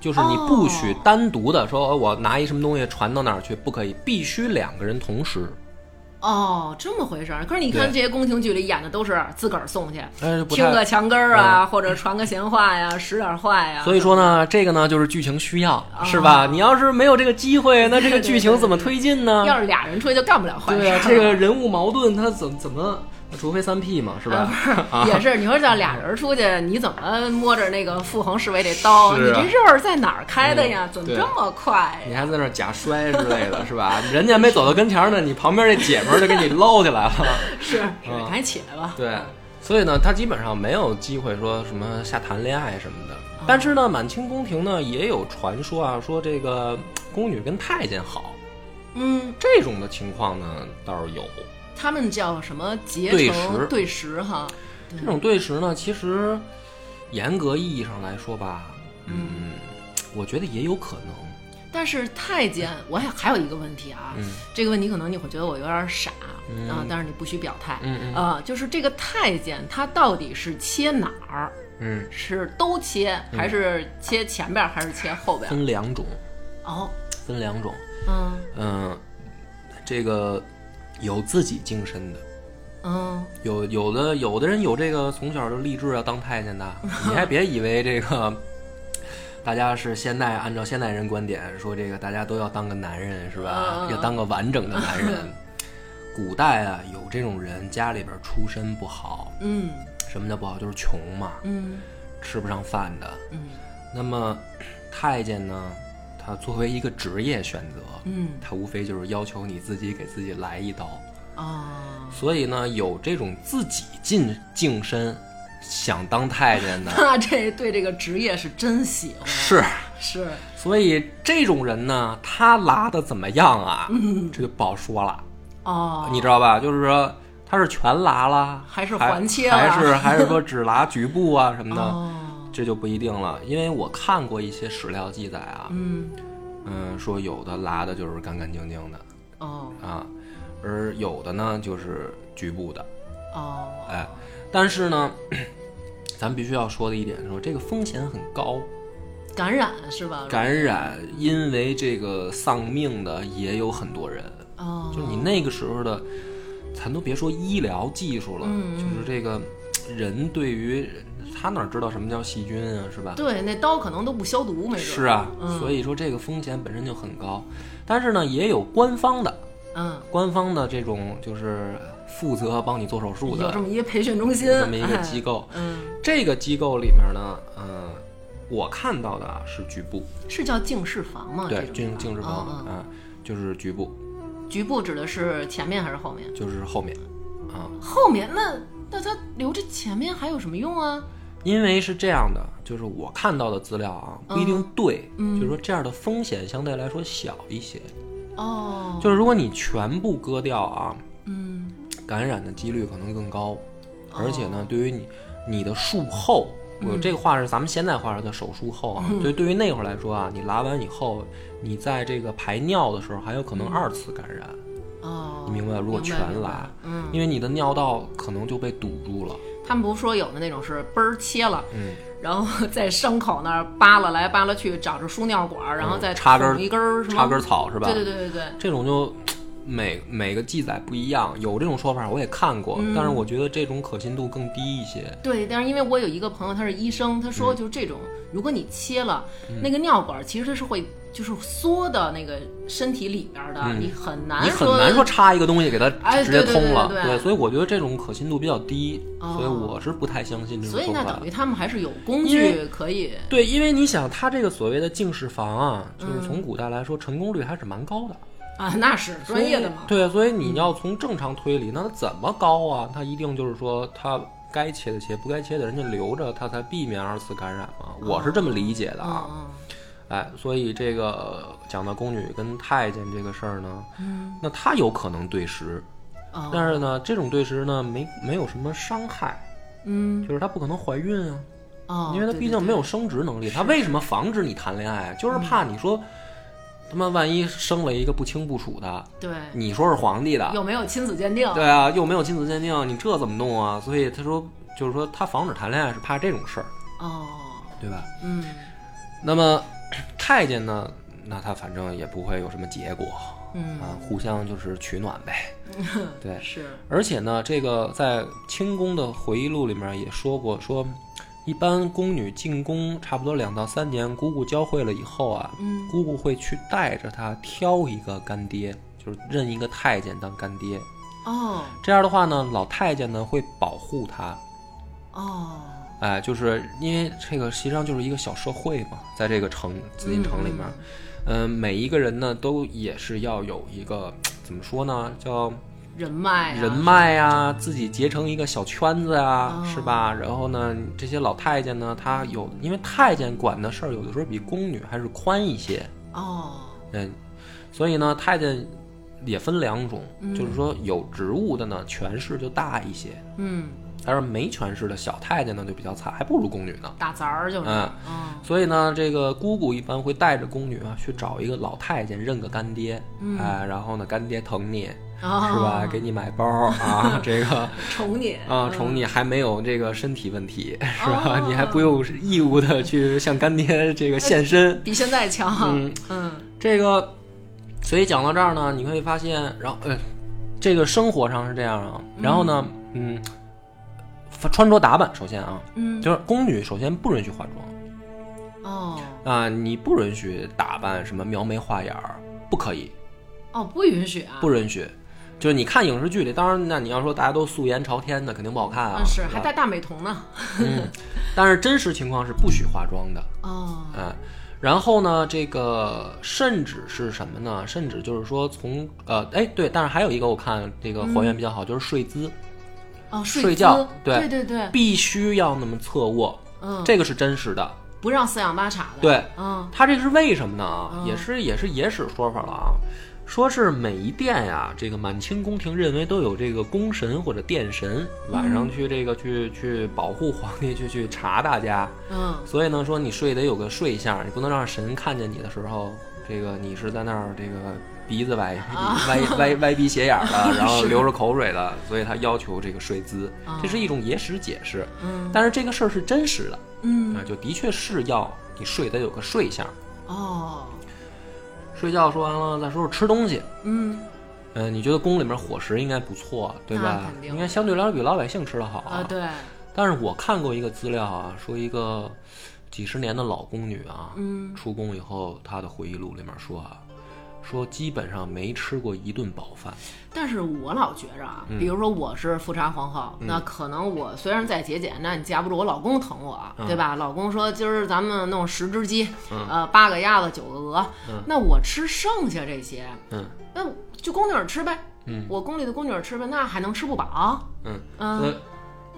[SPEAKER 1] 就是你
[SPEAKER 2] 哦
[SPEAKER 1] 不许单独的说哦我拿一什么东西传到哪儿去，不可以，必须两个人同时。
[SPEAKER 2] 哦，这么回事儿。可是你看
[SPEAKER 1] 对
[SPEAKER 2] 这些宫廷剧里演的都是自个儿送去，
[SPEAKER 1] 哎，不
[SPEAKER 2] 听
[SPEAKER 1] 太嗯
[SPEAKER 2] 个墙根儿啊，或者传个闲话呀，使点儿坏呀。
[SPEAKER 1] 所以说呢，这个呢就是剧情需要，是吧？你要是没有这个机会，那这个剧情怎么推进呢？
[SPEAKER 2] 要是俩人吹就干不了坏事
[SPEAKER 1] 对
[SPEAKER 2] 儿
[SPEAKER 1] 啊，这个人物矛盾他怎怎么，除非三 P 嘛，是吧？ 啊，
[SPEAKER 2] 也是，你说叫俩人出去，你怎么摸着那个傅恒侍卫这刀？
[SPEAKER 1] 是
[SPEAKER 2] 你
[SPEAKER 1] 啊
[SPEAKER 2] 这肉儿在哪儿开的呀？
[SPEAKER 1] 嗯
[SPEAKER 2] 怎么
[SPEAKER 1] 对
[SPEAKER 2] 这么快
[SPEAKER 1] 你
[SPEAKER 2] 呀？
[SPEAKER 1] 还在那儿假摔之类的，是吧？人家没走到跟前儿呢，你旁边这姐们儿就给你捞起来了。
[SPEAKER 2] 是，是
[SPEAKER 1] 嗯
[SPEAKER 2] 赶紧起来吧。
[SPEAKER 1] 对，所以呢，他基本上没有机会说什么下谈恋爱什么的。但是呢，满清宫廷呢也有传说啊，说这个宫女跟太监好，
[SPEAKER 2] 嗯，
[SPEAKER 1] 这种的情况呢倒是有。
[SPEAKER 2] 他们叫什么结
[SPEAKER 1] 对食
[SPEAKER 2] 成对食哈？对
[SPEAKER 1] 这种对食呢，其实严格意义上来说吧，嗯，我觉得也有可能。
[SPEAKER 2] 但是太监，我还还有一个问题啊，
[SPEAKER 1] 嗯
[SPEAKER 2] 这个问题可能你会觉得我有点傻、
[SPEAKER 1] 嗯
[SPEAKER 2] 啊，但是你不许表态。
[SPEAKER 1] 嗯嗯
[SPEAKER 2] 呃，就是这个太监他到底是切哪儿？
[SPEAKER 1] 嗯，
[SPEAKER 2] 是都切，还是切前边儿，还是切后边儿？
[SPEAKER 1] 分两种，
[SPEAKER 2] 哦，
[SPEAKER 1] 分两种。
[SPEAKER 2] 嗯
[SPEAKER 1] 嗯，这个有自己净身的，
[SPEAKER 2] 嗯，
[SPEAKER 1] 有有的有的人有这个从小就立志要当太监的，你还别以为这个。大家是现代按照现代人观点说，这个大家都要当个男人是吧
[SPEAKER 2] 嗯嗯？嗯
[SPEAKER 1] 要当个完整的男人。古代啊，有这种人，家里边出身不好，
[SPEAKER 2] 嗯
[SPEAKER 1] 什么叫不好？就是穷嘛，
[SPEAKER 2] 嗯
[SPEAKER 1] 吃不上饭的。
[SPEAKER 2] 嗯
[SPEAKER 1] 那么太监呢，他作为一个职业选择，
[SPEAKER 2] 嗯
[SPEAKER 1] 他无非就是要求你自己给自己来一刀。
[SPEAKER 2] 啊，
[SPEAKER 1] 所以呢，有这种自己进净身想当太监 的，
[SPEAKER 2] 那这对这个职业是真喜欢，
[SPEAKER 1] 是。
[SPEAKER 2] 是，
[SPEAKER 1] 所以这种人呢，他拉的怎么样啊？
[SPEAKER 2] 嗯
[SPEAKER 1] 这就不好说了，
[SPEAKER 2] 哦，
[SPEAKER 1] 你知道吧？就是说他是全拉了，
[SPEAKER 2] 还是环切了
[SPEAKER 1] 还 是还是说只拉局部啊什么的，
[SPEAKER 2] 哦，
[SPEAKER 1] 这就不一定了。因为我看过一些史料记载啊，
[SPEAKER 2] 嗯
[SPEAKER 1] 嗯，说有的拉的就是干干净净的
[SPEAKER 2] 哦
[SPEAKER 1] 啊，而有的呢就是局部的，
[SPEAKER 2] 哦
[SPEAKER 1] 哎，但是呢， 咱必须要说的一点是说，这个风险很高，
[SPEAKER 2] 感染是吧？
[SPEAKER 1] 感染因为这个丧命的也有很多人，
[SPEAKER 2] 哦，
[SPEAKER 1] 就你那个时候的，咱都别说医疗技术了，
[SPEAKER 2] 嗯嗯
[SPEAKER 1] 就是这个人对于他哪知道什么叫细菌啊，是吧？
[SPEAKER 2] 对那刀可能都不消毒，没准
[SPEAKER 1] 是，啊，
[SPEAKER 2] 嗯
[SPEAKER 1] 所以说这个风险本身就很高，但是呢，也有官方的。
[SPEAKER 2] 嗯，
[SPEAKER 1] 官方的这种就是负责帮你做手术
[SPEAKER 2] 有
[SPEAKER 1] 的
[SPEAKER 2] 这么一个哎培训中心，
[SPEAKER 1] 有这么一个机
[SPEAKER 2] 构，
[SPEAKER 1] 构。
[SPEAKER 2] 嗯，
[SPEAKER 1] 这个机构里面呢，嗯、我看到的啊是局部，
[SPEAKER 2] 是叫净室房吗？
[SPEAKER 1] 对，
[SPEAKER 2] 净
[SPEAKER 1] 净净脂肪
[SPEAKER 2] 嗯嗯
[SPEAKER 1] 啊，就是局部，
[SPEAKER 2] 局部指的是前面还是后面？
[SPEAKER 1] 就是后面啊，
[SPEAKER 2] 后面那那他留着前面还有什么用啊？
[SPEAKER 1] 因为是这样的，就是我看到的资料啊
[SPEAKER 2] 嗯
[SPEAKER 1] 不一定对，就是说这样的风险相对来说小一些，
[SPEAKER 2] 哦，
[SPEAKER 1] 就是如果你全部割掉啊，
[SPEAKER 2] 嗯
[SPEAKER 1] 感染的几率可能更
[SPEAKER 2] 哦
[SPEAKER 1] 高，而且呢，对于你你的术后，我这个话是咱们现在话是叫手术后啊，
[SPEAKER 2] 嗯
[SPEAKER 1] 对，对于那会儿来说啊，你拉完以后，你在这个排尿的时候还有可能二次感染，
[SPEAKER 2] 哦，
[SPEAKER 1] 你明白？如果全
[SPEAKER 2] 明白
[SPEAKER 1] 拉，，
[SPEAKER 2] 嗯，
[SPEAKER 1] 因为你的尿道可能就被堵住了，
[SPEAKER 2] 他们不是说有的那种是嘣儿切了，
[SPEAKER 1] 嗯，
[SPEAKER 2] 然后 在伤口那儿扒拉来扒拉去，找着输尿管儿，然后再
[SPEAKER 1] 嗯插根儿
[SPEAKER 2] 捅一根儿什么
[SPEAKER 1] 插根草是吧？
[SPEAKER 2] 对对对对对，
[SPEAKER 1] 这种就每每个记载不一样，有这种说法我也看过，
[SPEAKER 2] 嗯
[SPEAKER 1] 但是我觉得这种可信度更低一些。
[SPEAKER 2] 对，但是因为我有一个朋友，他是医生，他
[SPEAKER 1] 嗯
[SPEAKER 2] 说就是这种，如果你切了、那个尿管，其实它是会就是缩到那个身体里边儿的，你很
[SPEAKER 1] 嗯
[SPEAKER 2] 难
[SPEAKER 1] 你很难说插一个东西给它
[SPEAKER 2] 哎
[SPEAKER 1] 直接
[SPEAKER 2] 对对
[SPEAKER 1] 通了，
[SPEAKER 2] 对对对
[SPEAKER 1] 所以我觉得这种可信度比较低，
[SPEAKER 2] 哦
[SPEAKER 1] 所以我是不太相信这种
[SPEAKER 2] 所以
[SPEAKER 1] 说
[SPEAKER 2] 那
[SPEAKER 1] 法
[SPEAKER 2] 等。于他们还是有工
[SPEAKER 1] 因
[SPEAKER 2] 具
[SPEAKER 1] 为
[SPEAKER 2] 可以，
[SPEAKER 1] 对，因为你想，它这个所谓的净室房啊，就是从古代来说，成功率还是蛮高的，
[SPEAKER 2] 啊，那是
[SPEAKER 1] 所以
[SPEAKER 2] 专业的嘛。
[SPEAKER 1] 对，所以你要从正常推理，那它怎么高啊？它一定就是说，它该切的切，不该切的人家留着，它才避免二次感染嘛。我是这么理解的啊。
[SPEAKER 2] 嗯嗯
[SPEAKER 1] 哎，所以这个呃讲到宫女跟太监这个事儿呢，那她有可能对食，
[SPEAKER 2] 嗯哦
[SPEAKER 1] 但是呢，这种对食呢，没没有什么伤害，
[SPEAKER 2] 嗯，
[SPEAKER 1] 就是她不可能怀孕啊，
[SPEAKER 2] 哦，
[SPEAKER 1] 因为她
[SPEAKER 2] 对
[SPEAKER 1] 毕
[SPEAKER 2] 对嗯
[SPEAKER 1] 竟没有生殖能力。她为什么防止你谈恋爱啊？就是怕你说，他妈万一生了一个不清不楚的，
[SPEAKER 2] 对，
[SPEAKER 1] 你说是皇帝的，
[SPEAKER 2] 又没有亲子鉴定，
[SPEAKER 1] 对啊，又没有亲子鉴定，你这怎么弄啊？所以她说，就是说她防止谈恋爱是怕这种事儿，
[SPEAKER 2] 哦，
[SPEAKER 1] 对吧？
[SPEAKER 2] 嗯，
[SPEAKER 1] 那么太监呢，那他反正也不会有什么结果，
[SPEAKER 2] 嗯
[SPEAKER 1] 啊，互相就是取暖呗。 对，
[SPEAKER 2] 是，
[SPEAKER 1] 而且呢，这个在清宫的回忆录里面也说过，说一般宫女进宫差不多两到三年，姑姑教会了以后啊，
[SPEAKER 2] 嗯
[SPEAKER 1] 姑姑会去带着她挑一个干爹，就是认一个太监当干爹。
[SPEAKER 2] 哦，
[SPEAKER 1] 这样的话呢，老太监呢会保护她，
[SPEAKER 2] 哦，
[SPEAKER 1] 哎，就是因为这个实际上就是一个小社会嘛，在这个城紫禁城里面，嗯、每一个人呢都也是要有一个怎么说呢，叫
[SPEAKER 2] 人脉啊，
[SPEAKER 1] 人脉呀、自己结成一个小圈子啊，
[SPEAKER 2] 哦
[SPEAKER 1] 是吧？然后呢，这些老太监呢，他有因为太监管的事儿有的时候比宫女还是宽一些，
[SPEAKER 2] 哦，
[SPEAKER 1] 嗯，所以呢，太监也分两种，就是说有职务的呢，权势就大一些。
[SPEAKER 2] 嗯，
[SPEAKER 1] 但是没权势的小太监呢就比较惨，还不如宫女呢。
[SPEAKER 2] 打杂儿就是，
[SPEAKER 1] 嗯
[SPEAKER 2] 嗯
[SPEAKER 1] 所以呢，这个姑姑一般会带着宫女啊去找一个老太监认个干爹，
[SPEAKER 2] 嗯
[SPEAKER 1] 哎，然后呢，干爹疼你
[SPEAKER 2] 哦
[SPEAKER 1] 是吧？给你买包 啊，这个
[SPEAKER 2] 宠你
[SPEAKER 1] 啊，宠
[SPEAKER 2] 你，
[SPEAKER 1] 你还没有这个身体问题是吧？
[SPEAKER 2] 哦
[SPEAKER 1] 你还不用义务的去向干爹
[SPEAKER 2] 呃
[SPEAKER 1] 这个献身，
[SPEAKER 2] 比现在强，
[SPEAKER 1] 嗯
[SPEAKER 2] 嗯
[SPEAKER 1] 这个，所以讲到这儿呢，你会发现，然后呃，这个生活上是这样啊，然后呢，嗯，穿着打扮首先啊，
[SPEAKER 2] 嗯，
[SPEAKER 1] 就是宫女首先不允许化妆。
[SPEAKER 2] 哦
[SPEAKER 1] 啊，你不允许打扮什么描眉画眼儿，不可以，
[SPEAKER 2] 哦，不允许啊，
[SPEAKER 1] 不允许。就是你看影视剧里，当然那你要说大家都素颜朝天的，肯定不好看啊。
[SPEAKER 2] 嗯是，
[SPEAKER 1] 对吧
[SPEAKER 2] 还带大美瞳呢，
[SPEAKER 1] 嗯，但是真实情况是不许化妆的，
[SPEAKER 2] 哦，
[SPEAKER 1] 嗯。然后呢，这个甚至是什么呢？甚至就是说从呃，哎对，但是还有一个我看这个还原比较好，就是睡姿
[SPEAKER 2] 哦，
[SPEAKER 1] 睡
[SPEAKER 2] 睡
[SPEAKER 1] 觉
[SPEAKER 2] 姿
[SPEAKER 1] 对
[SPEAKER 2] 对对对，
[SPEAKER 1] 必须要那么侧卧，
[SPEAKER 2] 嗯，
[SPEAKER 1] 这个是真实的。
[SPEAKER 2] 不让四仰八叉的，
[SPEAKER 1] 对
[SPEAKER 2] 嗯，
[SPEAKER 1] 他这个是为什么呢？啊，
[SPEAKER 2] 嗯
[SPEAKER 1] 也是也是野史说法了啊，说是每一殿呀、这个满清宫廷认为都有这个宫神或者殿神，晚上
[SPEAKER 2] 嗯
[SPEAKER 1] 去这个去去保护皇帝，去去查大家。
[SPEAKER 2] 嗯
[SPEAKER 1] 所以呢，说你睡得有个睡相，你不能让神看见你的时候，这个你是在那儿这个鼻子歪
[SPEAKER 2] 啊
[SPEAKER 1] 歪歪歪鼻斜眼儿 的，然后流着口水的，所以他要求这个睡姿，这是一种野史解释。
[SPEAKER 2] 啊嗯
[SPEAKER 1] 但是这个事儿是真实的，
[SPEAKER 2] 嗯，
[SPEAKER 1] 啊，就的确是要你睡得有个睡相。
[SPEAKER 2] 哦，
[SPEAKER 1] 睡觉说完了，再说说吃东西。
[SPEAKER 2] 嗯
[SPEAKER 1] 嗯、你觉得宫里面伙食应该不错，对吧
[SPEAKER 2] 那？肯定
[SPEAKER 1] 应该相对来说比老百姓吃的好
[SPEAKER 2] 啊，对，
[SPEAKER 1] 但是我看过一个资料啊，说一个几十年的老宫女啊，
[SPEAKER 2] 嗯，
[SPEAKER 1] 出宫以后，她的回忆录里面说啊，说基本上没吃过一顿饱饭。
[SPEAKER 2] 但是我老觉着啊，
[SPEAKER 1] 嗯
[SPEAKER 2] 比如说我是富察皇后，那可能我虽然在节俭，那你架不住我老公疼我，啊
[SPEAKER 1] 嗯
[SPEAKER 2] 对吧？老公说今儿咱们弄十只鸡，呃，八个鸭子，九个鹅，那我吃剩下这些，
[SPEAKER 1] 嗯
[SPEAKER 2] 那就宫女儿吃呗。我宫里的宫女儿吃呗，那还能吃不饱？
[SPEAKER 1] 嗯，
[SPEAKER 2] 嗯
[SPEAKER 1] 所以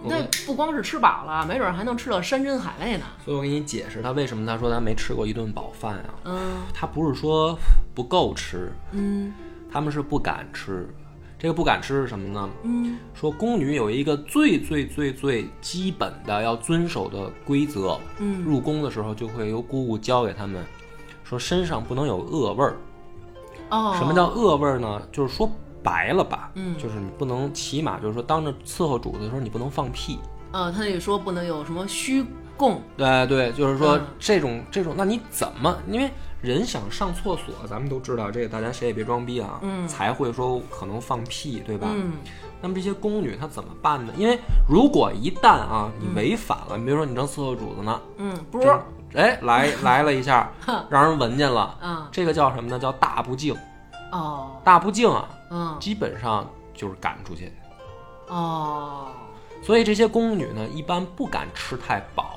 [SPEAKER 1] 我
[SPEAKER 2] 那
[SPEAKER 1] 跟
[SPEAKER 2] 不光是吃饱了，没准儿还能吃到山珍海味呢。
[SPEAKER 1] 所以我给你解释，她为什么她说她没吃过一顿饱饭啊？
[SPEAKER 2] 嗯
[SPEAKER 1] 她不是说不够吃，
[SPEAKER 2] 嗯
[SPEAKER 1] 他们是不敢吃。这个不敢吃是什么呢？
[SPEAKER 2] 嗯，
[SPEAKER 1] 说宫女有一个最最最最基本的要遵守的规则，
[SPEAKER 2] 嗯
[SPEAKER 1] 入宫的时候就会由姑姑教给他们，说身上不能有恶味儿。
[SPEAKER 2] 哦，
[SPEAKER 1] 什么叫恶味儿呢？就是说白了吧，
[SPEAKER 2] 嗯
[SPEAKER 1] 就是你不能起码就是说当着伺候主子的时候你不能放屁。
[SPEAKER 2] 呃，他也说不能有什么虚供，
[SPEAKER 1] 对哎对，就是说
[SPEAKER 2] 嗯
[SPEAKER 1] 这种、这种，那你怎么？因为人想上厕所，咱们都知道这个，大家谁也别装逼啊，
[SPEAKER 2] 嗯
[SPEAKER 1] 才会说可能放屁，对吧？
[SPEAKER 2] 嗯
[SPEAKER 1] 那么这些宫女她怎么办呢？因为如果一旦啊你违反了，比如说你正伺候主子呢，
[SPEAKER 2] 嗯，波
[SPEAKER 1] 这哎来来了一 下，让人闻见了，
[SPEAKER 2] 嗯
[SPEAKER 1] 这个叫什么呢？叫大不敬。
[SPEAKER 2] 哦，
[SPEAKER 1] 大不敬啊，
[SPEAKER 2] 嗯
[SPEAKER 1] 基本上就是赶出去。
[SPEAKER 2] 哦，
[SPEAKER 1] 所以这些宫女呢，一般不敢吃太饱，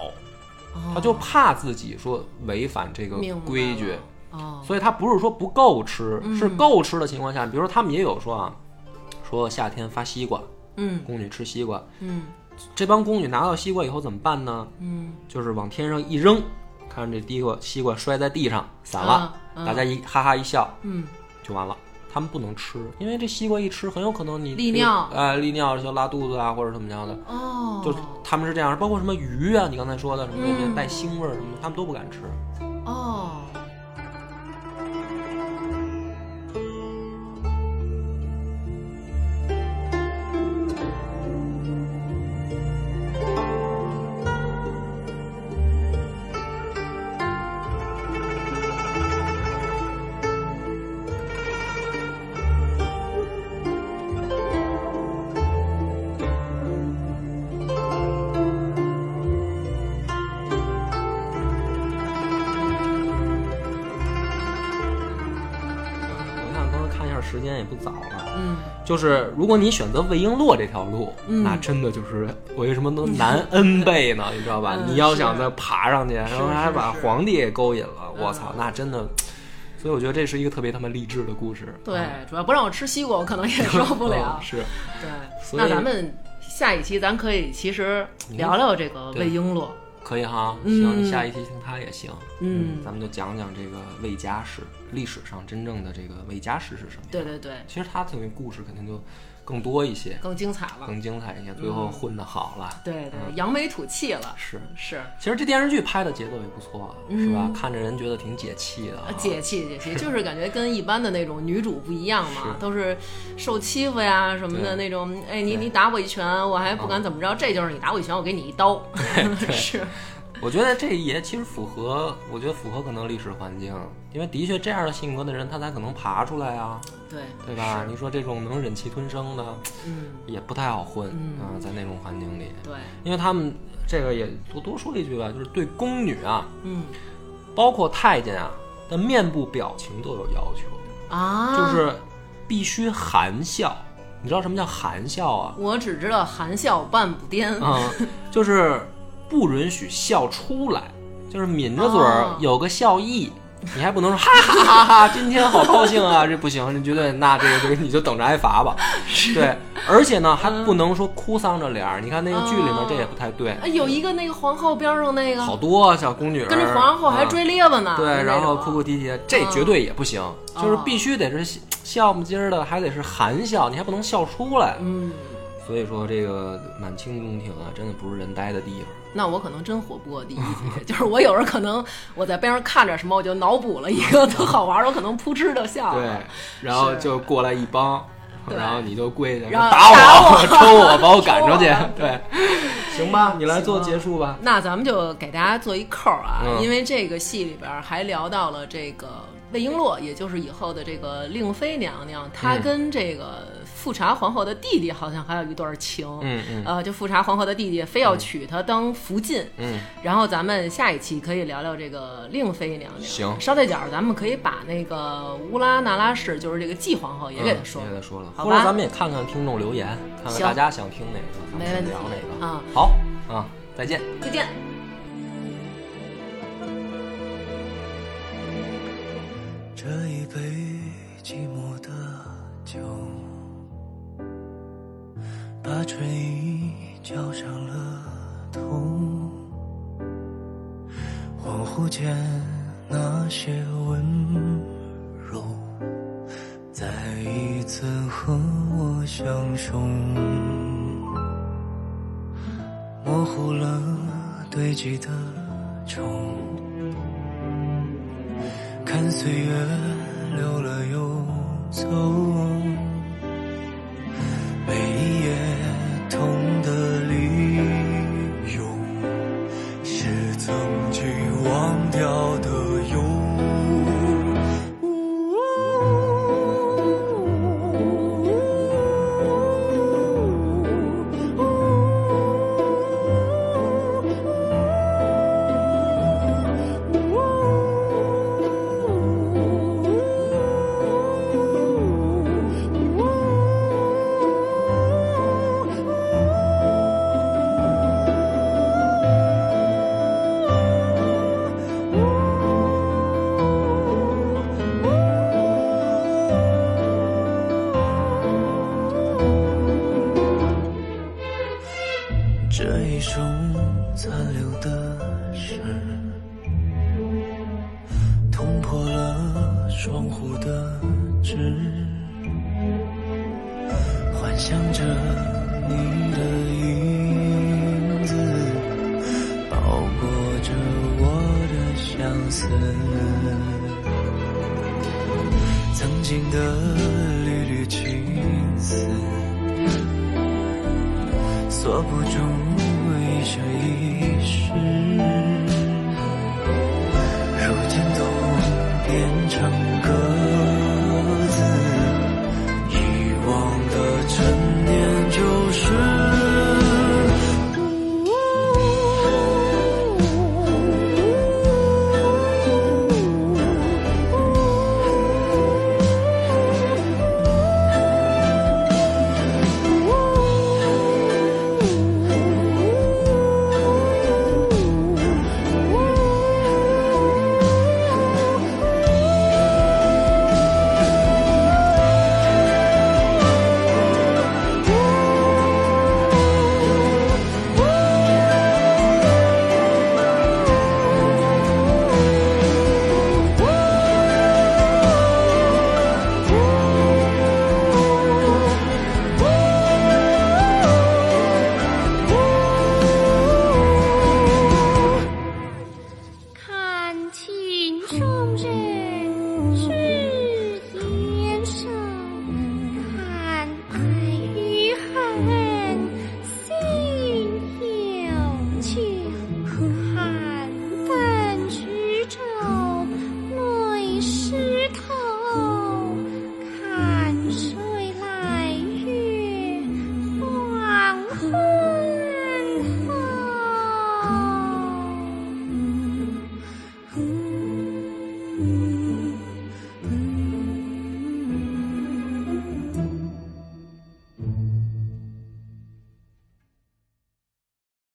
[SPEAKER 2] 哦
[SPEAKER 1] 她就怕自己说违反这个
[SPEAKER 2] 明白
[SPEAKER 1] 规矩
[SPEAKER 2] 了，哦，
[SPEAKER 1] 所以她不是说不够吃，
[SPEAKER 2] 嗯
[SPEAKER 1] 是够吃的情况下，比如说他们也有说啊，说夏天发西瓜，
[SPEAKER 2] 嗯
[SPEAKER 1] 宫女吃西瓜，
[SPEAKER 2] 嗯
[SPEAKER 1] 这帮宫女拿到西瓜以后怎么办呢？
[SPEAKER 2] 嗯，
[SPEAKER 1] 就是往天上一扔，看着这地瓜西瓜摔在地上散了，
[SPEAKER 2] 嗯嗯
[SPEAKER 1] 大家一哈哈一笑
[SPEAKER 2] 嗯
[SPEAKER 1] 就完了。他们不能吃，因为这西瓜一吃，很有可能你
[SPEAKER 2] 利尿
[SPEAKER 1] 啊、利尿就拉肚子啊，或者怎么样的，
[SPEAKER 2] 哦，
[SPEAKER 1] 就是他们是这样。包括什么鱼啊，你刚才说的什么那些
[SPEAKER 2] 嗯
[SPEAKER 1] 带腥味儿什么的，他们都不敢吃。
[SPEAKER 2] 哦，
[SPEAKER 1] 我想刚才看一下时间，也不早啊了。
[SPEAKER 2] 嗯，
[SPEAKER 1] 就是如果你选择魏璎珞这条路，
[SPEAKER 2] 嗯
[SPEAKER 1] 那真的就是为什么能难 N 倍呢？你知道吧？
[SPEAKER 2] 嗯
[SPEAKER 1] 你要想再爬上去，然后
[SPEAKER 2] 是
[SPEAKER 1] 还把
[SPEAKER 2] 是
[SPEAKER 1] 皇帝也勾引了，我操
[SPEAKER 2] 嗯，
[SPEAKER 1] 那真的。所以我觉得这是一个特别他妈励志的故事。
[SPEAKER 2] 对
[SPEAKER 1] 嗯，
[SPEAKER 2] 主要不让我吃西瓜，我可能也受不了
[SPEAKER 1] 嗯。是，
[SPEAKER 2] 对，
[SPEAKER 1] 所以
[SPEAKER 2] 那咱们下一期咱可以其实
[SPEAKER 1] 嗯
[SPEAKER 2] 聊聊这个
[SPEAKER 1] 对
[SPEAKER 2] 魏璎珞。
[SPEAKER 1] 可以哈，
[SPEAKER 2] 嗯
[SPEAKER 1] 行，你下一期听他也行。
[SPEAKER 2] 嗯
[SPEAKER 1] 咱们就讲讲这个魏家史，历史上真正的这个魏家史是什么？
[SPEAKER 2] 对对对，
[SPEAKER 1] 其实他这个故事肯定就更多一些，
[SPEAKER 2] 更精彩了。
[SPEAKER 1] 更精彩一些，最后混的好了。
[SPEAKER 2] 对对，
[SPEAKER 1] 嗯
[SPEAKER 2] 扬眉吐气了。
[SPEAKER 1] 是，
[SPEAKER 2] 是，
[SPEAKER 1] 其实这电视剧拍的节奏也不错啊，是吧？看着人觉得挺解气的啊
[SPEAKER 2] 啊，嗯解气解气，就是感觉跟一般的那种女主不一样嘛，
[SPEAKER 1] 是
[SPEAKER 2] 都是受欺负呀什么
[SPEAKER 1] 对
[SPEAKER 2] 的那种。哎，你
[SPEAKER 1] 对啊
[SPEAKER 2] 你打我一拳，我还不敢怎么着，这就是你打我一拳，我给你一刀。 是，
[SPEAKER 1] 我觉得这也其实符合，我觉得符合可能历史环境，因为的确这样的性格的人，他才可能爬出来啊，
[SPEAKER 2] 对
[SPEAKER 1] 对吧？你说这种能忍气吞声的，
[SPEAKER 2] 嗯，
[SPEAKER 1] 也不太好混
[SPEAKER 2] 嗯
[SPEAKER 1] 啊、在那种环境里，
[SPEAKER 2] 对，
[SPEAKER 1] 因为他们这个也多多说一句吧，就是对宫女啊，
[SPEAKER 2] 嗯
[SPEAKER 1] 包括太监啊的面部表情都有要求，
[SPEAKER 2] 啊，
[SPEAKER 1] 就是必须含笑。你知道什么叫含笑啊？
[SPEAKER 2] 我只知道含笑半步癫。
[SPEAKER 1] 嗯，就是不允许笑出来，就是抿着嘴儿
[SPEAKER 2] 哦
[SPEAKER 1] 有个笑意。你还不能说哈哈哈哈，今天好高兴啊，这不行，你绝对那这个这个你就等着挨罚 吧。对，而且呢还不能说哭丧着脸儿，你看那个剧里面
[SPEAKER 2] 嗯哦
[SPEAKER 1] 这也不太对，
[SPEAKER 2] 啊，有一个那个皇后边上那个，
[SPEAKER 1] 好多啊小宫女儿
[SPEAKER 2] 跟着皇后还
[SPEAKER 1] 嗯
[SPEAKER 2] 追猎子呢。
[SPEAKER 1] 对，
[SPEAKER 2] 那
[SPEAKER 1] 然后
[SPEAKER 2] 种嗯哦
[SPEAKER 1] 哭哭啼啼，这绝对也不行，就是必须得是笑笑么唧儿的，还得是含笑，你还不能笑出来。
[SPEAKER 2] 嗯，
[SPEAKER 1] 所以说，这个满清宫廷啊，真的不是人待的地方。
[SPEAKER 2] 那我可能真活不过第 一集，就是我有时候可能我在边上看着什么，我就脑补了一个 特好玩儿，我可能扑哧就笑了。，
[SPEAKER 1] 然后就过来一帮，
[SPEAKER 2] 对
[SPEAKER 1] 然后你就跪下，
[SPEAKER 2] 然后
[SPEAKER 1] 打我，抽我，把我赶出去
[SPEAKER 2] 抽我。啊
[SPEAKER 1] 对，行吧，你来做结束吧。
[SPEAKER 2] 那咱们就给大家做一扣儿啊，
[SPEAKER 1] 嗯
[SPEAKER 2] 因为这个戏里边儿还聊到了这个魏璎珞，也就是以后的这个令妃娘娘，她
[SPEAKER 1] 嗯
[SPEAKER 2] 跟这个富察皇后的弟弟好像还有一段情。
[SPEAKER 1] 嗯嗯
[SPEAKER 2] 呃，就富察皇后的弟弟非要娶她当福晋，
[SPEAKER 1] 嗯，
[SPEAKER 2] 然后咱们下一期可以聊聊这个令妃娘娘。
[SPEAKER 1] 行
[SPEAKER 2] 捎带脚儿咱们可以把那个乌拉那拉氏，就是这个纪皇后也给她说
[SPEAKER 1] 嗯
[SPEAKER 2] 了。
[SPEAKER 1] 也给他说了，
[SPEAKER 2] 好
[SPEAKER 1] 或者
[SPEAKER 2] 吧
[SPEAKER 1] 咱们也看看听众留言，看看
[SPEAKER 2] 行
[SPEAKER 1] 大家想听哪个，咱们
[SPEAKER 2] 没问题
[SPEAKER 1] 聊哪个。
[SPEAKER 2] 啊
[SPEAKER 1] 好啊，再见。
[SPEAKER 2] 再见。
[SPEAKER 4] 这一杯寂寞的酒，把春意浇上了头。恍惚间，那些温柔，再一次和我相拥。模糊了堆积的愁。看岁月溜了又走，每一页痛的理由，是曾经忘掉的忧。这一生残留的是，捅破了窗户的纸。想着你的影子，包裹着我的相思。曾经的缕缕情丝，锁不住一生一世。